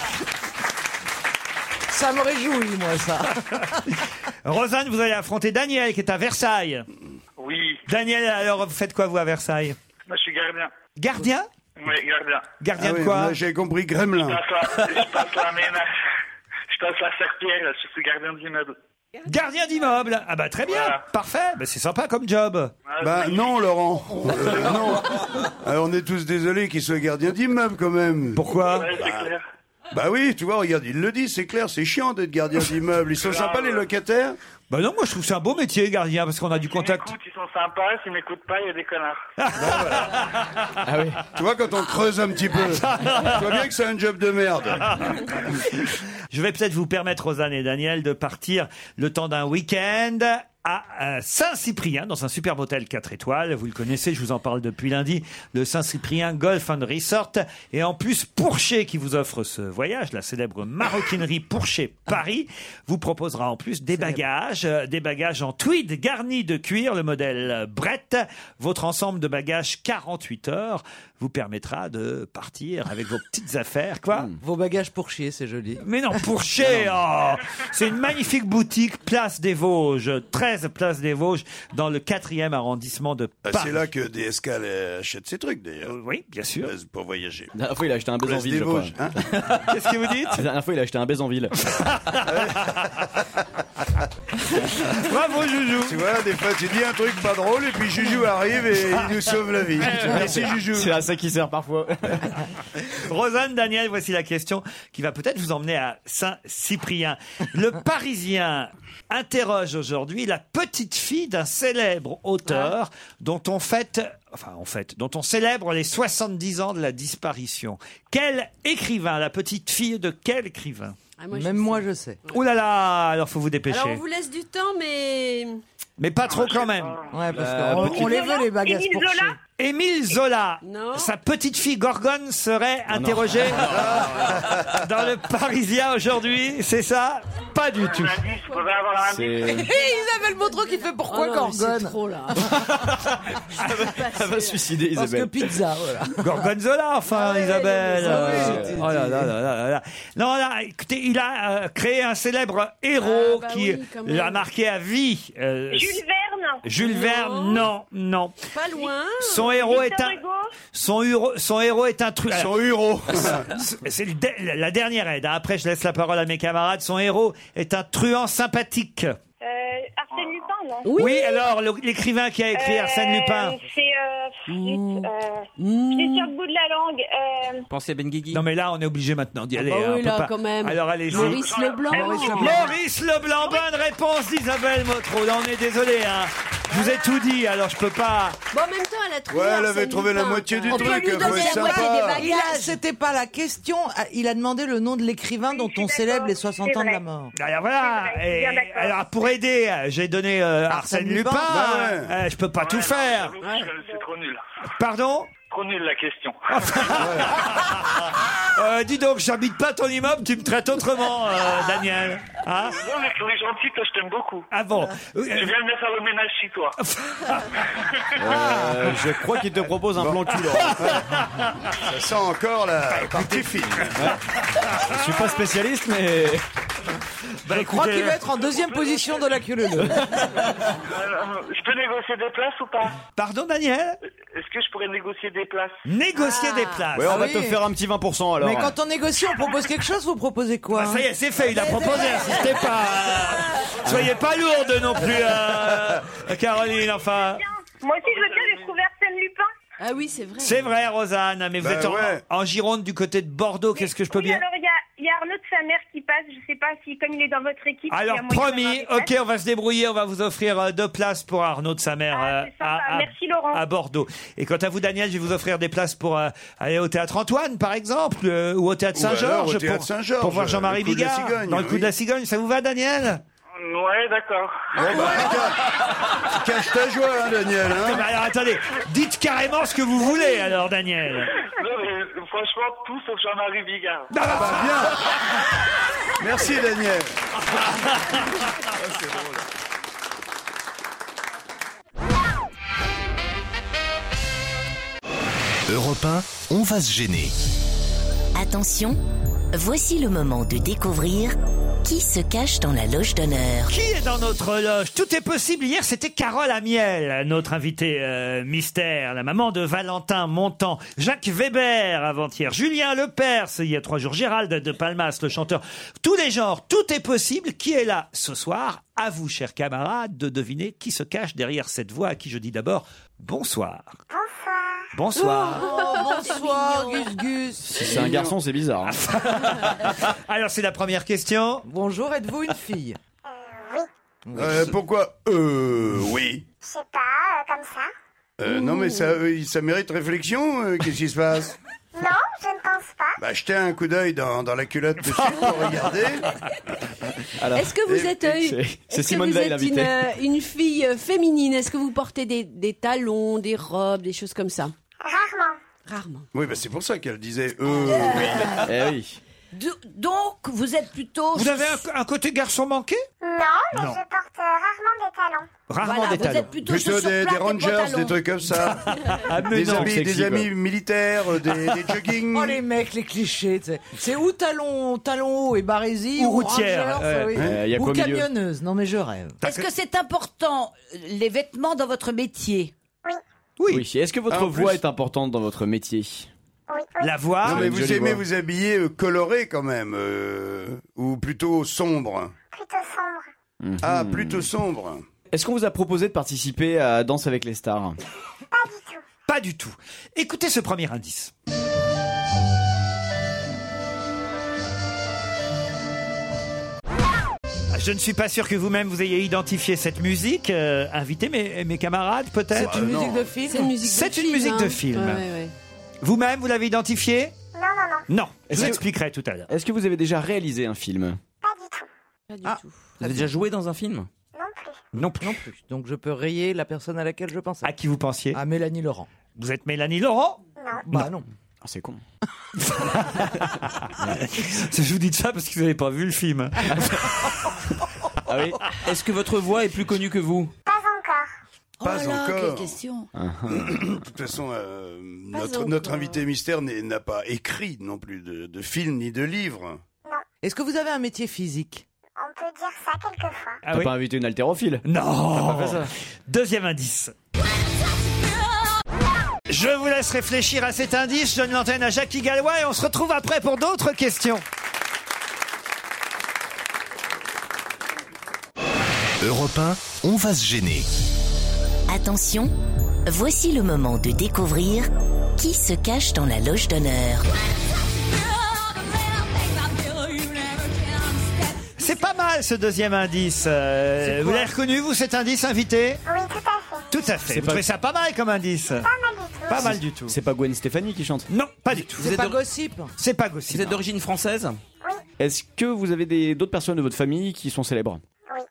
C: *laughs*
G: *laughs*
F: Ça me réjouit, moi, ça.
C: *laughs* Rosanne, vous allez affronter Daniel qui est à Versailles.
K: Oui,
C: Daniel, alors vous faites quoi vous à Versailles
K: moi je suis gardien.
C: Gardien
K: Oui, gardien.
C: Gardien
E: Ah
C: de
E: oui,
C: quoi
E: moi, J'ai compris
K: Je
E: Gremlin.
K: passe la, je passe la ménage. Je passe la serpillère, je suis gardien d'immeuble.
C: Gardien d'immeuble. Ah bah très bien, parfait. Bah, c'est sympa comme job.
E: Bah non, Laurent. Euh, non. Alors, on est tous désolés qu'il soit gardien d'immeuble quand même.
C: Pourquoi
E: Bah oui, tu vois, regarde, il le dit, c'est clair, c'est chiant d'être gardien d'immeuble. Ils sont sympas les locataires
C: Bah non, moi je trouve ça un beau métier, gardien, parce qu'on a du contact.
J: Écoute, ils sont sympas, s'ils m'écoutent pas, il y a des connards.
E: Ah Tu vois, quand on creuse un petit peu,
C: Ah,
E: tu vois bien que c'est un job de merde.
C: Je vais peut-être vous permettre, Rosanne et Daniel, de partir le temps d'un week-end à euh, Saint-Cyprien, dans un superbe hôtel 4 étoiles. Vous le connaissez, je vous en parle depuis lundi. Le Saint-Cyprien Golf and Resort. Et en plus, Pourcher, qui vous offre ce voyage, la célèbre maroquinerie Pourcher Paris, vous proposera en plus des bagages, euh, des bagages en tweed garnis de cuir, le modèle Brett. Votre ensemble de bagages 48 heures vous permettra de partir avec vos petites affaires, quoi.
F: Hmm. Vos bagages pour chier, c'est joli.
C: Mais non,
F: *laughs*
C: pour chez, oh, c'est une magnifique boutique, place des Vosges, 13 place des Vosges, dans le 4e arrondissement de
E: Bah,
C: Paris.
E: c'est là que DSK euh, achète ses trucs d'ailleurs. Euh,
C: oui, bien sûr.
E: Pour voyager.
H: La dernière fois, il a acheté un
E: Place
H: Bézanville,
E: des
H: je crois.
E: Vosges, hein
C: *laughs* Qu'est-ce que vous dites
H: La dernière fois, il a acheté un Bézanville.
C: Bravo, Joujou.
E: Tu vois, des fois, tu dis un truc pas drôle et puis Juju arrive et il nous sauve la vie. Merci Juju.
H: C'est à ça qu'il sert
F: *laughs*
H: parfois.
C: Rosanne, Daniel, voici la question qui va peut-être vous emmener à Saint-Cyprien.
F: *laughs*
C: Le Parisien interroge aujourd'hui la petite fille d'un célèbre
F: Ah.
C: auteur dont on fête, enfin on fête, dont on célèbre les 70 ans de la disparition. Quel écrivain, la petite fille de quel écrivain
F: Même Ah, moi, je sais.
C: Ouh là là, alors faut vous dépêcher.
O: Alors on vous laisse du temps, mais
C: Mais Ah, pas trop quand même. Euh,
F: Ouais, parce que on- on les veut, les bagages
O: Émile
F: pour
O: Zola
F: chier.
C: Émile Zola,
O: Non.
C: sa petite fille Gorgone serait interrogée Ah, dans le Parisien aujourd'hui, c'est ça Pas du *laughs* tout.
F: *laughs*
D: Et Isabelle Baudreau qui fait
O: Oh
D: pourquoi
O: non, mais
D: Gorgone
O: c'est trop là.
H: Ça va se suicider,
F: Parce que
H: Isabelle.
F: pizza, voilà.
C: Gorgonzola, enfin, Isabelle.
F: désolé,
C: Oh là là là là là. Non, là, écoutez, il a euh, créé un célèbre héros
L: Ah, bah
C: qui
L: oui, quand même.
C: l'a marqué à vie. Euh,
L: Jules Verne.
C: Jules Verne, non, non.
O: Pas loin.
C: Son héros est
L: Victor
C: un.
L: Hugo.
C: Son, huro- son héros est un truc.
E: Son héros.
C: C'est le dé- la dernière aide. hein. Après, je laisse la parole à mes camarades. Son héros est un truand sympathique.
L: Euh, Arsène Lupin, non
C: Oui, alors, le- l'écrivain qui a écrit
I: Euh,
L: Euh,
C: Arsène Lupin. Mmh.
L: C'est. Euh, flûte, euh, c'est sur le bout de la langue. Euh,
G: Pensez à Ben Guigui.
C: Non, mais là, on est obligé maintenant d'y aller.
O: bah
C: hein,
O: oui,
C: on peut
O: là,
C: pas.
O: quand même.
C: Alors, allez-y.
O: Maurice Leblanc.
C: Maurice Leblanc. Maurice Leblanc, bonne réponse d'Isabelle Motro. Là, on est désolé, hein. Je vous ai tout dit, alors je peux pas.
O: Bon, en même temps, elle a trouvé.
E: Ouais, elle
O: Arsène
E: avait trouvé la
O: Lupin,
E: moitié
O: quoi.
E: du truc. Faut être sympa.
F: Il a- C'était pas la question. Ah, Il a demandé le nom de l'écrivain dont on célèbre les 60 ans de la mort.
C: Ben, Alors voilà,
L: C'est vrai,
C: Et-
L: bien d'accord.
C: alors pour aider, euh, j'ai donné euh, *laughs* Arsène,
F: Arsène
C: Lupin.
F: Lupin.
J: Ah
E: Bah ouais.
C: Euh, je peux pas tout
L: non,
C: faire.
L: j'avoue.
O: Ouais.
L: euh,
J: C'est trop nul.
C: Pardon
J: Trop nul la
C: *laughs*
J: question.
C: Euh, Dis donc, j'habite pas ton immeuble, tu me traites autrement, euh,
L: *laughs*
C: Daniel. Hein
J: Non, mais tu es gentil, toi, je t'aime beaucoup.
C: ah bon
J: Tu
C: Euh,
J: viens de me faire le ménage chez toi.
C: *laughs*
H: Euh, je crois qu'il te propose un plan cul, Laurent.
E: Ça sent encore la partie fine.
H: *laughs* Je suis pas spécialiste, mais.
C: bah,
F: Je crois
C: écoutez,
F: qu'il va être en deuxième position de la queue
J: *laughs*
F: leu leu.
J: Euh, je peux négocier des places ou pas
C: Pardon, Daniel
J: Est-ce que je pourrais négocier des places
C: Négocier des places.
H: Ouais, on
F: Ah
H: va
F: oui.
H: te faire un petit 20% alors.
F: Mais quand on négocie, on propose quelque chose, vous proposez quoi hein
C: Ah, ça y est, c'est fait, il a proposé, insistez pas. euh,
F: *laughs*
C: Soyez pas lourde non plus, euh, Caroline, enfin.
L: moi aussi, je veux bien, j'ai trouvé Arsène Lupin.
O: Ah oui, c'est vrai.
C: C'est vrai, Rosanne, mais vous
E: Bah
C: êtes en,
E: ouais.
C: en Gironde du côté de Bordeaux, qu'est-ce que je peux
L: Oui,
C: bien.
L: alors, il y a, il y a Arnaud de sa mère qui passe. Je sais pas si, comme il est dans votre équipe.
C: Alors
L: il y a moyen
C: promis,
L: d'avoir des
C: ok, on va se débrouiller, on va vous offrir euh, deux places pour Arnaud de sa mère
L: Ah,
C: euh,
L: c'est sympa.
C: à, à-
L: Merci, Laurent.
C: à Bordeaux. Et quant à vous, Daniel, je vais vous offrir des places pour euh, aller au théâtre Antoine, par exemple, euh, ou au théâtre
E: Ou alors
C: Saint-Georges
E: au théâtre
C: pour,
E: Saint-Georges,
C: pour voir Jean-Marie
E: le coup de la
C: Bigard
E: cigogne,
C: dans le coup
E: oui.
C: de la cigogne. Ça vous va, Daniel
J: Ouais, d'accord.
E: Ouais, bah, cache- Cache ta joie, hein, Daniel.
C: Ah, *laughs* bah,
E: Hein
C: Alors attendez, dites carrément ce que vous voulez, alors, Daniel.
J: Non, mais franchement, tout sauf Jean-Marie Bigard.
E: Ah bah bien. Merci, Daniel. bah,
C: *laughs*
B: Europe 1, on va se gêner.
P: Attention,
B: Voici le moment de découvrir qui se cache dans la loge d'honneur.
C: Qui est dans notre loge Tout est possible. Hier, c'était Carole Amiel, notre invitée euh, mystère, la maman de Valentin Montant, Jacques Weber avant-hier, Julien Lepers il y a trois jours, Gérald de Palmas, le chanteur. Tous les genres, tout est possible. Qui est là ce soir À vous, chers camarades, de deviner qui se cache derrière cette voix à qui je dis d'abord bonsoir. Bonsoir.
M: Oh,
D: bonsoir, Gus Gus.
H: Si c'est un garçon, c'est bizarre. hein.
C: *laughs* Alors, c'est la première question.
F: Bonjour, êtes-vous une fille
E: Euh, pourquoi Euh, oui.
D: Je sais pas, comme ça.
E: Euh, non, mais ça, euh, ça mérite réflexion. euh, Qu'est-ce qui se
O: *laughs*
E: passe
D: Non, je ne pense pas.
E: Bah, jetez un coup d'œil dans, dans la culotte
O: *laughs*
E: tout de suite pour regarder.
O: Est-ce que
E: eh,
O: vous êtes, euh, une- est-ce que vous êtes une, euh, une fille euh, féminine Est-ce que vous portez des, des talons, des robes, des choses comme ça
L: Rarement.
O: Rarement.
E: Oui, bah, c'est pour ça qu'elle disait
O: Ah.
E: euh, oui. Eh oui.
M: donc, vous êtes plutôt.
C: Vous avez un, un côté garçon manqué
L: Non, mais
C: Non.
L: je porte euh, rarement des talons.
C: Rarement
L: Voilà,
C: des
L: vous
C: talons.
L: êtes plutôt
E: Plutôt
L: chaussures
E: des, des
L: plates et
E: rangers,
L: pantalons.
E: des trucs comme ça.
C: *laughs* Ah, mais
E: des
C: non.
E: amis,
C: Sexy,
E: des amis
C: quoi.
E: militaires, euh, des,
F: *laughs*
E: des jogging.
F: Oh les mecs, les clichés. tu sais. C'est ou talon, talon haut et barésie,
E: Ou
F: ou,
E: routière,
F: rangers, euh,
E: ouais.
F: oui.
E: Ouais, y a
F: ou
E: quoi au milieu
F: camionneuse. Non mais je rêve.
M: Est-ce que c'est important, euh, les vêtements dans votre métier
H: Oui. Est-ce que votre
E: Ah, en
H: voix
E: plus.
H: est importante dans votre métier
C: La voix.
E: Non, mais vous
H: Jolie
E: aimez
H: voix.
E: vous habiller euh, coloré quand même, euh, ou plutôt sombre.
L: Plutôt sombre.
H: Mhm.
E: Ah, plutôt sombre.
H: Est-ce qu'on vous a proposé de participer à Danse avec les stars
C: Pas du tout. Écoutez ce premier indice. Ah, Je ne suis pas sûr que vous-même vous ayez identifié cette musique. euh, invitez mes, mes camarades,
E: Eh,
C: peut-être.
F: C'est
E: euh,
F: une musique de film.
C: C'est une musique
O: hein.
D: hein.
C: de film. Vous-même, vous l'avez identifié
L: Non, non, non.
C: Non. Je vous
H: que-
C: expliquerai tout à l'heure.
H: Est-ce que vous avez déjà réalisé un film
O: Pas
E: Ah.
O: du tout.
G: Vous avez déjà joué dans un film
C: Non plus.
F: Non plus. Donc je peux rayer la personne à laquelle je pensais.
C: À qui vous pensiez
F: À Mélanie Laurent.
C: Vous êtes Mélanie Laurent
F: Bah non.
H: Ah, c'est con.
C: *laughs* Je vous dis ça parce que vous n'avez pas vu le film.
G: Ah
C: *laughs*
G: oui. Est-ce que votre voix est plus connue que vous
L: Pas encore.
E: Pas
L: oh là,
E: encore.
L: quelle question.
H: Uh-huh.
E: *coughs* de toute façon, euh, notre,
L: encore.
E: notre invité mystère n'est- n'a pas écrit non plus de, de film ni de livre.
F: Est-ce que vous avez un métier physique
L: On peut dire ça quelquefois.
C: Ah
H: T'as pas invité une haltérophile
C: Non.
H: T'as pas fait Ah, bah ça
C: Deuxième indice. Je vous laisse réfléchir à cet indice. Je donne l'antenne à Jackie Gallois et on se retrouve après pour d'autres questions.
B: Europe 1, on va se gêner. Attention, voici le moment de découvrir qui se cache dans la loge d'honneur.
C: C'est pas mal ce deuxième indice. Euh,
D: C'est
C: vous
D: quoi
C: l'avez reconnu, vous, cet indice invité
L: Oui, tout à fait.
C: Tout à fait.
H: C'est
C: Vous
H: pas-
C: trouvez ça pas mal comme indice
L: Pas mal du tout.
C: Pas mal du tout.
H: C'est pas Gwen Stefani qui chante
C: Non, pas du tout.
H: Vous êtes de-
F: gossip
C: C'est pas gossip.
G: Vous êtes d'origine française
H: Est-ce que vous avez des- d'autres personnes de votre famille qui sont célèbres
L: Oui.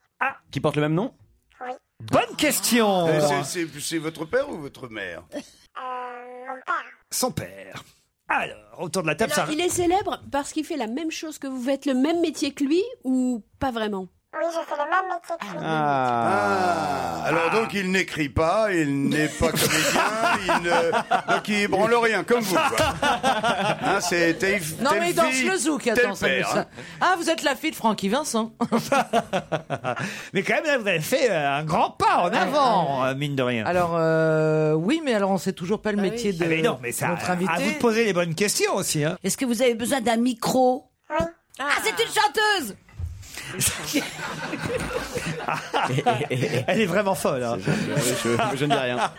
H: Qui portent le même nom
C: Ah.
H: Eh,
C: Bonne question
E: Euh, c'est- c'est- C'est votre père ou votre mère
C: Son père. Alors, autour de la table,
O: Alors,
C: ça...
O: il est célèbre parce qu'il fait la même chose que vous faites, le même métier que lui ou pas vraiment
L: Oui, je fais le même métier que lui.
E: Ah. Alors donc il n'écrit pas, il n'est pas comédien, il ne... donc il branle rien comme vous. quoi. Hein, c'est telle-
F: Non
E: telle
F: mais il danse
E: fille,
F: le zouk,
E: tel
F: attends, ça me-
E: père,
F: ça-
E: hein.
F: Ah, vous êtes la fille de Francky Vincent.
C: *laughs* Mais quand même, là, vous avez fait euh, un grand pas en avant, euh, mine de rien. *laughs*
F: Alors euh, oui, mais alors on sait toujours pas le
M: Bah oui.
F: métier de
C: Ah, mais non, mais ça,
F: notre
C: à
F: invité.
C: vous de poser les bonnes questions aussi. Hein.
M: Est-ce que vous avez besoin d'un micro ah. c'est une chanteuse
C: Ah. Elle est vraiment folle. hein.
H: je, je ne dis
L: *laughs*
H: rien.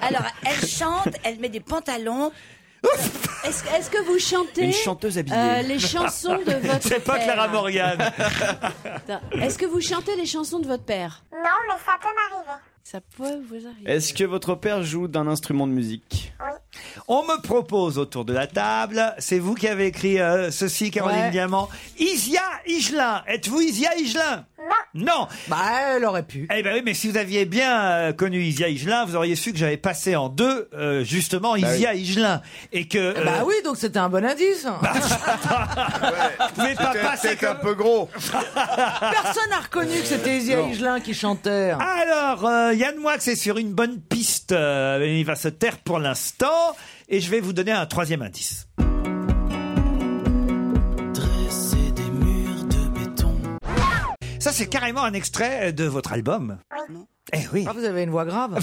M: Alors, elle chante, elle met des pantalons.
O: Est-ce est-ce que vous chantez
H: Une chanteuse habillée.
O: euh, les chansons de
C: *laughs*
O: votre
C: C'est pas
O: père
C: Clara Morgan.
O: Attends, Est-ce que vous chantez les chansons de votre père
L: Non, mais ça peut m'arriver.
O: Ça peut vous arriver.
H: Est-ce que votre père joue d'un instrument de musique
C: On me propose autour de la table, c'est vous qui avez écrit euh, ceci, Caroline
F: Ouais.
C: Diamant. Isia Higelin. Êtes-vous Isia Higelin Non.
F: Bah, elle aurait pu.
C: Eh ben oui, mais si vous aviez bien euh, connu Isia Higelin, vous auriez su que j'avais passé en deux, euh, justement, Isia Higelin. Et que. euh,
F: Bah oui, donc c'était un bon indice.
C: Bah, Vous pouvez pas
E: C'était
C: passer
E: peut-être un
C: comme.
E: peu gros.
F: Personne n'a reconnu que c'était Isia
E: non.
F: Higelin qui chantait.
C: Alors, euh, Yann Moix est sur une bonne piste. euh, il va se taire pour l'instant. Et je vais vous donner un troisième indice. Ça, c'est carrément un extrait de votre album. Eh oui.
F: Ah, vous avez une voix grave.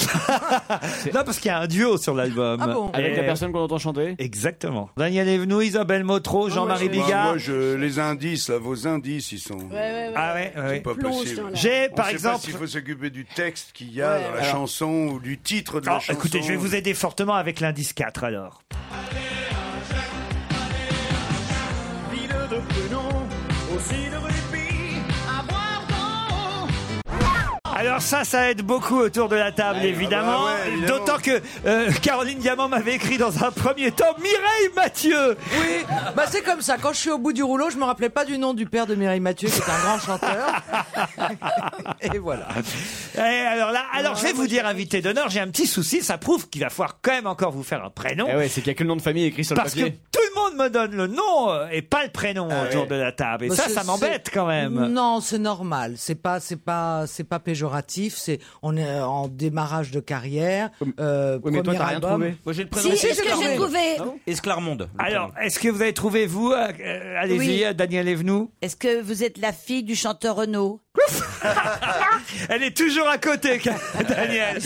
C: Non, parce qu'il y a un duo sur l'album.
H: Ah bon Avec la personne
C: qu'on entend chanter Exactement. Daniel Evenou, Isabelle Motro, Jean-Marie
E: Moi,
C: Bigard.
E: Moi, je, les indices, là, vos indices, ils sont.
O: ouais,
C: Ah ouais, ouais.
E: C'est pas
C: Plonge
E: possible.
C: dans la- J'ai,
E: On
C: par
E: sait
C: exemple-
E: Pas s'il faut s'occuper du texte qu'il y a
C: Ouais.
E: dans la
C: Alors-
E: chanson ou du titre de la
C: Alors,
E: chanson.
C: Oh, écoutez, je vais vous aider fortement avec l'indice 4 alors.
D: Ville de Penon, aussi de répit, à boire d'en haut.
C: Alors ça, ça aide beaucoup autour de la table, évidemment.
D: bah ouais, évidemment.
C: D'autant que euh, Caroline Diamant m'avait écrit dans *laughs* un premier temps Mireille Mathieu.
F: Oui, bah c'est comme ça. Quand je suis au bout du rouleau, je me rappelais pas du nom du père de Mireille Mathieu, qui est un
C: *laughs*
F: grand chanteur. *laughs* Et voilà.
C: Et alors là, alors je vais vous dire, invité d'honneur, j'ai un petit souci. Ça prouve qu'il va falloir quand même encore vous faire un prénom.
H: Eh ouais, c'est qu'il n'y a que le nom de famille écrit sur
C: Parce
H: le
C: que
H: papier.
C: tout le monde me donne le nom euh, et pas le prénom autour de la table. Et
F: Bah,
C: Ah, ça,
F: c'est-
C: ça m'embête
F: c'est-
C: quand même.
F: Non, c'est normal. C'est pas, c'est pas, c'est pas péjoratif. C'est, on est euh, en démarrage de carrière. Euh,
H: Oui, mais toi,
F: premier
H: t'as rien
F: album.
H: trouvé.
G: Moi, j'ai le
F: prénom. Si, est-ce que j'ai trouvé
G: Esclarmonde.
C: Alors, est-ce que vous avez trouvé, vous euh, euh, Allez-y,
A: Oui.
C: euh, Daniel Evenou.
A: Est-ce que vous êtes la fille du chanteur Renaud
C: Elle est toujours à côté, *laughs* Daniel.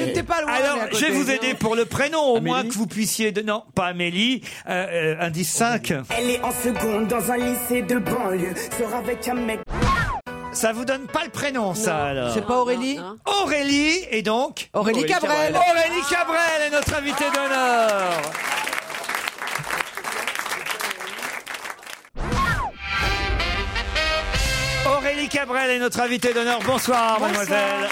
A: Elle était pas loin,
C: Alors,
A: mais à côté.
C: je vais vous aider pour le prénom, au moins que vous puissiez. de- Non, pas Amélie. Euh, euh, indice 5.
D: Elle est en seconde dans un lycée de banlieue, sort avec un mec.
C: Ça vous donne pas le prénom, ça, alors
F: C'est pas Aurélie
C: Aurélie et donc
F: Aurélie Cabrel.
C: Aurélie Cabrel est notre invitée d'honneur. Aurélie Cabrel est notre invitée d'honneur. Bonsoir, mademoiselle.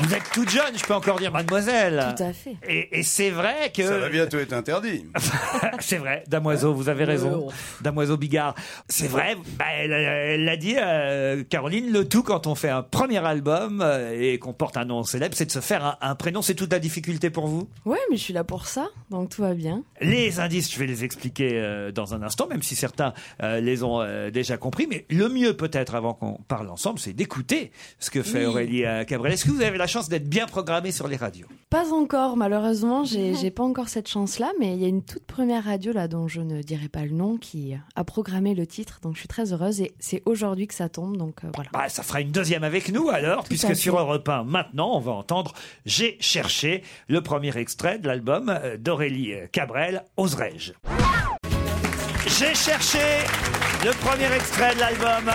C: Vous êtes toute jeune, je peux encore dire mademoiselle.
E: Tout à
C: fait. Et, et c'est vrai que...
E: Ça va bientôt être interdit.
C: *laughs* c'est vrai, Damoiseau, vous avez raison.
E: Euh,
C: Damoiseau Bigard. C'est vrai, bah, elle elle l'a dit, euh, Caroline, le tout quand on fait un premier album euh, et qu'on porte un nom célèbre, c'est de se faire un, un prénom. C'est toute la difficulté pour vous
P: Ouais, mais je suis là pour ça, donc tout va bien.
C: les indices, je vais les expliquer euh, dans un instant, même si certains euh, les ont euh, déjà compris. Mais le mieux, peut-être, avant qu'on parle ensemble, c'est d'écouter ce que fait
P: Oui.
C: Aurélie euh, Cabrel. Est-ce que vous avez la chance d'être bien programmé sur les radios
P: Pas encore, malheureusement,
D: *laughs*
P: j'ai j'ai pas encore cette chance-là, mais il y a une toute première radio là dont je ne dirai pas le nom qui a programmé le titre, donc je suis très heureuse et c'est aujourd'hui que ça tombe, donc euh, voilà.
C: Bah, ça fera une deuxième avec nous alors,
P: à
C: puisque
P: fait.
C: sur Europe 1, maintenant, on va entendre J'ai cherché le premier extrait de l'album euh, d'Aurélie euh, Cabrel, Oserais-je J'ai cherché le premier extrait de l'album.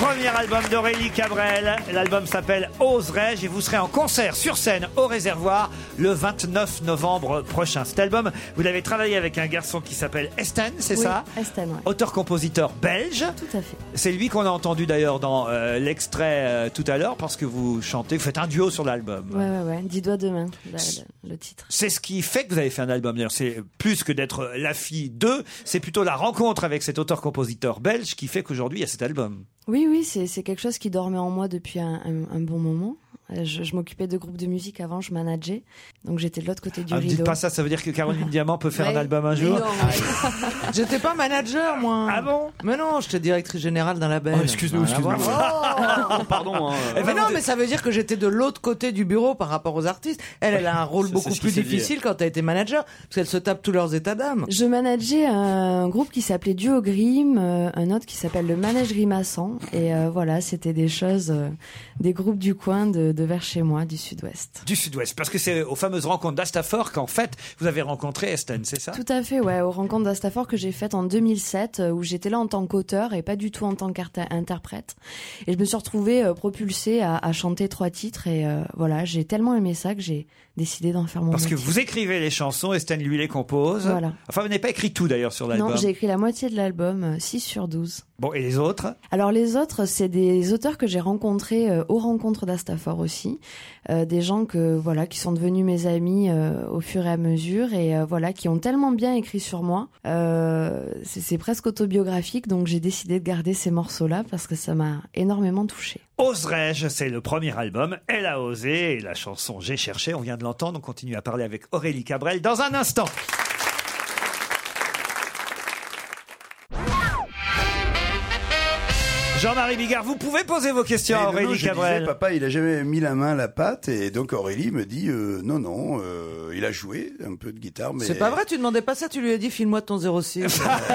C: Premier album d'Aurélie Cabrel. L'album s'appelle Oserais-je et vous serez en concert sur scène au réservoir le 29 novembre prochain. Cet album, vous l'avez travaillé avec un garçon qui s'appelle Esten, c'est
P: Oui,
C: ça
P: Esten, ouais.
C: Auteur-compositeur belge.
P: Tout à fait.
C: C'est lui qu'on a entendu d'ailleurs dans euh, l'extrait euh, tout à l'heure parce que vous chantez, vous faites un duo sur l'album.
P: Ouais, ouais, ouais, dix doigts demain, Bah, la- la- le titre.
C: C'est ce qui fait que vous avez fait un album. D'ailleurs, c'est plus que d'être euh, la fille d'eux, c'est plutôt la rencontre avec cet auteur-compositeur belge qui fait qu'aujourd'hui il y a cet album.
P: Oui, oui, c'est c'est quelque chose qui dormait en moi depuis un, un- un bon moment. Euh, Je, je m'occupais de groupes de musique avant, je manageais, donc j'étais de l'autre côté du
C: Ah, me
P: rideau.
C: dites pas ça, ça veut dire
P: *laughs*
C: que Caroline Diamant peut faire
P: Ouais.
C: un album un jour.
F: J'étais pas manager, moi. Ah
C: bon
F: Mais non, j'étais directrice générale d'un label.
H: Oh, excuse-nous,
F: Rien à voir.
H: excuse-nous. *laughs* Pardon. hein.
C: Eh,
F: Mais ben non, mais ça veut dire que j'étais de l'autre côté du bureau par rapport aux artistes. Elle, elle a un rôle
H: Ça,
F: beaucoup
H: c'est ce
F: plus
H: qu'il faut dire.
F: difficile quand t'as été manager, parce qu'elle se tape tous leurs états d'âme.
P: Je manageais un groupe qui s'appelait Duo Grim, euh, un autre qui s'appelle le Manège Grimaçant. Et euh, voilà, c'était des choses, euh, des groupes du coin de, de vers chez moi, du sud-ouest.
C: Du Sud-Ouest, parce que c'est aux fameuses rencontres d'Astafort qu'en fait vous avez rencontré Esten, c'est ça
P: Tout à fait, ouais, aux rencontres d'Astafor que j'ai faites en 2007, euh, où j'étais là en tant qu'auteur et pas du tout en tant qu'interprète. Et je me suis retrouvée euh, propulsée à, à chanter trois titres. Et euh, voilà, j'ai tellement aimé ça que j'ai décidé d'en faire mon
C: Parce que
P: métier.
C: vous écrivez les chansons, Esten lui les compose.
P: Voilà.
C: Enfin, vous n'avez pas écrit tout d'ailleurs sur l'album.
P: Non, j'ai écrit la moitié de l'album, euh, 6 sur 12.
C: Bon, et les autres
P: Alors les autres, c'est des auteurs que j'ai rencontrés euh, aux rencontres d'Astafor aussi, Euh, des gens que voilà qui sont devenus mes amis euh, au fur et à mesure et euh, voilà qui ont tellement bien écrit sur moi. Euh, c'est c'est presque autobiographique, donc j'ai décidé de garder ces morceaux-là parce que ça m'a énormément touchée.
C: Oserais-je, c'est le premier album. Elle a osé et la chanson J'ai cherché, on vient de l'entendre. On continue à parler avec Aurélie Cabrel dans un instant. Jean-Marie Bigard, vous pouvez poser vos questions
E: Et
C: à
E: non, non,
C: Aurélie
E: je disais,
C: Cabrel.
E: papa, il a jamais mis la main à la pâte, et donc Aurélie me dit, euh, non, non, euh, il a joué un peu de guitare, mais
F: C'est pas vrai, tu demandais pas ça, tu lui as dit file-moi ton 06.
E: *laughs*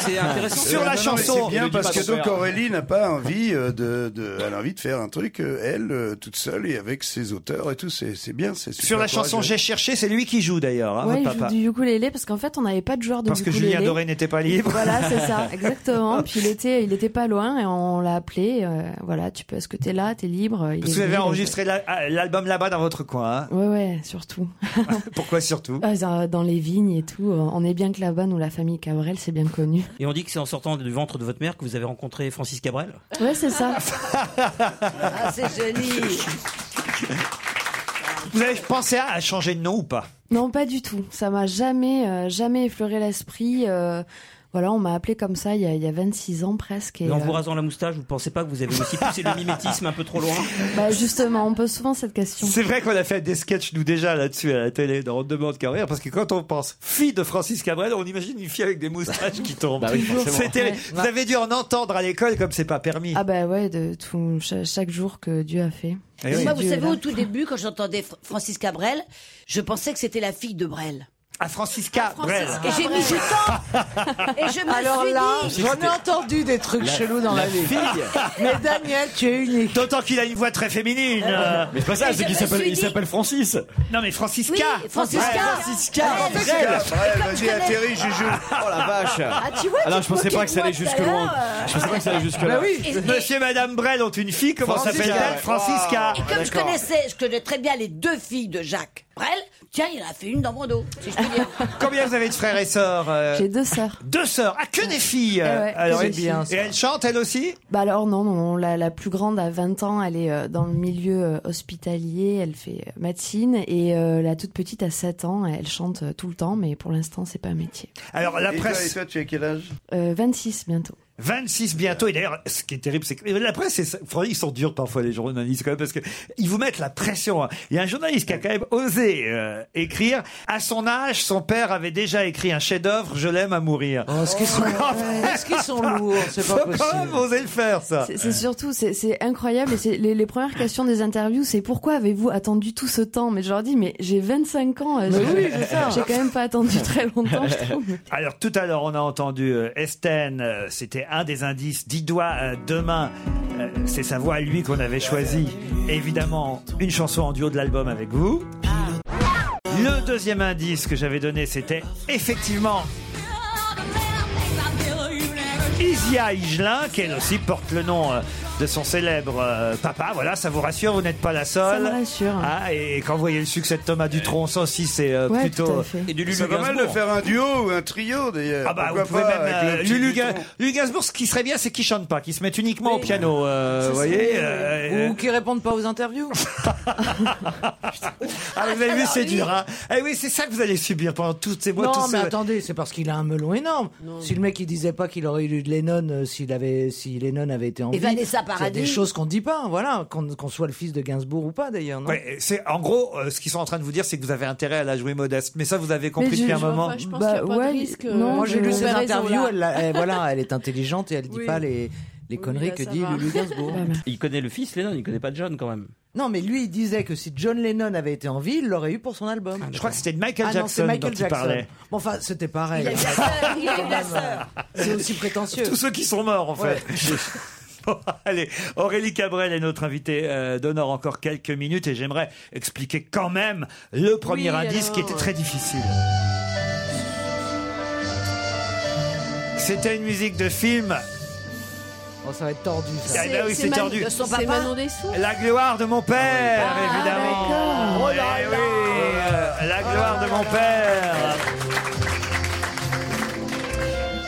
E: C'est *laughs*
F: intéressant.
C: Sur la chanson.
E: C'est
C: Ne
E: bien
C: dis
E: parce
C: pas
E: que
C: ton
E: donc
C: père.
E: Aurélie n'a pas envie euh, de, de, elle a envie de faire un truc euh, elle euh, toute seule et avec ses auteurs et tout. C'est c'est bien. C'est
C: Sur la chanson J'ai cherché, c'est lui qui joue d'ailleurs, hein,
P: ouais, il
C: votre
P: joue
C: papa.
P: du ukulélé parce qu'en fait, on n'avait pas de joueur de
C: Parce que
P: ukulélé.
C: Julien Doré n'était pas libre.
P: Voilà, c'est
C: *laughs*
P: ça, exactement. Puis il était, il était pas loin et on l'a appelé. euh, voilà, tu peux, est-ce que t'es là, t'es libre Il est
C: Parce que vous avez
P: venu,
C: enregistré la- ah, l'album là-bas dans votre coin. hein.
P: donc- Ouais, ouais, surtout.
C: Pourquoi surtout
P: Ah, dans- Dans les vignes et tout, euh, on est bien que la bonne ou la famille Cabrel, c'est bien connu.
G: Et on dit que c'est en sortant du ventre de votre mère que vous avez rencontré Francis Cabrel
P: Ouais, c'est ça.
M: Ah, c'est joli.
C: Vous avez pensé à, à changer de nom ou pas
P: *laughs* Non, pas du tout. Ça m'a jamais, euh, jamais effleuré l'esprit. euh, voilà, on m'a appelé comme ça il y a, il y a 26 ans presque. Et,
G: Et en
P: euh,
G: vous rasant la moustache, vous pensez pas que vous avez aussi poussé le mimétisme un peu trop loin
P: bah, justement, on pose souvent cette question.
C: C'est vrai qu'on a fait des sketchs, nous, déjà, là-dessus, à la télé, dans On demande carrière, parce que quand on pense fille de Francis Cabrel, on imagine une fille avec des moustaches qui tombent.
P: Bah oui, forcément.
C: C'était,
P: Ouais.
C: vous avez dû en entendre à l'école comme c'est pas permis.
P: Ah bah ouais, de tout, cha- chaque jour que Dieu a fait.
C: Eh
P: Ce
M: Moi, Bah, vous
P: Dieu
M: savez,
P: est là.
M: au tout début, quand j'entendais Fr- Francis Cabrel, je pensais que c'était la fille de Brel.
C: Ah, Francis Cabrel.
M: Et j'ai mis du temps. Et je me
F: Alors
M: suis
F: là,
M: dit.
F: j'en ai entendu des trucs
C: La-
F: chelous dans la,
C: la
F: vie.
C: fille.
F: *laughs* Mais Daniel, tu es unique.
C: D'autant qu'il a une voix très féminine. euh.
H: Ah, Mais c'est pas ça, c'est qu'il s'appelle, il s'appelle Francis.
C: Non, mais Francis
H: Oui, Ah,
C: K.
H: Francis
C: Brel.
H: K. Francis K. Francis K.
C: Et
H: Brel,
C: comme
H: vas-y,
C: je connais-
H: atterris, Juju. Oh la vache. Ah, tu vois,
C: Ah
H: tu te moquais de moi tout à l'heure. Je pensais pas que ça allait jusque-là. Bah oui. Et-
C: Monsieur et Madame Brel ont une fille, comment
H: Francis K,
C: s'appelle-t-elle
H: ouais.
C: Francis K.
M: Et comme je connaissais, je connais très bien les deux filles de Jacques Brel, tiens, il en a fait une dans mon dos, si je puis dire.
C: Combien vous avez de frères et sœurs euh
P: J'ai deux sœurs.
C: Deux sœurs, ah que des filles.
P: Eh ouais,
C: Alors,
P: que
C: et,
P: des filles.
C: et elle chante elle aussi
P: Bah alors non, non, non, la, la plus grande à 20 ans, elle est euh, dans le milieu euh, hospitalier, elle fait euh, médecine et euh, la toute petite à 7 ans, elle chante euh, tout le temps, mais pour l'instant c'est pas un métier.
C: Alors la
E: Et toi,
C: presse.
E: et toi, tu as quel âge
P: Euh, 26 bientôt.
C: 26 bientôt. Et d'ailleurs, ce qui est terrible, c'est que la presse, c'est ça. Franchement, ils sont durs parfois, les journalistes, quand même, parce que ils vous mettent la pression. hein. Il y a un journaliste qui a quand même osé euh, écrire. À son âge, son père avait déjà écrit un chef-d'œuvre, Je l'aime à mourir.
F: Oh, est-ce qu'ils sont- ouais, est-ce qu'ils sont lourds C'est pas
C: Faut
F: possible.
C: quand même oser le faire, ça.
P: C'est c'est surtout, c'est- c'est incroyable. Et c'est les, les premières questions des interviews, c'est pourquoi avez-vous attendu tout ce temps Mais je leur dis, mais j'ai 25 ans. euh,
C: Mais
P: j'ai-
C: oui, c'est ça.
P: J'ai quand même pas
C: *laughs*
P: attendu très longtemps, je trouve.
C: Alors tout à l'heure, on a entendu euh, Esten, euh, c'était un des indices. Dix doigts euh, demain, Euh, c'est sa voix, lui, qu'on avait choisi. Évidemment, une chanson en duo de l'album avec vous. Le deuxième indice que j'avais donné, c'était effectivement Isia Higelin, qui elle aussi porte le nom euh, de son célèbre euh, papa. Voilà, ça vous rassure, vous n'êtes pas la seule.
P: Ça me rassure.
C: Ah, et quand vous voyez le succès de Thomas Dutronc, ça aussi, c'est euh,
P: Ouais,
C: plutôt.
P: tout à fait.
E: Et du Lulu C'est pas mal Gainsbourg. de faire un duo ou un trio, d'ailleurs.
C: Ah bah,
E: Pourquoi
C: vous pouvez
E: pas,
C: même.
E: avec
C: euh,
E: le petit
C: Lulu,
E: Dutronc.
C: Ga- Lulu Gainsbourg, ce qui serait bien, c'est qu'il chante pas, qu'il se mette uniquement au piano. euh, vous voyez euh,
F: Ou qui répondent pas aux interviews.
C: *laughs* Ah, vous avez vu, c'est dur. Hein. Eh oui, c'est ça que vous allez subir pendant toutes ces mois.
F: Non,
C: tous
F: mais
C: ces-
F: attendez, c'est parce qu'il a un melon énorme. Si le mec il disait pas qu'il aurait eu de Lennon euh, s'il avait si Lennon avait été en
M: Et
F: vie.
M: Vanessa
F: C'est
M: Paradis.
F: des choses qu'on dit pas, hein, voilà, qu'on qu'on soit le fils de Gainsbourg ou pas d'ailleurs, non
C: Ouais, c'est en gros euh, ce qu'ils sont en train de vous dire, c'est que vous avez intérêt à la jouer modeste. Mais ça, vous avez compris
F: Mais je-
C: depuis un
F: je-
C: moment.
F: enfin, je
O: pense qu'il y a pas de risque, euh,
F: Moi
O: de
F: j'ai lu ses
O: comparaison,
F: interviews,
O: là.
F: elle, l'a- elle- voilà, elle est intelligente et elle dit
O: Oui.
F: pas les, les conneries
O: bah,
F: que
O: ça
F: dit
O: va.
F: Lulu Gainsbourg.
G: Il connaît le fils, Lennon, il connaît pas John quand même.
F: Non, mais lui, il disait que si John Lennon avait été en vie, il l'aurait eu pour son album.
C: Je crois que c'était de Michael
F: Ah non, c'est
C: Jackson
F: Michael
C: dont il
F: Jackson.
C: parlait.
F: Bon, enfin, c'était pareil.
C: Il a eu la
M: sœur, il a
F: *laughs*
M: eu la sœur.
F: C'est aussi prétentieux.
C: Tous ceux qui sont morts, en
F: Ouais.
C: fait. *laughs* Bon, allez, Aurélie Cabrel est notre invitée euh, d'honneur encore quelques minutes et j'aimerais expliquer quand même le premier
D: Oui,
C: indice qui
D: alors.
C: était très difficile. C'était une musique de film.
F: Oh, ça va être tordu, ça.
C: Ah, bah oui, c'est
O: Man-
C: tordu.
O: C'est Manon Dessous
C: La gloire de mon père, évidemment.
O: d'accord.
C: Eh oui, euh, la gloire de mon père.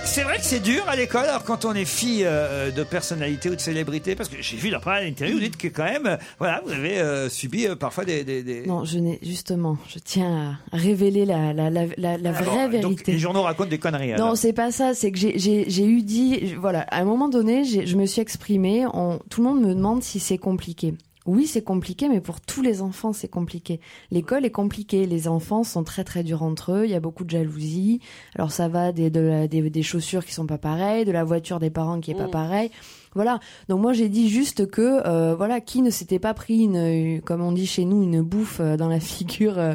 C: C'est vrai que c'est dur à l'école, alors quand on est fille euh, de personnalité ou de célébrité, parce que j'ai vu dans pas mal d'interviews, vous dites que quand même, euh, voilà, vous avez euh, subi euh, parfois des. des- des-
P: Non, je n'ai justement, je tiens à révéler la, la, la, la, la
C: Ah bon,
P: vraie
C: donc,
P: vérité.
C: les journaux racontent des conneries. alors.
P: Non, c'est pas ça. C'est que j'ai- j'ai j'ai eu dit, voilà, à un moment donné, j'ai- je me suis exprimée. on- tout le monde me demande si c'est compliqué. Oui, c'est compliqué, mais pour tous les enfants, c'est compliqué. L'école est compliquée. Les enfants sont très très durs entre eux. Il y a beaucoup de jalousie. Alors ça va des, de la- des, des chaussures qui sont pas pareilles, de la voiture des parents qui est pas
Q: Mm.
P: pareille. Voilà. Donc moi j'ai dit juste que euh, voilà qui ne s'était pas pris une, une- comme on dit chez nous une bouffe euh, dans la *laughs* figure euh,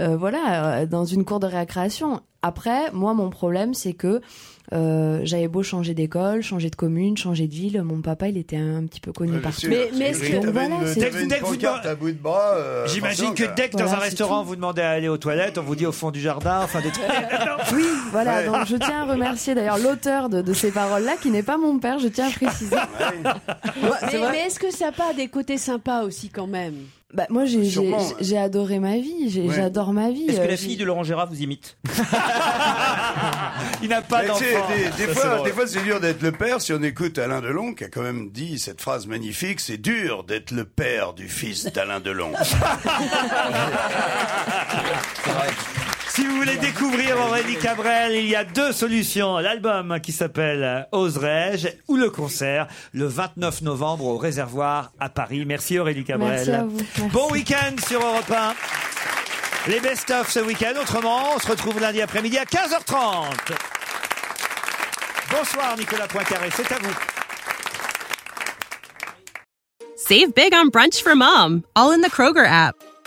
P: euh, voilà euh, dans une cour de récréation. Après moi mon problème c'est que euh, j'avais beau changer d'école, changer de commune, changer de ville, mon papa il était un petit peu connu partout. Donc voilà, c'est-
C: Dès que- dès que vous-
E: bout de bras. euh,
C: J'imagine
E: attention,
C: que
E: quoi.
C: dès que dans un restaurant vous demandez à aller aux toilettes, on vous dit au fond du jardin, enfin des trucs.
P: Oui, voilà.
C: Ouais.
P: Donc je tiens à remercier d'ailleurs l'auteur de, de ces paroles-là, qui n'est pas mon père, je tiens à préciser.
O: Mais,
P: vrai.
O: mais est-ce que ça n'a pas des côtés sympas aussi quand même
P: Bah, moi, j'ai- j'ai
G: Sûrement.
P: j'ai adoré ma vie, j'ai-
G: Ouais.
P: j'adore ma vie.
G: Est-ce que
P: Euh,
G: la fille de Laurent Gérard vous imite
C: Il n'a
G: pas
E: Mais tu sais,
G: d'enfant.
E: Des, des
G: Ça, c'est
E: fois,
G: drôle.
E: des fois, c'est dur d'être le père. Si on écoute Alain Delon, qui a quand même dit cette phrase magnifique, c'est dur d'être le père du fils d'Alain Delon.
C: *laughs* Si vous voulez découvrir Aurélie Cabrel, il y a deux solutions. L'album qui s'appelle euh, Oserais-je ou le concert le 29 novembre au Réservoir à Paris. Merci Aurélie Cabrel.
D: Merci à vous. Merci.
C: Bon week-end sur Europe 1. Les best-of ce week-end. Autrement, on se retrouve lundi après-midi à 15h30. Bonsoir Nicolas Poincaré, c'est à vous.
N: Save big on brunch for mom, all in the Kroger app.